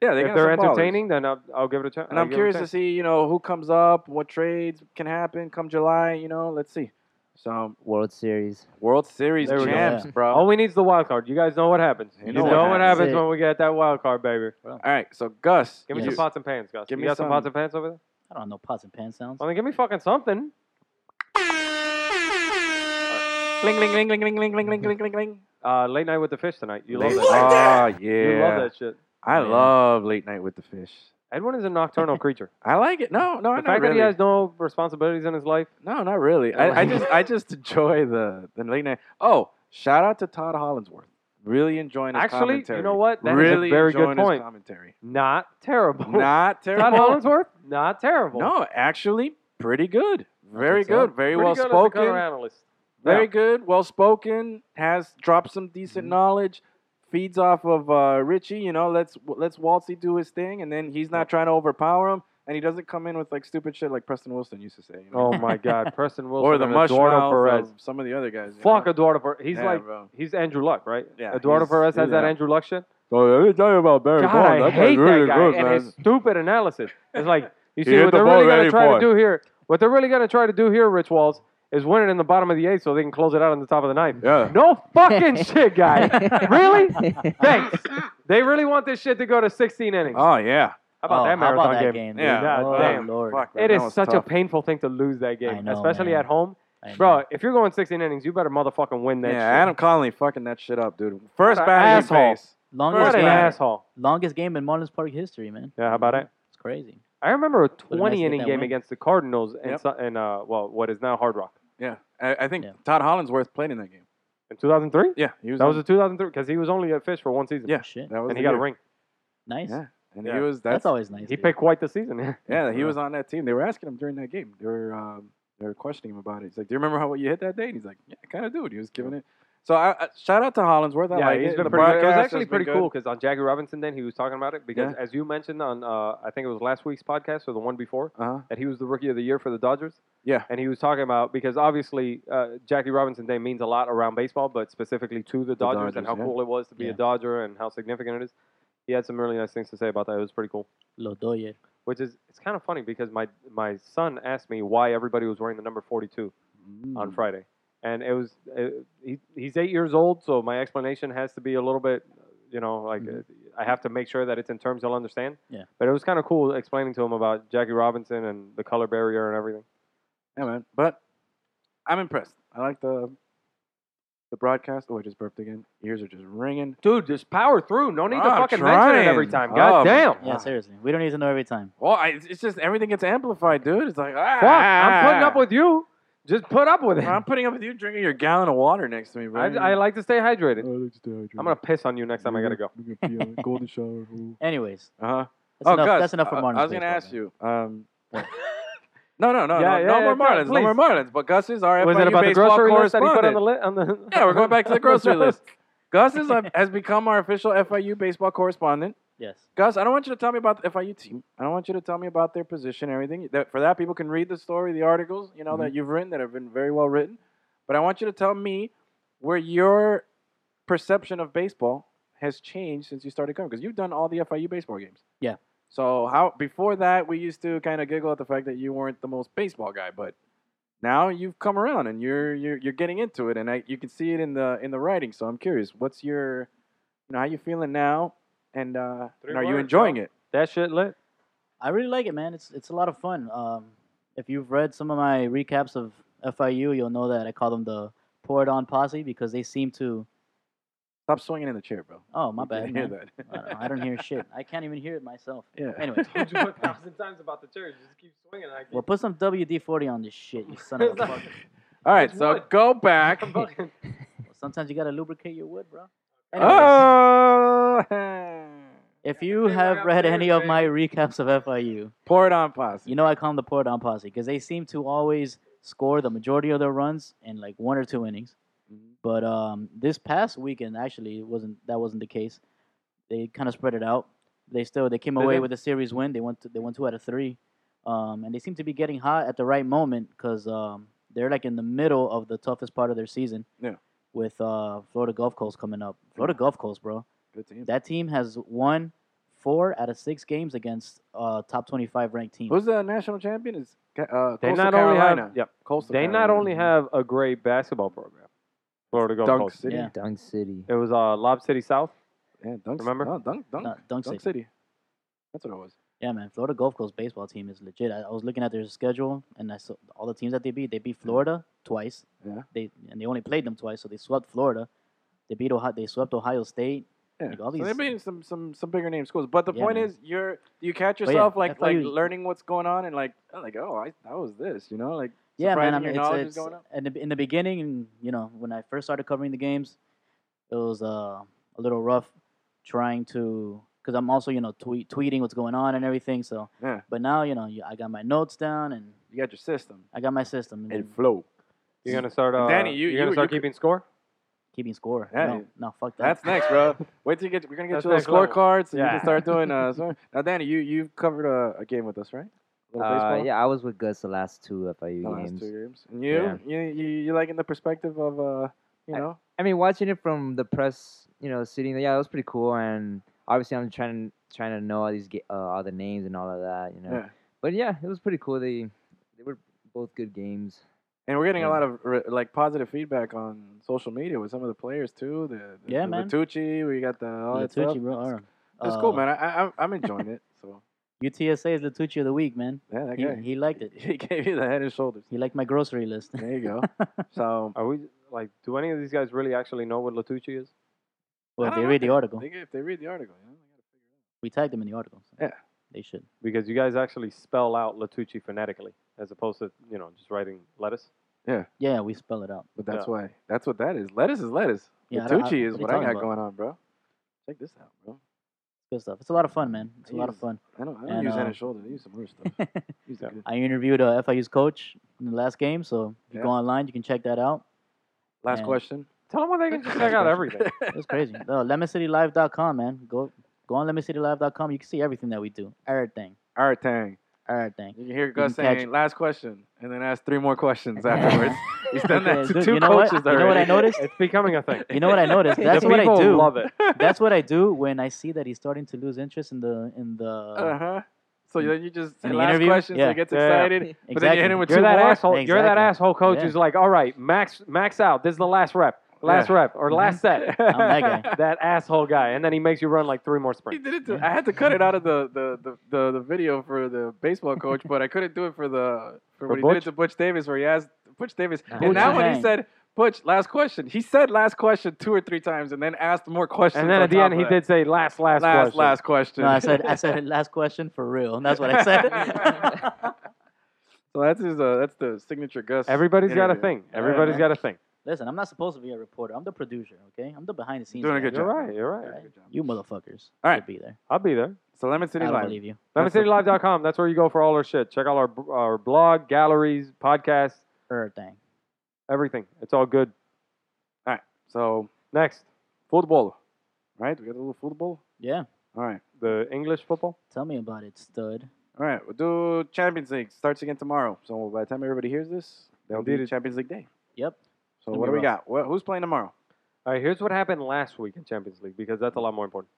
A: yeah, they
B: if
A: got
B: they're
A: some ballers.
B: entertaining, then I'll, I'll give it a chance.
A: And I'm curious to see, you know, who comes up, what trades can happen come July. You know, let's see. So
D: [laughs] World Series.
A: World Series
B: There we
C: go.
A: champs, bro.
B: All we need is the wild card. You guys know what happens.
A: You
B: You,
A: know
B: know,
A: what
B: what
A: happens.
B: happens when we get that wild card, baby.
A: All right, so Gus,
B: Give me
C: Yes.
B: some pots and pans, Gus.
A: Give
B: you
A: me
B: got some
A: some-
B: pots and pans over there?
C: I don't know pots and pans sounds.
B: Well, then give me fucking something.
A: Ling ling ling ling ling ling ling ling ling ling ling.
B: Uh, late night with the fish tonight. You love
A: Late-
B: that.
A: Ah, yeah.
B: shit. You love that shit.
A: I
C: Yeah.
A: love late night with the fish.
B: Edwin is
A: [laughs]
B: a nocturnal creature.
A: I like it. No, no,
B: the
A: not
B: fact
A: really.
B: that he has no responsibilities in his life.
A: no, not really. I,
B: [laughs]
C: I
A: I
C: like
A: Oh, just I just enjoy the the late night. Oh, shout out to Todd Hollinsworth, Really enjoying his
B: Actually,
A: commentary.
B: you know what? That is
A: really
B: a very
A: enjoying
B: good point.
A: his commentary.
B: Not terrible.
A: Not
B: [laughs] Todd
A: terrible.
B: Hollingsworth, not terrible.
A: no, actually, pretty good. Very
D: think so.
A: good. Very
B: Pretty
A: well
B: good as a color
A: spoken.
B: analyst.
A: Very
B: Yeah.
A: good. Well spoken. Has dropped some decent
D: Mhm.
A: knowledge. Feeds off of uh, Richie. You know, let's let's Waltzy do his thing, and then he's not trying to overpower him, and he doesn't come in with like stupid shit like Preston Wilson used to say. You know?
B: Oh my God, Preston
A: [laughs]
B: Wilson
A: or the
B: and Eduardo
A: mushmouth
B: Perez.
A: Perez. some of the other guys. you
B: Fuck
A: know?
B: Eduardo Perez. He's
A: Yeah,
B: like
A: bro.
B: he's Andrew Luck, right?
A: Yeah,
B: Eduardo
A: he's-
B: Perez has
A: he's
B: that
A: that.
B: Andrew Luck shit.
A: So Oh, let me tell you about Barry
B: God,
A: Bonds.
B: I
A: That
B: hate
A: guy's really
B: that guy
A: good,
B: and
A: man.
B: his stupid analysis. It's like you
A: [laughs] He
B: see
A: hit
B: what
A: the
B: they're
A: ball
B: really
A: ready
B: gonna try
A: for
B: to do here. What they're really gonna try to do here, Rich Walls, is win it in the bottom of the eighth so they can close it out on the top of the ninth.
A: Yeah.
B: No
A: [laughs]
B: fucking shit, guy. Really? Thanks. They really want this shit to go to 16 innings.
A: Oh yeah.
B: how about
C: oh,
B: that
C: how
B: marathon
C: about that
B: game?
C: game?
A: Yeah.
B: God
C: Oh,
B: damn.
C: Lord.
A: Fuck, man,
B: It
A: that
B: is
A: was
B: such
A: tough.
B: a painful thing to lose that game,
C: I know,
B: especially
C: man.
B: at home.
C: I know.
B: Bro, if you're going 16 innings, you better motherfucking win that
A: Yeah,
B: shit.
A: Adam Conley fucking that shit up, dude. First
B: What a
A: bat in
B: asshole.
A: your face.
C: longest
B: What an
A: First
C: game,
A: batter.
B: asshole.
C: longest game in Marlins Park history, man.
B: Yeah, how about that?
C: It's crazy.
B: I remember a
C: nice
B: 20
C: to get
B: inning
C: that
B: game
C: win.
B: against the Cardinals in,
A: Yep.
B: so- in uh, well, what is now Hard Rock
A: Yeah, I, I think
C: Yeah.
A: Todd Hollinsworth played in that game.
B: in 2003.
A: Yeah, he was.
B: That was
A: in-
B: a 2003 because he was only at Fish for one season.
A: Yeah.
C: Shit.
A: that was
B: and
A: the
B: he got a
A: year.
B: ring.
C: Nice.
A: Yeah, and
B: Yeah.
A: he was.
C: That's,
A: That's,
C: always nice.
B: He
C: dude.
B: picked quite the season. [laughs]
A: Yeah, he was on that team. They were asking him during that game. They were um, they were questioning him about it. He's like, "Do you remember how what you hit that day?" And he's like, "Yeah, I kind of do." And he was giving it. So I, I, shout out to Hollinsworth. I
B: yeah,
A: like
B: he's
A: it.
B: been
A: the
B: pretty good. It was
A: broadcast
B: actually
A: has been
B: pretty
A: good.
B: cool because on Jackie Robinson then he was talking about it because as you mentioned on uh, I think it was last week's podcast or the one before
A: Uh-huh.
B: that he was the rookie of the year for the Dodgers.
A: Yeah.
B: And he was talking about because obviously uh, Jackie Robinson Day means a lot around baseball, but specifically to the, Dodgers, and
A: Dodgers,
B: how
A: yeah.
B: cool it was to be
C: Yeah.
B: a Dodger and how significant it is. He had some really nice things to say about that. It was pretty cool.
C: Lodoye.
B: Which is it's kind of funny because my my son asked me why everybody was wearing the number 42 on
A: Mm.
B: Friday, and it was it, he, he's eight years old, so my explanation has to be a little bit, you know, like uh I have to make sure that it's in terms he'll understand.
C: Yeah.
B: But it was kind of cool explaining to him about Jackie Robinson and the color barrier and everything.
A: Yeah, man. But I'm impressed. I like the the broadcast. Oh, I just burped again. Ears are just ringing.
B: Dude, just power through. No need
A: I'm
B: to fucking mention it every
A: trying.
B: time. God
A: Oh,
B: damn.
C: Yeah,
A: Ah.
C: seriously. We don't need to know every time.
A: Well, I, it's just everything gets amplified, dude. It's like ah,
B: Fuck, I'm putting up with you. Just put up with it.
A: I'm putting up with you drinking your gallon of water next to me, bro.
B: I, I like to stay hydrated. I'm
A: I'm
B: gonna piss on you next time I gotta go.
A: golden shower.
C: Anyways,
A: Uh huh.
C: that's,
A: Oh,
C: enough,
A: Gus,
C: that's enough for
A: uh,
C: Marlins.
A: I was gonna ask you. Um, [laughs] no, no, no,
B: Yeah,
A: no,
B: yeah,
A: no more
B: yeah,
A: Marlins, no more
B: please.
A: Marlins. But Gus is our
B: Was
A: FIU
B: it about the
A: baseball
B: grocery list that he put on
A: correspondent.
B: the list? On the [laughs]
A: yeah, we're going back to the grocery list. Gus is a, has become our official FIU baseball correspondent.
C: Yes.
A: Gus, I don't want you to tell me about the FIU team. I don't want you to tell me about their position, and everything. That, for that, people can read the story, the articles, you know,
C: Mm-hmm.
A: that you've written that have been very well written. But I want you to tell me where your perception of baseball has changed since you started coming, because you've done all the FIU baseball games.
C: Yeah.
A: So how before that, we used to kind of giggle at the fact that you weren't the most baseball guy, but now you've come around and you're you're, you're getting into it, and I, you can see it in the in the writing. So I'm curious, what's your, you know, how you feeling now? and uh,
B: Three
A: and are you
B: words,
A: enjoying
B: bro.
A: it?
B: That
A: [laughs]
B: shit lit.
C: I really like it, man. It's it's a lot of fun. Um, if you've read some of my recaps of FIU, you'll know that I call them the pour it on posse because they seem to.
A: Stop swinging in the chair, bro.
C: Oh my
A: You
C: bad,
A: didn't hear
C: man.
A: that.
C: I, don't, I don't hear shit. I can't even hear it myself.
A: Yeah.
C: Anyways,
B: Told you a [laughs] thousand times about the chairs. Just keep swinging. I
C: [laughs] well, put some WD forty on this shit, you son
A: [laughs]
C: of a fuck.
A: [laughs] All right,
B: It's
A: so
B: wood.
A: go
B: [laughs]
A: back.
B: fucking.
C: Sometimes you gotta lubricate your wood, bro.
A: Ah!
C: Anyways,
A: oh, [laughs]
C: if you have read any of my recaps of FIU,
A: pour it on pasta.
C: You know, I call them the pour down posse because they seem to always score the majority of their runs in like one or two innings.
A: Mhm.
C: But um, this past weekend, actually, it wasn't that wasn't the case. They kind of spread it out. They still they came
B: Did
C: away
B: they?
C: with a series win. They went to, they went two out of three, um, and they seem to be getting hot at the right moment because um, they're like in the middle of the toughest part of their season.
A: Yeah.
C: With uh, Florida Gulf Coast coming up, Florida Gulf Coast, bro.
A: Good team.
C: That team has won four out of six games against uh, top twenty-five ranked teams.
A: Who's the national champion? Is Ca- uh,
B: They
A: Coastal
B: not only
A: Carolina.
B: have. Yep.
A: Coastal
B: They
A: Carolina.
B: not only have a great basketball program. Florida Gulf
A: Dunk
B: Coast.
A: City.
C: Yeah.
D: [laughs] Dunk City.
B: It was uh, Lob City South.
A: Yeah, Dunk.
B: Remember?
A: No, Dunk. Dunk.
C: No,
A: Dunk
C: Dunk City.
A: City. That's what it was.
C: Yeah, man, Florida Gulf Coast baseball team is legit. I, I was looking at their schedule, and I saw all the teams that they beat. They beat Florida twice.
A: Yeah.
C: They and they only played them twice, so they swept Florida. They beat Ohio. They swept Ohio State.
A: Yeah.
C: Like all
A: so they're
C: these-
A: being some some some bigger name schools. But the
C: Yeah,
A: point
C: man.
A: is, you're you catch
C: yeah,
A: yourself like like
C: FIU.
A: learning what's going on and like oh, like oh I that was this you know like
C: Yeah, man. I
A: surprising
C: mean,
A: your knowledge
C: it's,
A: is
C: it's
A: going up.
C: in the in the beginning, you know, when I first started covering the games, it was uh, a little rough trying to because I'm also you know tweet, tweeting what's going on and everything. So,
A: Yeah.
C: but now you know you, I got my notes down and
A: You got your system
C: I got my system and,
A: and
C: then
A: flow.
B: You're gonna start. Uh,
A: Danny, you-
B: are gonna
A: you-
B: start
A: you-
B: keeping score.
C: keeping score.
A: Yeah,
C: no,
A: you-
C: no, fuck that. [laughs]
A: That's next, bro. Wait till you get. We're gonna get
B: That's
A: you little
B: next
A: scorecards, and you
B: Yeah.
A: can start doing.
B: [laughs]
A: Uh, so- now, Danny, you you've covered a, a game with us, right? A little
D: Uh,
A: baseball.
D: yeah, I was with Gus the last two FIU
A: The last
D: games.
A: two games. And you,
D: Yeah.
A: you, you, you like in the perspective of uh, you know,
D: I mean, watching it from the press, you know, sitting there, yeah, it was pretty cool. And obviously, I'm trying trying to know all these ga- uh, all the names and all of that, you know.
A: Yeah.
D: But yeah, it was pretty cool. They they were both good games.
A: and we're getting a
D: Yeah.
A: lot of re- like positive feedback on social media with some of the players too. The, the
C: Yeah,
A: the
C: man.
A: Bertucci, we got the all that
C: Latucci,
A: stuff.
C: bro. all right.
A: It's
C: Uh,
A: cool, man. I, I I'm- I'm enjoying it. So
C: UTSA is Latucci of the week,
A: [laughs]
C: man.
A: yeah, that
C: He,
A: guy.
C: he liked it.
A: He gave you the head and shoulders.
C: He liked my grocery list. [laughs]
A: There you [laughs] go. So
B: Are we like? Do any of these guys really actually know what Latucci is?
A: I
C: well, if
A: don't
C: they
A: know
C: read the article.
A: they, if they read the article, you know, they gotta figure it
C: We tagged them in the article. so
A: Yeah.
C: They should.
B: Because you guys actually spell out Latucci phonetically, as opposed to you know just writing lettuce.
C: Yeah, we spell it out.
A: out. But that's
B: Yeah.
A: why that's what that is. Lettuce is lettuce.
C: Yeah, I don't- I-
A: Bertucci is
C: what are you
A: what I
C: talking
A: got
C: about?
A: going on, bro. Check this out, bro.
C: Good stuff. It's a lot of fun, man. It's a lot of
A: Jeez.
C: fun.
A: I don't, I don't
C: And,
A: use head
C: uh,
A: and shoulders. I use some [laughs] other stuff. Use the
B: Yeah.
A: good-
C: I interviewed uh, FIU's coach in the last game, so if you go
A: Yeah.
C: online, you can check that
A: [laughs]
C: out.
A: Last
C: Yeah.
A: [laughs] question.
B: Tell them what they can just check out everything.
C: It was crazy. no, LemonCityLive.com, man. Go go on LemonCityLive.com. You can see everything that we do. Everything.
A: All right, Tang.
C: Everything.
A: You can hear Gus
C: can catch-
A: saying, last question, and then ask three more
C: [laughs]
A: questions afterwards. He's done that
C: Okay,
A: to
C: dude,
A: two
C: you know what?
A: coaches
C: [laughs] You
A: already.
C: know what I
A: [laughs]
C: noticed?
B: It's becoming a thing.
C: You know what I noticed?
B: The
C: [laughs] That's what I
B: people
C: do.
B: Love
C: [laughs]
B: it.
C: That's what I do when I see that he's starting to lose interest in the in the
A: Uh huh. So then you just say
C: In the
A: last
C: interview?
A: question, so
C: Yeah.
A: he gets
B: Yeah.
A: excited,
C: exactly.
A: but then you hit him with
B: You're
A: two
B: that
A: more.
B: asshole. You're that
C: Exactly.
B: asshole coach
C: Yeah.
B: who's like, all right, max max out. This is the last rep, last
A: Yeah.
B: rep, or
C: Mhm.
B: last set.
C: [laughs] I'm that guy.
B: [laughs] that asshole guy, and then he makes you run like three more
A: He
B: sprints.
A: did it to, I had to cut it out of
C: [laughs]
A: the the, the, the the video for the baseball coach, but I couldn't do it for the for,
B: For
A: what he did it
B: Butch?
A: to Butch Davis, where he asked Butch Davis,
C: Butch
A: and now when
C: Lang.
A: he said Butch, last question, he said last question two or three times, and then asked more questions.
B: And then
A: on
B: at the
A: top
B: end,
A: of
B: he
A: that.
B: did say, last, last,
A: last
B: question.
A: last question.
C: No,
A: [laughs]
C: I said I said last question for real. That's what I said.
A: [laughs] so that's his uh, that's the signature Gus.
B: Everybody's got a
A: interview.
B: thing. Everybody's
C: man.
B: got a thing.
C: Listen, I'm not supposed to be a reporter. I'm the producer, okay? I'm the behind the scenes.
A: Doing a
C: guy.
A: good
B: You're
A: job.
B: right. You're right.
C: Alright? You motherfuckers
A: All right.
C: should be there.
B: I'll be there.
A: So Lemon
C: I
A: City
C: don't
A: Live.
C: believe you.
A: That's
B: LemonCityLive.com. That's where you go for all our shit. Check out our our blog, galleries, podcasts,
C: Everything.
B: everything. It's all good.
A: So
B: Next,
A: football, right? We got a little football.
C: Yeah.
A: All right.
B: the English football.
C: Tell me about it, stud.
A: All right, we'll do Champions League. Starts again tomorrow. So by the time everybody hears this, that'll
B: Indeed
A: be
B: it-
A: Champions League day.
C: Yep.
A: So
C: Gonna
A: what
C: be
A: do we
C: rough.
A: got? What, who's playing tomorrow?
B: All right, here's what happened last week in Champions League because that's a lot more important.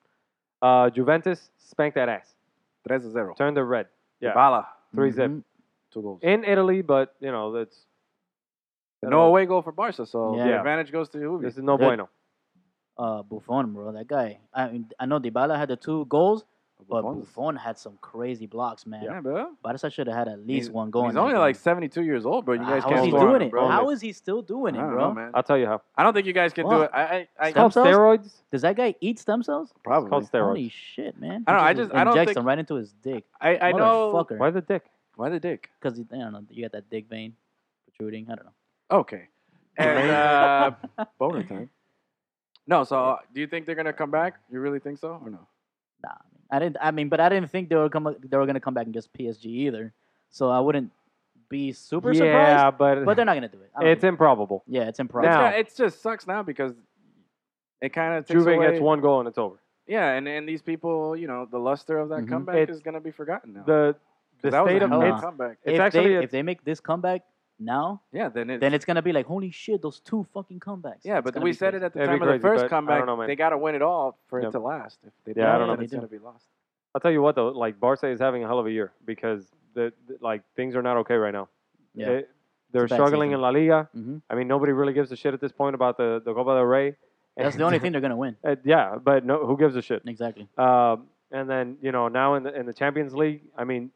B: Uh, Juventus spanked that ass,
A: 3 0.
B: turned it red. Yeah.
A: Dybala,
B: Three zip.
C: Mhm.
A: two goals.
B: in Italy, but you know that's
A: And no away goal for Barca, so
C: Yeah.
A: the
B: Yeah.
A: advantage goes to Juve.
B: this is no
C: That-
B: bueno.
C: Uh, Buffon, bro, that guy. I mean, I know Dybala had the two goals, but
A: Buffon's-
C: Buffon had some crazy blocks, man.
A: Yeah, bro.
C: Barca should have had at least
A: He's-
C: one going.
A: He's only like 72 years old, bro. You guys
C: how
A: can't
C: is he
A: score on
C: doing
A: him,
C: it?
A: bro.
C: How is he still doing
A: I
C: it,
A: don't
C: bro?
A: know, man.
B: I'll tell you how.
A: I don't think you guys can do
C: Fuck.
A: it. I, I, I
C: Stop.
B: Called
C: Stem cells?
B: steroids.
C: Does that guy eat stem cells?
B: It's
A: probably.
B: called
C: Holy
B: steroids.
C: shit, man!
A: I don't know,
C: He
A: I
C: just
A: just- I don't
C: injects
A: think-
C: them right into his dick.
A: I, I know.
C: Motherfucker.
B: Why the dick?
A: Why the dick?
C: Because I don't know, you got that dick vein protruding. I don't know.
A: Okay. And [laughs] uh, boner time. No, so uh, do you think they're gonna come back? You really think so or no?
C: Nah, I, mean, I didn't. I mean, but I didn't think they were come. They were gonna come back and just PSG either. So I wouldn't be super surprised.
B: yeah, but,
C: But they're not gonna do it. I don't
B: it's
C: think-
B: improbable.
C: yeah, it's improbable.
A: It's
B: Now-
A: kinda- it just sucks now because it kind of takes
B: Juve
A: away.
B: gets one goal and it's over.
A: Yeah, and, and these people, you know, the luster of that
C: Mhm.
A: comeback
B: It's-
A: is going to be forgotten now.
B: The the
A: 'Cause that
B: state
A: was a
B: of
A: hell
C: hell
A: of
B: it's,
A: a comeback.
B: it's
C: if
B: actually
C: they
B: a-
C: if they make this comeback now,
A: Yeah, then it.
C: then it's gonna be like holy shit, those two fucking comebacks.
A: yeah,
C: It's
A: but
C: gonna
A: we
C: be
A: said
C: crazy.
A: it at the
B: It'd be
A: time of
B: crazy,
A: the
B: but
A: first
B: I don't
A: comeback.
B: know, man.
A: they got to win it all for
B: Yep.
A: it to last. If they
B: Yeah, I
A: don't,
B: don't
A: then
C: know.
A: it's
C: They do.
A: going to be lost.
B: I'll tell you what though, like Barca is having a hell of a year because the, the- like things are not okay right now.
C: Yeah.
B: They- they're
C: It's a bad
B: struggling
C: season.
B: in La Liga. [laughs]
C: Mhm.
B: I mean, nobody really gives a shit at this point about the the Copa del Rey. [laughs]
C: That's the only thing they're gonna win.
B: Uh, yeah, but no, who gives a shit?
C: Exactly.
B: Um, and then you know now in the in the Champions League, I mean,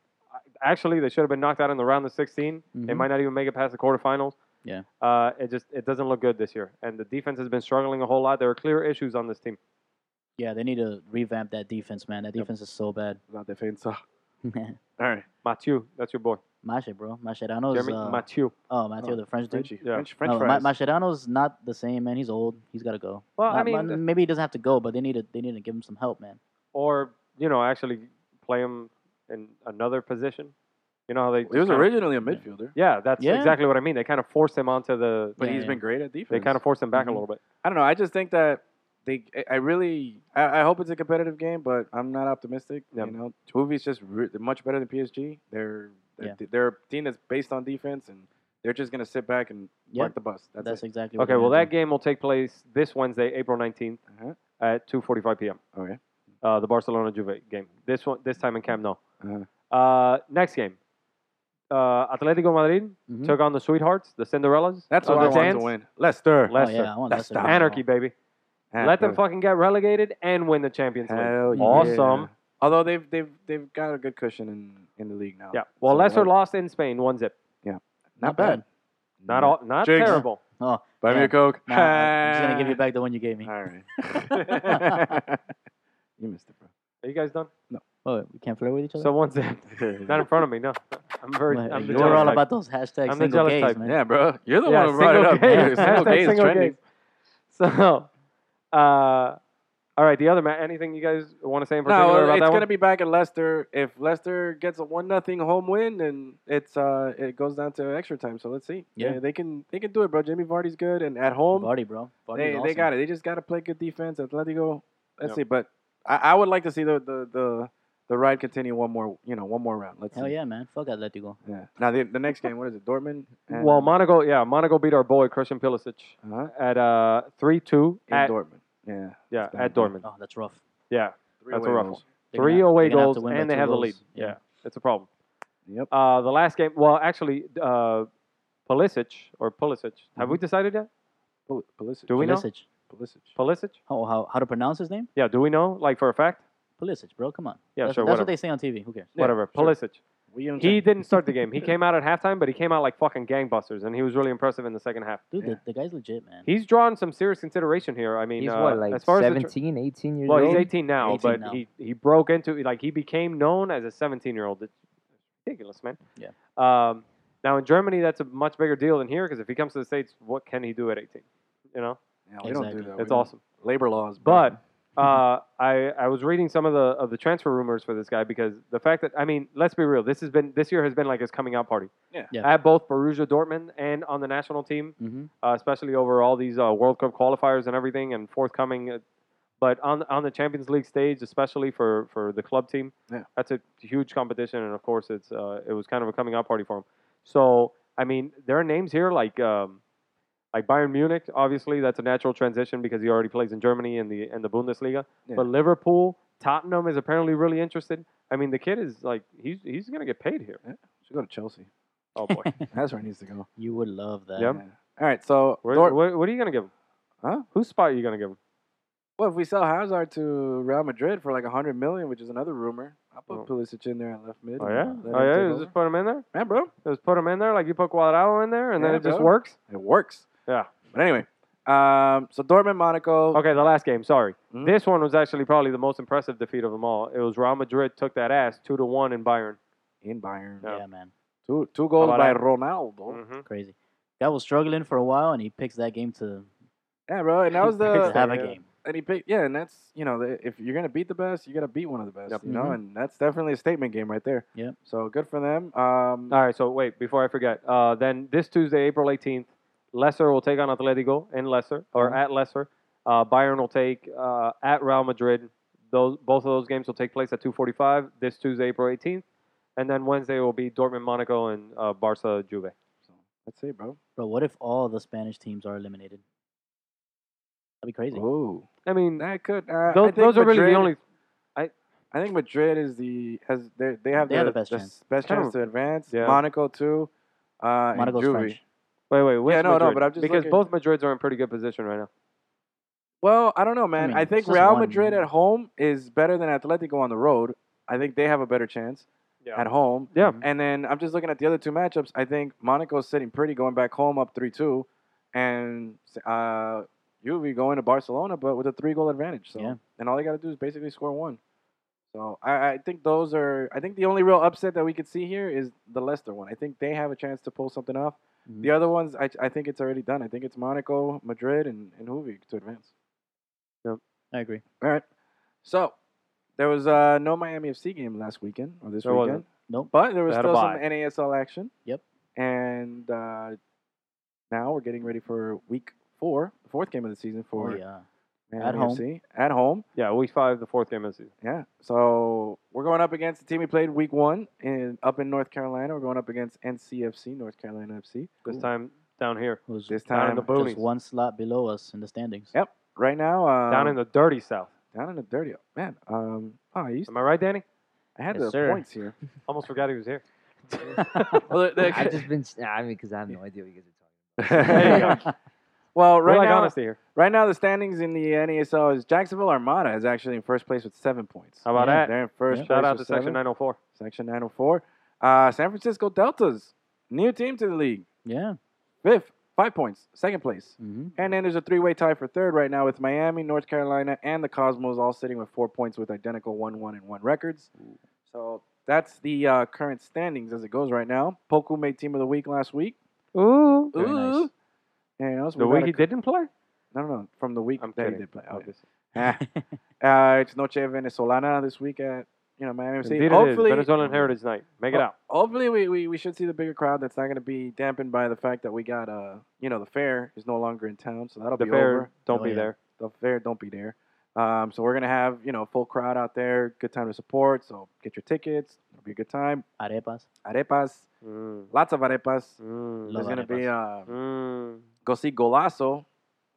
B: actually they should have been knocked out in the round of 16. They
C: Mhm.
B: might not even make it past the quarterfinals.
C: Yeah.
B: Uh, it just it doesn't look good this year, and the defense has been struggling a whole lot. There are clear issues on this team.
C: Yeah, they need to revamp that defense, man. That defense is so bad. [laughs]
A: Without their fans, so. All right.
B: Mathieu, that's your boy.
C: Mashe, bro. Mascherano's.
B: Jeremy
C: Uh,
B: Mathieu.
C: oh, Mathieu,
A: oh,
C: the French dude.
A: French,
B: Yeah.
A: French, French
C: no, Ma-
A: fries.
C: Mascherano's not the same, man. He's old. He's got to go.
B: Well, I
C: Not-
B: mean,
C: not- maybe he doesn't have to go, but they need to they need to give him some help, man.
B: or you know, actually play him in another position. You know how they.
A: he was
B: just kinda-
A: originally a midfielder,
B: Yeah, that's
C: Yeah.
B: exactly what I mean. They kind of forced him onto the.
A: but
C: Yeah,
A: he's
C: yeah.
A: been great at defense.
B: They kind of forced him back
C: Mhm.
B: a little bit.
A: I don't know. I just think that they. I really. I, I hope it's a competitive game, but I'm not optimistic.
B: Yeah.
A: You know, Tuvi's just re- they're much better than PSG. They're they're, they're a team that's based on defense, and they're just gonna sit back and
C: Yeah.
A: work the bus. That's,
C: That's,
A: it.
C: exactly.
B: Okay,
C: they're
B: well,
C: gonna
B: that game will take place this Wednesday, April 19th
A: Uh-huh.
B: at 2:45 p.m.
A: Okay.
B: Uh, the Barcelona Juve game. This one, this time in Camp Nou.
A: Uh-huh.
B: Uh, next game, uh, Atletico Madrid
C: do. Mhm.
B: took on the Sweethearts, the Cinderellas.
A: Mm-hmm. That's
B: of
A: what
B: the
A: I want to
B: dance.
A: win. Leicester.
C: Oh,
B: Leicester.
C: yeah, I want
A: That's
C: Leicester.
A: the
C: to win.
B: Anarchy, baby. Let them fucking get relegated and win the Champions League.
A: Hell yeah.
B: Awesome.
A: Although they've they've they've got a good cushion in, in the league now.
B: Yeah. Well,
A: Oh, So
B: Leicester
A: what-
B: lost in Spain, one zip.
A: not bad. Mm.
B: Not all, not
A: Jinx.
B: terrible.
A: Buy me
C: Yeah.
A: a coke.
C: Nah, I'm just
B: [laughs]
C: gonna give you back the one you gave me.
A: All right. you missed it, bro.
B: Are you guys done?
C: Oh, we can't flirt with each other.
B: So one zip. [laughs]
A: [laughs]
B: Not in front of me. No. I'm very.
C: Well,
B: I'm the
C: You're all
B: jealous type.
C: about those hashtags.
B: I'm the
C: single
B: jealous
C: gays,
B: type.
C: man.
A: Yeah, bro. You're the
B: Yeah,
A: one who brought it
B: single
A: up. dude.
B: gays.
A: Single
B: Hashtag
A: gays
B: [laughs] single
A: trending.
B: gays. So, uh, all right. The other match. Anything you guys want to say in particular
A: No,
B: about
A: it's
B: that
A: going
B: one?
A: to be back at Leicester. If Leicester gets a one nothing home win, then it's uh it goes down to extra time. So let's see.
C: Yeah.
A: they can they can do it, bro. Jamie Vardy's good, and at home
C: Vardy, bro. Vardy's
A: they, they
C: awesome.
A: got it. They just got to play good defense. Atletico. Let's
B: Yep.
A: see, but I, I would like to see the, the the the ride continue one more you know one more round. Let's
C: Hell
A: see.
C: yeah, man. Fuck Atletico.
A: Yeah. Now the, the next game, what is it? Dortmund.
C: Uh,
A: and-
B: Well, Monaco. Yeah, Monaco beat our boy Christian Pulisic
A: uh-huh,
B: at uh three two
A: in
B: at
A: Dortmund. Yeah.
B: yeah
A: It's bad.
B: at Dortmund.
C: Oh, that's rough.
B: Yeah,
A: Three
B: that's a
A: away
B: rough
A: goals.
C: They're gonna-
B: three away
C: they're gonna have
B: goals
C: to win by
B: and they
C: two
B: have the
C: goals.
B: lead. Yeah. it's a problem.
A: Yep.
B: Uh, the last game. Well, actually, uh, Pulisic or Pulisic. Have we decided yet?
A: Pul- Pulisic.
B: Do we know?
C: Pulisic.
A: Pulisic.
B: Pulisic.
C: Oh, how how to pronounce his name?
B: Yeah. Do we know? Like for a fact?
C: Pulisic, bro. Come on.
B: Yeah.
C: that's
B: sure.
C: that's
B: whatever.
C: what they say on TV. Who cares?
A: Yeah,
B: whatever.
A: sure.
B: Pulisic.
A: We don't
B: He didn't start the game. He came out at halftime, but he came out like fucking gangbusters, and he was really impressive in the second half.
C: Dude,
A: Yeah.
C: the, the guy's legit, man.
B: He's drawn some serious consideration here. I mean,
D: He's
B: uh,
D: what, like
B: as far as the tr-
D: 17, 18 years
B: well,
D: old?
B: he's 18 now,
C: 18
B: but
C: now.
B: he he broke into like he became known as a 17 year old. It's ridiculous, man.
C: Yeah.
B: Um, now in Germany, that's a much bigger deal than here because if he comes to the states, what can he do at 18? You know,
A: Yeah, we don't
C: Exactly.
A: do that. We
B: it's
A: don't-
B: awesome.
A: Labor laws. bro.
B: But uh, I I was reading some of the of the transfer rumors for this guy because the fact that I mean let's be real this has been this year has been like his coming out party.
A: Yeah.
C: Yeah.
B: At both Borussia Dortmund and on the national team,
C: Mm-hmm.
B: uh, especially over all these uh, World Cup qualifiers and everything and forthcoming. Uh, but on on the Champions League stage, especially for, for the club team,
A: Yeah.
B: that's a huge competition, and of course it's uh, it was kind of a coming out party for him. So I mean, there are names here like um, like Bayern Munich. Obviously, that's a natural transition because he already plays in Germany and the and the Bundesliga.
A: Yeah.
B: But Liverpool, Tottenham is apparently really interested. I mean, the kid is like he's he's gonna get paid here.
A: should go to [laughs] Chelsea.
B: Oh boy,
A: That's where he needs to go.
C: You would love that.
B: Yep.
A: Yeah. All right. So
B: Where,
A: Dort-
B: what, what are you gonna give him?
A: Huh?
B: Whose spot are you gonna give him?
A: Well, if we sell Hazard to Real Madrid for like a hundred million, which is another rumor, I'll put
B: Oh.
A: Pulisic in there at left mid.
B: Oh
A: and
B: yeah,
A: let
B: oh
A: him
B: yeah.
A: take
B: You
A: over.
B: Just put him in there.
A: yeah, bro.
B: Just put him in there, like you put Cuadrado in there, and then
A: Yeah,
B: it just
A: bro.
B: works.
A: It works.
B: Yeah.
A: But anyway, um, so Dortmund, Monaco.
B: Okay, the last game. Sorry,
A: Mhm.
B: this one was actually probably the most impressive defeat of them all. It was Real Madrid took that ass two to one in Bayern.
A: In Bayern.
B: Yeah.
C: Yeah, man.
A: Two two goals
B: How about
A: by
B: that?
A: Ronaldo.
B: Mm-hmm.
C: Crazy. Guy was struggling for a while, and he picks that game to,
A: Yeah, bro. And that
B: [laughs]
A: was
C: to
B: Picks
A: the
B: that.
C: have a
B: yeah.
C: game.
A: and he picked yeah, and that's you know the, if you're gonna beat the best, you gotta beat one of the best,
B: Yep.
A: you know,
C: Mhm.
A: and that's definitely a statement game right there.
C: Yep.
A: So good for them. Um,
B: All right, so wait before I forget. Uh, then this Tuesday, April eighteenth, Leicester will take on Atletico in Leicester or
A: Mhm.
B: at Leicester. Uh, Bayern will take uh, at Real Madrid. Those both of those games will take place at two forty five this Tuesday, April eighteenth, and then Wednesday will be Dortmund, Monaco, and uh, Barca, Juve.
A: so that's it, bro.
C: Bro, what if all the Spanish teams are eliminated? That'd be crazy.
A: Oh,
B: I mean,
A: that could. Uh, I
B: those,
A: think
B: those are really
A: Madrid-
B: the only
A: I think Madrid is the has they they have
C: They
A: the,
C: have the best chance.
A: best
B: Kind
A: chance
B: of-
A: to advance.
B: yeah.
A: Monaco too. Uh,
C: Monaco's
A: and Juve.
C: French.
B: Wait, wait, which
A: Yeah, no, no,
B: Madrid?
A: but I'm just
B: because
A: looking-
B: both Madrids are in pretty good position right now.
A: Well, I don't know, man. I,
C: mean,
A: think
C: it's just
A: Real
C: one,
A: Madrid
C: man.
A: at home is better than Atletico on the road. I think they have a better chance
B: Yeah.
A: at home.
B: Yeah.
A: And then I'm just looking at the other two matchups. I think Monaco's sitting pretty, going back home up three two, and uh, Juve going to Barcelona, but with a three goal advantage. So
C: Yeah.
A: and all they got to do is basically score one. So I, I think those are. I think the only real upset that we could see here is the Leicester one. I think they have a chance to pull something off.
C: Mhm.
A: The other ones, I, I think it's already done. I think it's Monaco, Madrid, and and Hoovig to advance.
C: I agree.
A: All right. So there was uh, no Miami FC game last weekend or this
B: There
A: weekend.
B: wasn't.
C: Nope.
A: But there was
B: They had a
A: still some
B: bye.
A: NASL action.
C: Yep.
A: And uh, now we're getting ready for week four, the fourth game of the season for
C: oh, yeah. At
A: Miami
C: home.
A: FC at home.
B: Yeah, week five, the fourth game of the season.
A: Yeah. So we're going up against the team we played week one in up in North Carolina. We're going up against NCFC, North Carolina FC.
B: This
A: Cool.
B: time down here,
C: Who's
A: This
B: down in
A: time
B: the boonies,
C: just one slot below us in the standings. [laughs]
A: Yep. right now um,
B: down in the dirty south.
A: down in the dirty man. Um, oh, I used
B: Am I right, Danny?
A: I had
C: Yes,
A: the
C: sir.
A: points
B: [laughs]
A: here.
B: Almost forgot he was here.
A: well, the-
D: I've just been. s- Nah, I mean, because I
B: [laughs]
D: have no idea what you guys are
B: There you go.
A: well,
B: Right
A: right
B: like
A: now,
B: honesty here.
A: right now the standings in the NASL is Jacksonville Armada is actually in first place with seven points.
B: How about
C: Yeah,
B: that?
A: They're in first
C: Yeah.
A: place
B: Shout out
A: with
B: to
A: seven.
B: Section 904.
A: Section 904. Uh, San Francisco Deltas, new team to the league,
C: Yeah.
A: fifth, five points, second place. [laughs]
C: hmm
A: And then there's a three-way tie for third right now with Miami, North Carolina, and the Cosmos all sitting with four points with identical one-one and one records. So that's the uh, current standings as it goes right now. Poku made team of the week last week.
B: Ooh.
C: Very nice.
A: Ooh. And else
B: The
A: we
B: week
A: got
B: he
A: a-
B: didn't play?
A: no, no, no, from the week
B: I'm
A: that he
B: kidding.
A: did play. Okay.
B: Obviously.
A: [laughs] Ah. uh, it's Noche Venezolana this week at you know Miami FC.
B: Indeed it is.
A: Hopefully, Mm.
B: Venezuelan Heritage Night. Make it
A: Ho-
B: out.
A: Hopefully, we, we, we should see the bigger crowd. That's not going to be dampened by the fact that we got uh you know the fair is no longer in town, so that'll
B: The
A: be
B: fair,
A: over.
B: don't
C: Oh,
B: be
C: yeah.
B: there.
A: The fair don't be there. Um, so we're gonna have you know full crowd out there. Good time to support. So get your tickets. It'll be a good time.
C: Arepas.
A: Arepas,
B: Mm,
A: lots of arepas.
B: mm,
C: Love
A: There's gonna be uh,
B: mm.
A: go see Golazo,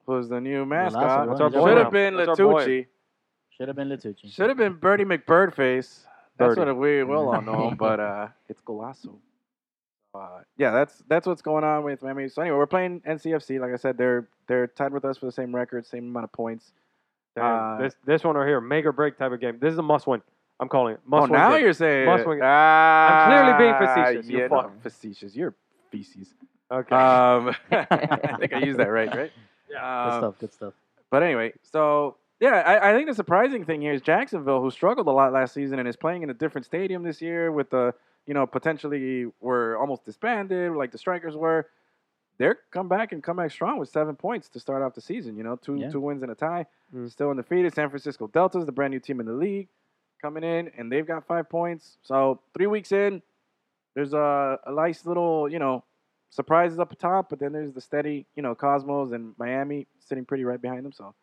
A: who's the new mascot.
C: Golazo,
B: That's our
C: He's
B: boy
A: Should
B: now.
A: have been
B: That's our boy.
A: Latucci.
C: Should have been Litucci.
A: Should have been Birdie McBirdface. That's
B: Birdie.
A: what
B: [laughs]
A: we will all know, him, but uh, [laughs] it's Golasso. Uh, yeah, that's that's what's going on with Miami. So anyway, we're playing NCFC. Like I said, they're they're tied with us for the same record, same amount of points.
B: Damn,
A: Uh,
B: this this one right here, make or break type of game. This is a must win. I'm calling it must
A: oh,
B: win.
A: now
B: game.
A: you're saying
B: Must win.
A: Ah,
B: clearly being facetious, you
A: Yeah, no,
B: fuck.
A: facetious. You're feces.
B: okay.
A: Um, [laughs] I think I used that right, right?
B: [laughs]
A: Um,
B: Yeah.
C: good stuff. Good stuff.
A: But anyway, so yeah, I, I think the surprising thing here is Jacksonville, who struggled a lot last season and is playing in a different stadium this year with the you know potentially were almost disbanded like the strikers were. They're come back and come back strong with seven points to start off the season. You know, two
C: Yeah.
A: two wins and a tie,
B: Mm.
A: still undefeated. San Francisco Deltas, the brand new team in the league, coming in and they've got five points. So three weeks in, there's a, a nice little you know surprises up top, but then there's the steady, you know, Cosmos and Miami sitting pretty right behind them. So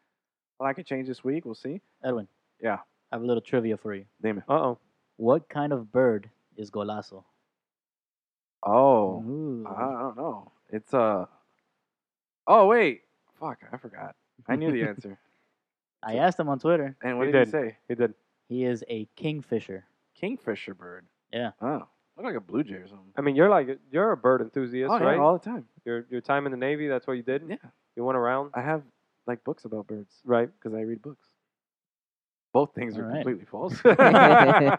A: a lot can change this week. We'll see.
C: Edwin.
A: Yeah.
C: I have a little trivia for you.
A: Damon.
B: Uh oh.
C: What kind of bird is Golazo?
A: Oh,
C: Ooh.
B: Mm-hmm.
A: I I don't know. It's uh. Oh wait, fuck! I forgot. I knew
B: [laughs]
A: the answer.
C: I asked him on Twitter.
A: And what
B: You
A: did he
B: did.
A: say?
B: He did.
C: He is a kingfisher.
A: Kingfisher bird.
C: Yeah.
A: Oh, look like a blue jay or something.
B: I mean, you're like you're a bird enthusiast,
A: oh yeah,
B: right?
A: all the time.
B: your your time in the Navy, that's what you did.
A: Yeah.
B: You went around.
A: I have like books about birds
B: Right.
A: [laughs] because I read books. Both things are
C: All right.
A: completely false.
B: [laughs]
A: I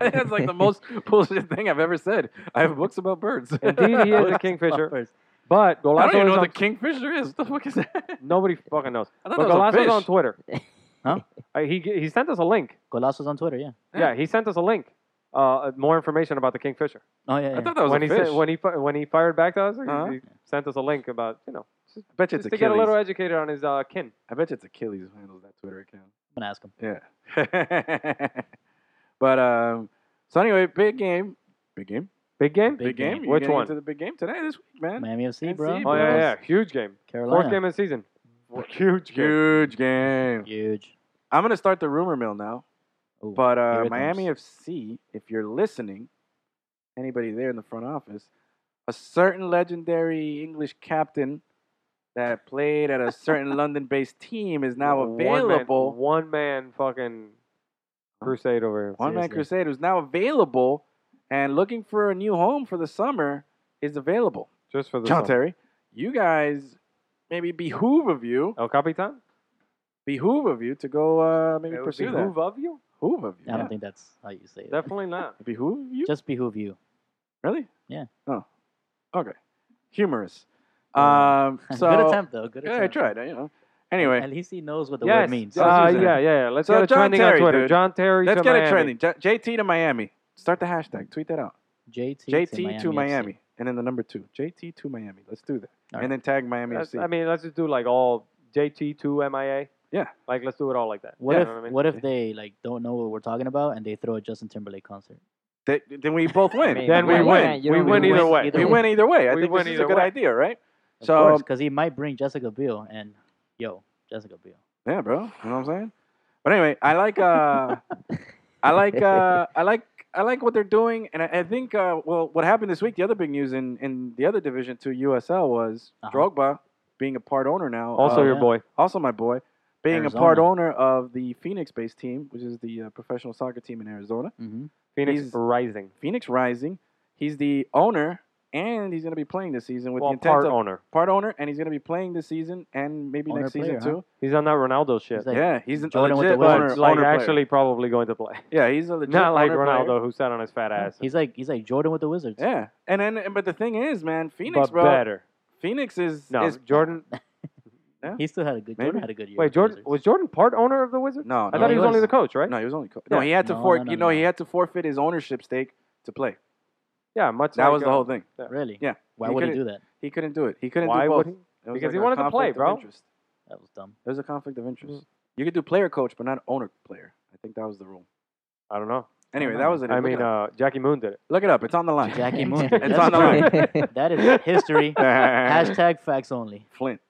A: think that's like the most bullshit thing I've ever said. I have books about birds.
B: Indeed,
A: [laughs]
B: he is a
C: Well,
B: kingfisher.
D: [laughs]
C: first,
B: But
A: I don't
B: Golazo
A: even
B: is
A: know
B: on,
A: what the kingfisher is. [laughs] What the fuck is that?
B: nobody fucking knows.
A: I
B: But
A: thought that was a
B: Golazo's
A: fish.
B: on Twitter.
A: [laughs]
C: Huh?
B: Uh, he he sent us a link.
C: Golazo's on Twitter, yeah.
A: Yeah.
B: Yeah, he sent us a link. Uh, more information about the kingfisher.
C: Oh,
A: I
C: yeah. yeah.
A: thought that was
B: when
A: a
B: he
A: fish.
B: sent- when he fi- when he fired back to us, he-
A: Uh-huh.
B: he, sent us a link about you know
A: I bet you
B: just
A: it's
B: to
A: Achilles.
B: get a little educated on his uh, kin.
A: I bet you it's Achilles who handles that Twitter account.
C: I'm going to ask him.
A: Yeah. [laughs] but um, so anyway, big game. Big game.
B: Big game.
C: Big game.
A: You
B: Which
A: gonna get
B: one?
A: To the big game today this week, man.
C: Miami FC,
A: NC,
C: bro.
B: Oh
A: bro.
B: yeah, yeah, huge game.
C: Carolina.
B: Fourth game of the season. Huge game.
A: Huge game.
C: Huge.
A: I'm gonna start the rumor mill now.
C: Ooh,
A: But
C: here
A: uh,
C: it
A: Miami FC, if you're listening, anybody there in the front office, a certain legendary English captain that played at a certain
C: [laughs]
A: London-based team is now available.
B: One man, one man fucking crusade over here.
A: One man
C: Seriously.
A: crusade is now available and looking for a new home for the summer is available.
B: Just for the
A: John
B: song.
A: Terry, you guys maybe behoove of you,
B: El Capitan?
A: behoove of you to go uh, maybe
B: It would
A: pursue
B: behoove
A: that.
B: of you?
A: Behoove of you.
C: I don't
A: yeah.
C: think that's how you say it.
B: Definitely not.
A: Behoove of you.
C: Just behoove you. [laughs]
A: Really?
C: Yeah.
A: Oh. Okay. Humorous.
C: Yeah.
A: Um. So
C: [laughs] good attempt, though. Good
A: Yeah, I
C: attempt.
A: tried. You know. Anyway,
C: At least he knows what the
B: yes.
C: word means.
A: John
B: Uh,
A: Terry.
B: yeah, yeah, yeah. Let's
A: So
B: get it
A: John
B: trending
A: Terry,
B: on Twitter.
A: dude.
B: John Terry.
A: let's
B: to
A: get it
B: Miami.
A: trending. J- JT to Miami. Start the hashtag. Tweet that out.
C: JT,
A: JT
C: to Miami.
A: to
C: FC.
A: Miami, and then the number two. JT to Miami. Let's do that,
C: All
A: and then tag Miami
B: That's-
A: FC.
B: I mean, let's just do like all JT two MIA.
A: Yeah.
B: Like let's do it all like that.
C: What
B: You
C: if
B: know I mean?
C: what if they like don't know what we're talking about and they throw a Justin Timberlake concert?
A: Th- then we
C: [laughs]
A: both win.
D: mean,
B: Then
D: you
B: we
D: don't-
B: win.
D: you
B: We
D: don't
B: win
D: really
B: either
C: win
B: way.
C: either
A: We
C: way.
A: win either way. I
B: We
A: think
B: win
A: this is a
B: either
A: good
B: way.
A: idea, right?
C: Of
A: So-
C: course, because he might bring Jessica Biel and yo, Jessica Biel.
A: Yeah, bro. You know what I'm saying? But anyway, I like uh, I like uh, I like I like what they're doing, and I, I think uh, well, what happened this week? The other big news in in the other division to USL was
C: Uh-huh.
A: Drogba being a part owner now.
B: Also
A: of-
B: your
C: yeah.
B: boy.
A: also my boy, being
C: Arizona.
A: a part owner of the Phoenix-based team, which is the uh, professional soccer team in Arizona,
C: Mm-hmm.
B: Phoenix
A: He's-
B: Rising.
A: Phoenix Rising. He's the owner, and he's going to be playing this season with the
B: Well,
A: intent
B: part
A: of
B: owner.
A: part owner, and he's going to be playing this season and maybe
C: Owner
A: next
C: player,
A: season
C: huh?
A: too.
B: He's on that Ronaldo shit.
C: Like
A: yeah, he's an a
C: Jordan with
A: legit
C: the
B: but
A: owner,
B: like
A: owner player.
B: actually probably going to play.
A: Yeah, he's a legit
B: Not like
A: owner
B: Ronaldo
A: player.
B: who sat on his fat ass.
C: He's like he's like Jordan with the Wizards.
A: Yeah, and then and- but the thing is, man, Phoenix,
B: but
A: bro,
B: better.
A: Phoenix is
B: No,
A: is
B: Jordan.
C: He still had a good. Jordan
A: Maybe.
C: had a good year.
B: Wait,
C: with the
B: Jordan
C: Wizards.
B: was Jordan part owner of the Wizards?
A: no, no,
B: I thought he
C: he
B: was, only
C: was.
B: the coach, right?
A: no, he was only co- no,
B: Yeah.
A: he had to
C: No,
A: for
C: no, no,
A: you know
C: no.
A: he had to forfeit his ownership stake to play.
B: Yeah, much.
A: That
B: like,
A: was the
B: uh,
A: whole thing.
C: really?
A: Yeah,
C: Why
A: he
C: would he
A: couldn't-
C: do that?
A: He couldn't do it. He couldn't
B: Why
A: do both.
B: would he?
A: It was
B: Because he
A: a
B: wanted to play,
A: conflict of
B: bro.
A: interest.
C: That was dumb.
A: It was a conflict of interest. You could do player coach, but not owner player. I think that was the rule.
B: I don't know.
A: Anyway,
C: know.
A: that was it.
B: I
A: Look
B: mean,
A: it up.
B: uh, Jackie Moon did it.
A: look it up. It's on the line. [laughs]
C: Jackie Moon.
D: It's
C: That's
A: on the
C: right.
B: [laughs]
D: line.
C: [laughs] That is history. Hashtag facts only.
A: Flint.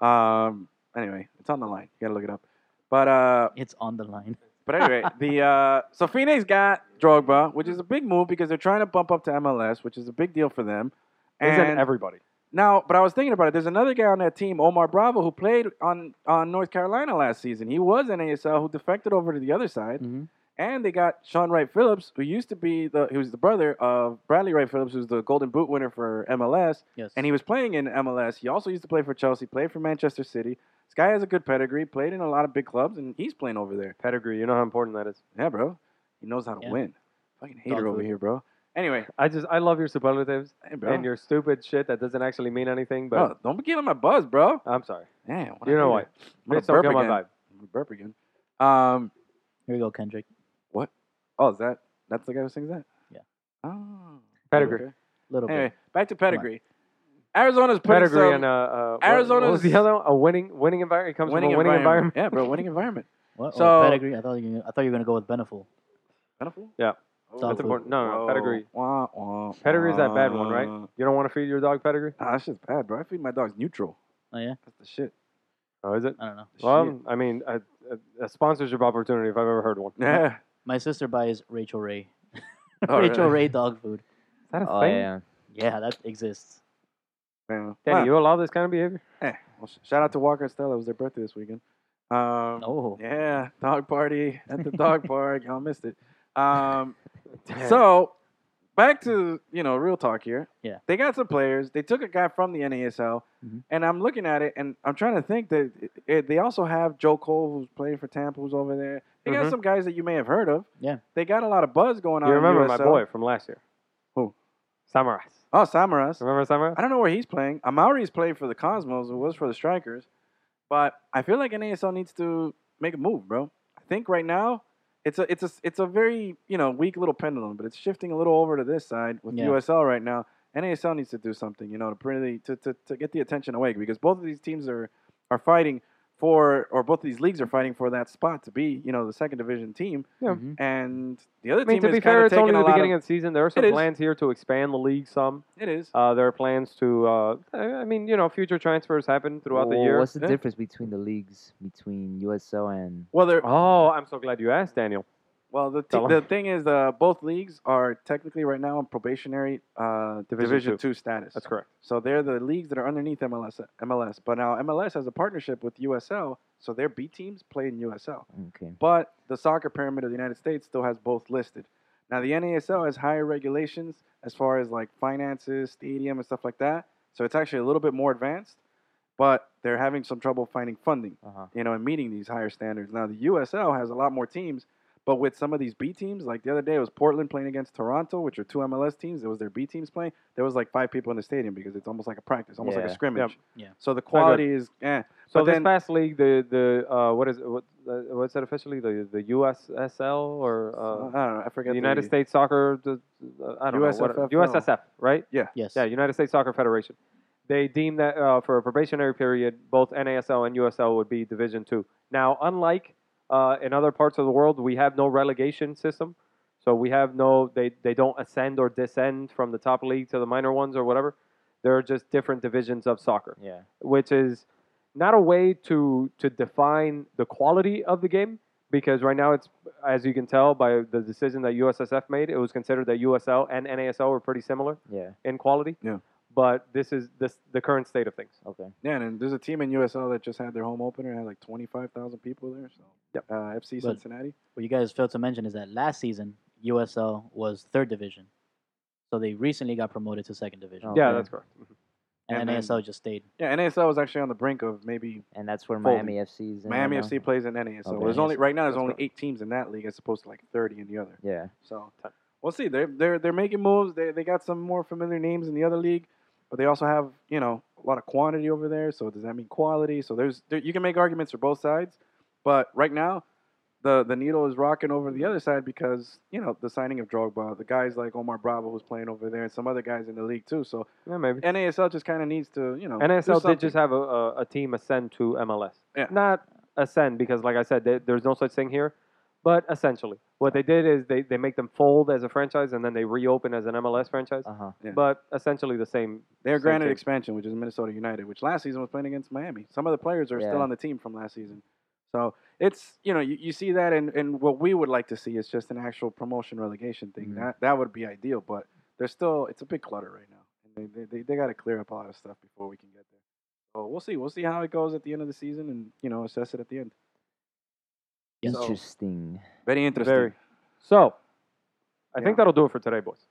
A: Um. Anyway, it's on the line. You gotta look it up. But uh.
C: It's on the line.
A: But anyway, the uh, so Phoenix got Drogba, which is a big move because they're trying to bump up to MLS, which is a big deal for them.
B: He said
A: And
B: everybody.
A: now, but I was thinking about it. There's another guy on that team, Omar Bravo, who played on on North Carolina last season. He was in ASL, who defected over to the other side,
C: Mhm.
A: and they got Sean Wright Phillips, who used to be the he was the brother of Bradley Wright Phillips, who's the Golden Boot winner for MLS,
C: Yes.
A: and he was playing in MLS. He also used to play for Chelsea, played for Manchester City. This guy has a good pedigree, played in a lot of big clubs, and he's playing over there.
B: Pedigree. You know how important that is.
A: Yeah, bro. He knows how to
C: Yeah.
A: win. Fucking hater
C: Dog
A: over
C: food.
A: here, bro. Anyway,
B: I just I love your superlatives
A: hey, bro.
B: and your stupid shit that doesn't actually mean anything. But
A: Bro, don't be giving my buzz, bro.
B: I'm sorry.
A: Damn.
B: You know
A: I'm
B: what?
A: gonna
B: Bitch, don't
A: burp
B: get
A: again.
B: my vibe.
A: I'm gonna burp again. Um.
C: Here we go, Kendrick.
A: Oh, is that that's the guy who sings that?
C: Yeah.
A: Oh.
B: Pedigree.
A: okay.
C: Little
A: Anyway,
C: bit.
A: back to
C: on.
A: pedigree. Arizona's putting
B: Pedigree
A: some
B: and uh, uh what- What was
A: Arizona's-
B: the other one? A winning winning environment. It comes
A: winning,
B: from a winning environment.
A: Yeah, bro. Winning environment.
C: What?
A: so-
C: oh, pedigree. I thought you. Were, I thought you were gonna go with Beneful.
A: Pedigree?
B: Yeah.
A: Oh,
B: That's
C: Dog food.
B: important. No, no,
A: Whoa.
B: no, pedigree.
A: Wah, wah,
B: Pedigree's that bad
A: wah.
B: one, right? You don't want to feed your dog pedigree?
A: Nah, that's just bad, bro. I feed my dogs neutral.
C: Oh yeah.
A: That's the shit.
B: Oh, is it?
C: I don't know.
A: The
B: Well,
A: shit.
B: I mean, a, a, a sponsorship opportunity if I've ever heard one.
A: [laughs] yeah.
C: My sister buys Rachel Ray.
A: [laughs] Oh,
C: [laughs] Rachel
A: really?
C: Ray dog food.
B: Is that a
D: Oh
B: thing?
D: yeah.
C: Yeah, that exists.
A: Yeah.
B: Danny,
A: Wow.
B: you allow this kind of behavior?
A: Eh, well, sh- shout out to Walker and Stella. It was their birthday this weekend. Um,
C: Oh.
A: Yeah, dog party at the
B: [laughs]
A: dog park. Y'all missed it. Um, so, back to, you know, real talk here.
C: Yeah.
A: They got some players. They took a guy from the NASL.
B: Mm-hmm.
C: Mhm.
A: And I'm looking at it, and I'm trying to think that it, it, they also have Joe Cole, who's playing for Tampa, who's over there. They got
B: Mhm.
A: some guys that you may have heard of.
C: Yeah.
A: They got a lot of buzz going on.
B: you
A: in
B: remember my
A: USL.
B: boy from last year?
A: Who?
B: Samaras.
A: Oh, Samaras.
B: Remember Samaras?
A: I don't know where he's playing. Amauri's played for the Cosmos, who was for the Strikers, but I feel like NASL needs to make a move, bro. I think right now it's a it's a it's a very you know weak little pendulum, but it's shifting a little over to this side with
C: Yeah.
A: USL right now. NASL needs to do something, you know, to really to, to, to get the attention away because both of these teams are are fighting for or both of these leagues are fighting for that spot to be you know the second division team,
B: Yeah.
D: Mm-hmm.
C: Mhm.
A: and the other
B: I mean,
A: team
B: to be
A: is kind
B: fair,
A: of
B: it's
A: taking
B: only
A: a
B: the
A: lot
B: beginning
A: of
B: of the season. There are some
A: It is.
B: plans here to expand the league some.
A: it is.
B: Uh, there are plans to, uh, I I mean, you know, future transfers happen throughout the
D: Well,
B: year.
D: Oh, What's the
A: Yeah.
D: difference between the leagues between USL and
A: Well, they're
B: Oh, I'm so glad you asked, Daniel.
A: Well, the,
B: Tell
A: t-
B: 'em.
A: the thing is, uh, both leagues are technically right now in probationary uh,
B: Division
A: Division, two. status.
B: That's correct.
A: So they're the leagues that are underneath MLS. MLS, but now MLS has a partnership with USL, so their B teams play in USL.
D: okay?
A: But the soccer pyramid of the United States still has both listed. Now the NASL has higher regulations as far as like finances, stadium, and stuff like that. So it's actually a little bit more advanced, but they're having some trouble finding funding
B: Uh-huh.
D: Uh huh.
A: you know, and meeting these higher standards. Now the USL has a lot more teams, But with some of these B teams, like the other day, it was Portland playing against Toronto, which are two MLS teams. It was their B teams playing. There was like five people in the stadium because it's almost like a practice, almost like
D: Yeah.
A: a scrimmage.
C: Yeah. Yeah.
A: So the quality is, eh.
B: So
A: But
B: this
A: then-
B: past league, the the uh, what is it, what, uh, what's that officially? The the USSL or
A: I don't know. I
B: uh,
A: forget
B: the United States Soccer? The, uh, I don't know. What,
A: USFFL.
B: USSF, right?
C: Yes.
B: Yeah, United States Soccer Federation. They deem that uh, for a probationary period, both NASL and USL would be Division Two. Now, unlike uh, in other parts of the world, we have no relegation system, so we have no they they don't ascend or descend from the top league to the minor ones or whatever. There are just different divisions of soccer
D: Yeah.
B: which is not a way to to define the quality of the game because right now it's as you can tell by the decision that USSF made, it was considered that USL and NASL were pretty similar
D: Yeah.
B: in quality.
A: Yeah.
B: But this is this the current state of things.
D: Okay.
A: Yeah, and there's a team in USL that just had their home opener and had like 25,000 people there. So
B: Yep.
A: uh, FC
C: But-
A: Cincinnati.
C: What you guys failed to mention is that last season USL was third division, so they recently got promoted to second division,
D: Oh.
B: Yeah,
D: Okay.
B: that's correct.
C: and,
A: and then-
C: NASL just stayed.
A: Yeah, NASL was actually on the brink of maybe
D: And that's where
A: Folding.
D: Miami FC is. in
A: Miami
D: right now?
A: FC plays in NASL.
D: Okay.
A: There's only right now there's
B: That's
A: only
B: correct.
A: eight teams in that league as opposed to like 30 in the other.
D: Yeah.
A: So
B: Ton.
A: we'll see. They're they're they're making moves. They they got some more familiar names in the other league, but they also have you know a lot of quantity over there. So does that mean quality? So there's there, you can make arguments for both sides, but right now. The, the needle is rocking over the other side because you know the signing of Drogba, the guys like Omar Bravo who's playing over there, and some other guys in the league too. So
B: Yeah, maybe.
A: NASL just kind of needs to you know do
B: NASL
A: something.
B: did just have a, a, a team ascend to MLS.
A: Yeah.
B: Not ascend because, like I said, there- there's no such thing here. But essentially, what they did is they, they make them fold as a franchise and then they reopen as an MLS franchise.
D: Uh huh.
A: Yeah.
B: But essentially the same.
A: They're
B: Same
A: granted
B: thing.
A: expansion, which is Minnesota United, which last season was playing against Miami. Some of the players are still on
D: Yeah.
A: the team from last season. So it's you know you, you see that and and what we would like to see is just an actual promotion relegation thing.
D: Mhm.
B: Mm-hmm.
A: That that would be ideal, but there's still it's a big clutter right now, and they they, they, they got to clear up a lot of stuff before we can get there. So we'll see we'll see how it goes at the end of the season and you know assess it at the end.
C: Yeah.
A: So-
D: Interesting.
A: Very interesting.
B: Very. So, I
A: Yeah.
B: think that'll do it for today, boys.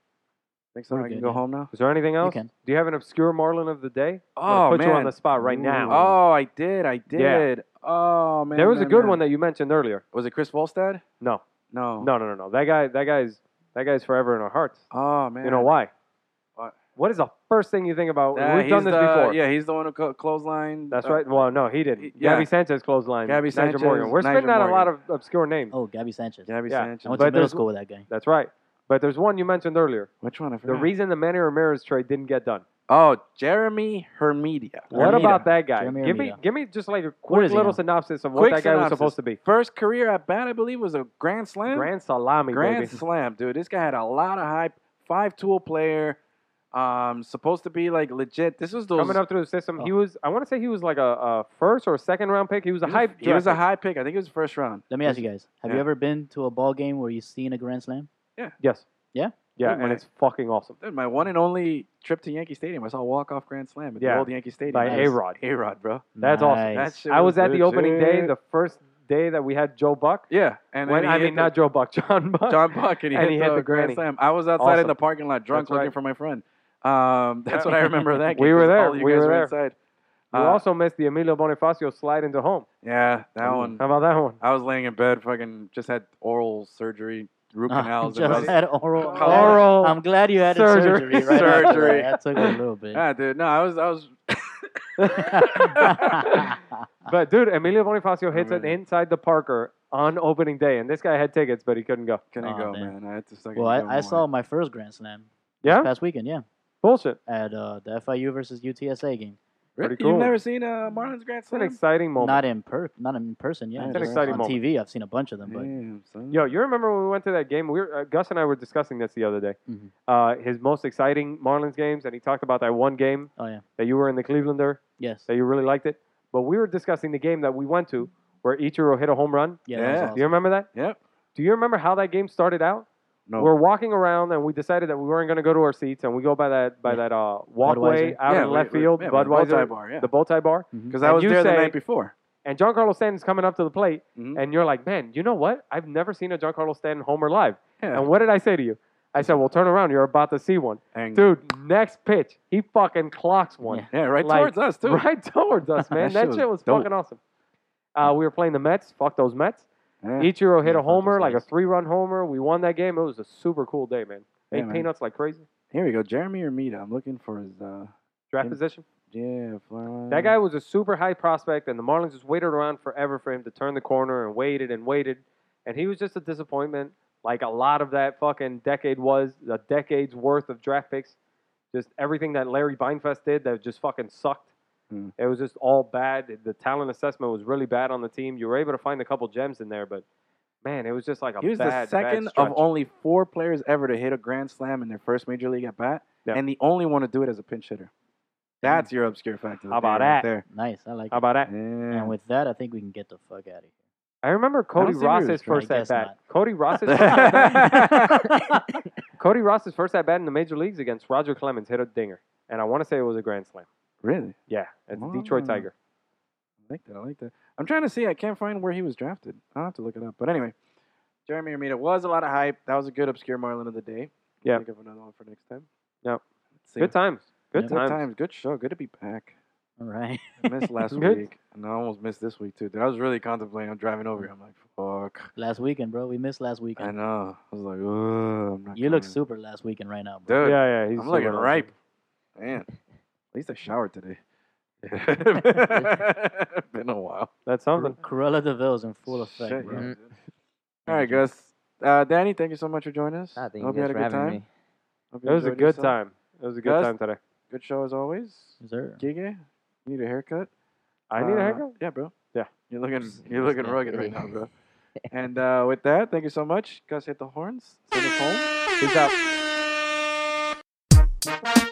A: Think so?
C: We're
A: I can
C: good,
A: go
C: yeah.
A: home now.
B: Is there anything else?
C: can.
B: Do you have an obscure Marlin of the day? I'm gonna
A: Oh
B: put
A: man!
B: you on the spot right now.
A: Oh, I did, I did.
B: Yeah.
A: Oh man!
B: there was a
A: man,
B: good
A: man.
B: one that you mentioned earlier.
A: Was it Chris Volstad?
B: No,
A: No.
B: no, no, no, no. That guy, that guy's, that guy's forever in our hearts.
A: Oh man!
B: You know why?
A: What?
B: What is the first thing you think about?
A: Yeah,
B: We've done
A: he's
B: this
A: the-
B: before.
A: Yeah, he's the one who co- uh, clothesline.
B: That's right. Well, no, he didn't.
A: he- yeah.
B: Gabby Sanchez clothesline.
A: Gabby
B: Nigel
A: Sanchez,
B: Morgan. We're spitting
A: Nigel
B: out a lot of obscure names.
C: Oh, Gabby Sanchez.
A: Gabby
B: Yeah.
C: I
A: Sanchez.
C: went
B: But
C: to middle
B: there's-
C: school with that guy.
B: That's right. But there's one you mentioned earlier.
A: Which one? I
B: The
A: forgot.
B: reason the Manny Ramirez trade didn't get done.
A: oh, Jeremy Hermedia.
B: What
C: Armida.
B: about that guy?
C: Jeremy
B: give me,
C: Armida.
B: give me just like a
C: What
B: quick
C: is he
B: little
C: now?
B: synopsis of what
A: Quick
B: that guy was
A: synopsis.
B: supposed to be.
A: First career at bat, I believe, was a grand slam.
B: Grand salami,
A: Grand
B: baby.
A: slam, dude. This guy had a lot of hype. Five tool player. Um, supposed to be like legit. This was those.
B: Coming up through the system, he
C: Oh.
B: was. I want to say he was like a, a first or second round pick. He was a
A: he was-
B: hype.
A: He was a
B: draft
A: high pick. I think it was first round.
C: Let me ask you guys: Have
A: Yeah.
C: you ever been to a ball game where you've seen a grand slam?
B: pick. Yes.
C: Yeah?
B: Yeah,
A: Good
B: and
A: man.
B: it's fucking awesome.
A: Dude, my one and only trip to Yankee Stadium. I saw a walk off grand slam at
B: Yeah.
A: the old Yankee Stadium.
B: By
C: Nice.
B: A Rod.
A: A Rod, bro.
B: That's awesome.
A: That shit
B: I was at the
A: legit.
B: opening day, the first day that we had Joe Buck.
A: yeah, and
B: When,
A: then he
B: I
A: hit
B: mean,
A: the-
B: not Joe Buck, [laughs] John Buck.
A: John Buck and he, hit, the, grand
B: granny.
A: slam. I was outside
B: Awesome.
A: in the parking lot drunk
B: That's
A: looking
B: right.
A: for my friend. Um, [laughs] that's
B: Yeah.
A: what I remember of that game.
B: [laughs] We were
A: 'cause
B: there.
A: all you
B: We
A: guys
B: were there.
A: inside.
B: you
A: Uh,
B: also Mm-hmm. missed the Emilio Bonifacio slide into home.
A: yeah, that one.
B: How about that one?
A: I was laying in bed, fucking just had oral surgery,
B: [laughs]
A: root
C: [laughs]
A: canals, and
C: just
A: everything.
C: had oral.
A: Col-
C: I'm glad-
B: Oral.
C: I'm glad you had
B: surgery.
C: surgery. Right after
A: [laughs]
C: that.
A: Surgery.
C: That took a little bit. [laughs]
A: yeah, dude. No, I was, I was.
C: [laughs]
A: Um,
B: [laughs] but dude, Emilio
A: Oh,
B: Bonifacio hits it
A: Amazing.
B: inside the Parker on opening day, and this guy had tickets, but he couldn't go.
A: Couldn't
C: Aw,
A: go, man.
C: man.
A: I had to suck it
C: well, I, I
A: down
C: saw
A: more.
C: my first grand slam
B: Yeah,
C: this past weekend. Yeah,
B: bullshit.
C: at uh, the FIU versus UTSA game.
A: Really?
B: pretty cool.
A: You've never seen a Marlins Grand
B: It's an
A: Slam?
B: exciting moment.
C: Not in per, not in person. Yeah,
A: That's
C: just
A: an exciting
C: on
B: moment.
C: TV. I've seen a bunch of them, but
A: Damn, son.
B: Yo, you remember when we went to that game? We were, uh, Gus and I were discussing this the other day.
A: Mm-hmm.
C: Mhm.
B: Uh, his most exciting Marlins games, and he talked about that one game
C: oh yeah,
B: that you were in the Clevelander
C: yes,
B: that you really liked it. But we were discussing the game that we went to where Ichiro hit a home run.
C: yeah, that was
A: Yeah.
C: awesome.
B: Do you remember that?
A: Yep. Oh.
B: Do you remember how that game started out?
A: No.
B: We're walking around and we decided that we weren't going to go to our seats and we go by that by
C: Yeah.
B: that uh, walkway
C: Budweiser.
B: out
A: yeah,
B: in
A: we-
B: left
A: we-
B: field,
A: yeah, with the bow tie
B: Budweiser,
A: bar, yeah.
B: the bow tie bar.
A: Because I
B: and
A: was
B: you
A: there the
B: say-
A: night before.
B: And Giancarlo Stanton's coming up to the plate,
A: Mhm.
B: and you're like, man, you know what? I've never seen a Giancarlo Stanton homer live.
A: Yeah.
B: And what did I say to you? I said, well, turn around. You're about to see one.
A: And-
B: Dude, next pitch, he fucking clocks one. [laughs]
C: Yeah.
A: yeah, right
B: like,
A: towards us, too. [laughs]
B: Right towards us, man. that, shit was,
A: dope.
B: fucking awesome. Uh, we were playing the Mets. Fuck those Mets.
A: Yeah.
B: Ichiro
A: Yeah,
B: hit a
A: fuck those
B: homer, like a
A: guys.
B: three-run homer. We won that game. It was a super cool day, man.
A: Yeah,
B: Ate
A: man.
B: peanuts like crazy.
A: Here we go. Jeremy Armita. I'm looking for his. Uh,
B: Draft
A: And-
B: position.
A: yeah, fly.
B: That guy was a super high prospect, and the Marlins just waited around forever for him to turn the corner and waited and waited. And he was just a disappointment, like a lot of that fucking decade was, a decade's worth of draft picks. Just everything that Larry Beinfest did that just fucking sucked.
A: Hmm.
B: It was just all bad. The talent assessment was really bad on the team. You were able to find a couple gems in there, but man, it was just like a
A: He was
B: bad,
A: the second
B: bad
A: of
B: stretch.
A: only four players ever to hit a grand slam in their first major league at bat,
B: Yeah.
A: and the only one to do it as a pinch hitter. That's your obscure factor.
B: How about
A: right
B: that?
A: There.
C: Nice. I like
B: How about that?
A: Yeah.
C: it. And with that, I think we can get the fuck out of here.
B: I remember
A: don't
B: Cody
A: see where he was
B: Ross's
A: from.
B: first
C: I
B: at
C: guess
B: bat.
C: not.
A: [laughs]
B: Cody Ross's first at bat.
C: [laughs]
A: That's
B: Cody Ross's first at bat in the major leagues against Roger Clemens hit a dinger, and I want to say it was a grand slam.
A: [laughs] really?
B: Yeah, it's a Detroit
A: Mm.
B: Tiger.
A: I like that. I like that. I'm trying to see. I can't find where he was drafted. I'll have to look it up. But anyway, Jeremy Armita was a lot of hype. That was a good obscure Marlin of the day.
B: Yeah.
A: Think of another one for next time.
B: Yep.
A: Let's see.
B: Good times. Good
C: Yeah.
A: Good
B: times.
A: times. Good show. Good to be back.
C: All right. [laughs]
A: I
B: [laughs]
A: missed last
B: Good.
A: week, and I almost missed this week too. Dude, I was really contemplating. I'm driving over here. I'm like, fuck.
C: Last weekend, bro. We missed last
A: I
C: weekend.
A: know. I was like, ugh. I'm not
C: You look
A: coming."
C: super last weekend right now, bro.
A: Dude,
B: Yeah, yeah. He's
A: I'm looking
B: super awesome.
A: ripe. Man, at least I showered today. [laughs]
B: [laughs]
A: Been a while.
B: That's something.
C: Cruella DeVille's in full effect,
A: Shit,
C: bro.
A: yeah. All right, Gus. Uh, Danny, thank you so much for joining us.
D: Ah, thank
A: Hope
D: you
A: you had
D: guys
A: a good
D: for having
A: time.
D: me.
A: Hope you
B: It was a
A: enjoyed
B: good
A: yourself.
B: time. It was a good
A: Gus?
B: time today.
A: Good show as always.
C: Yes, sir.
A: Gige, you need a haircut.
B: I need a
A: Uh,
B: haircut.
A: Yeah, bro.
B: Yeah.
A: You're looking
D: Just-
A: you're
D: just
A: looking
D: not
A: rugged right
D: really.
A: now, bro. and uh, with that, thank you so much. Gus hit the horns. Send us home.
B: Peace out.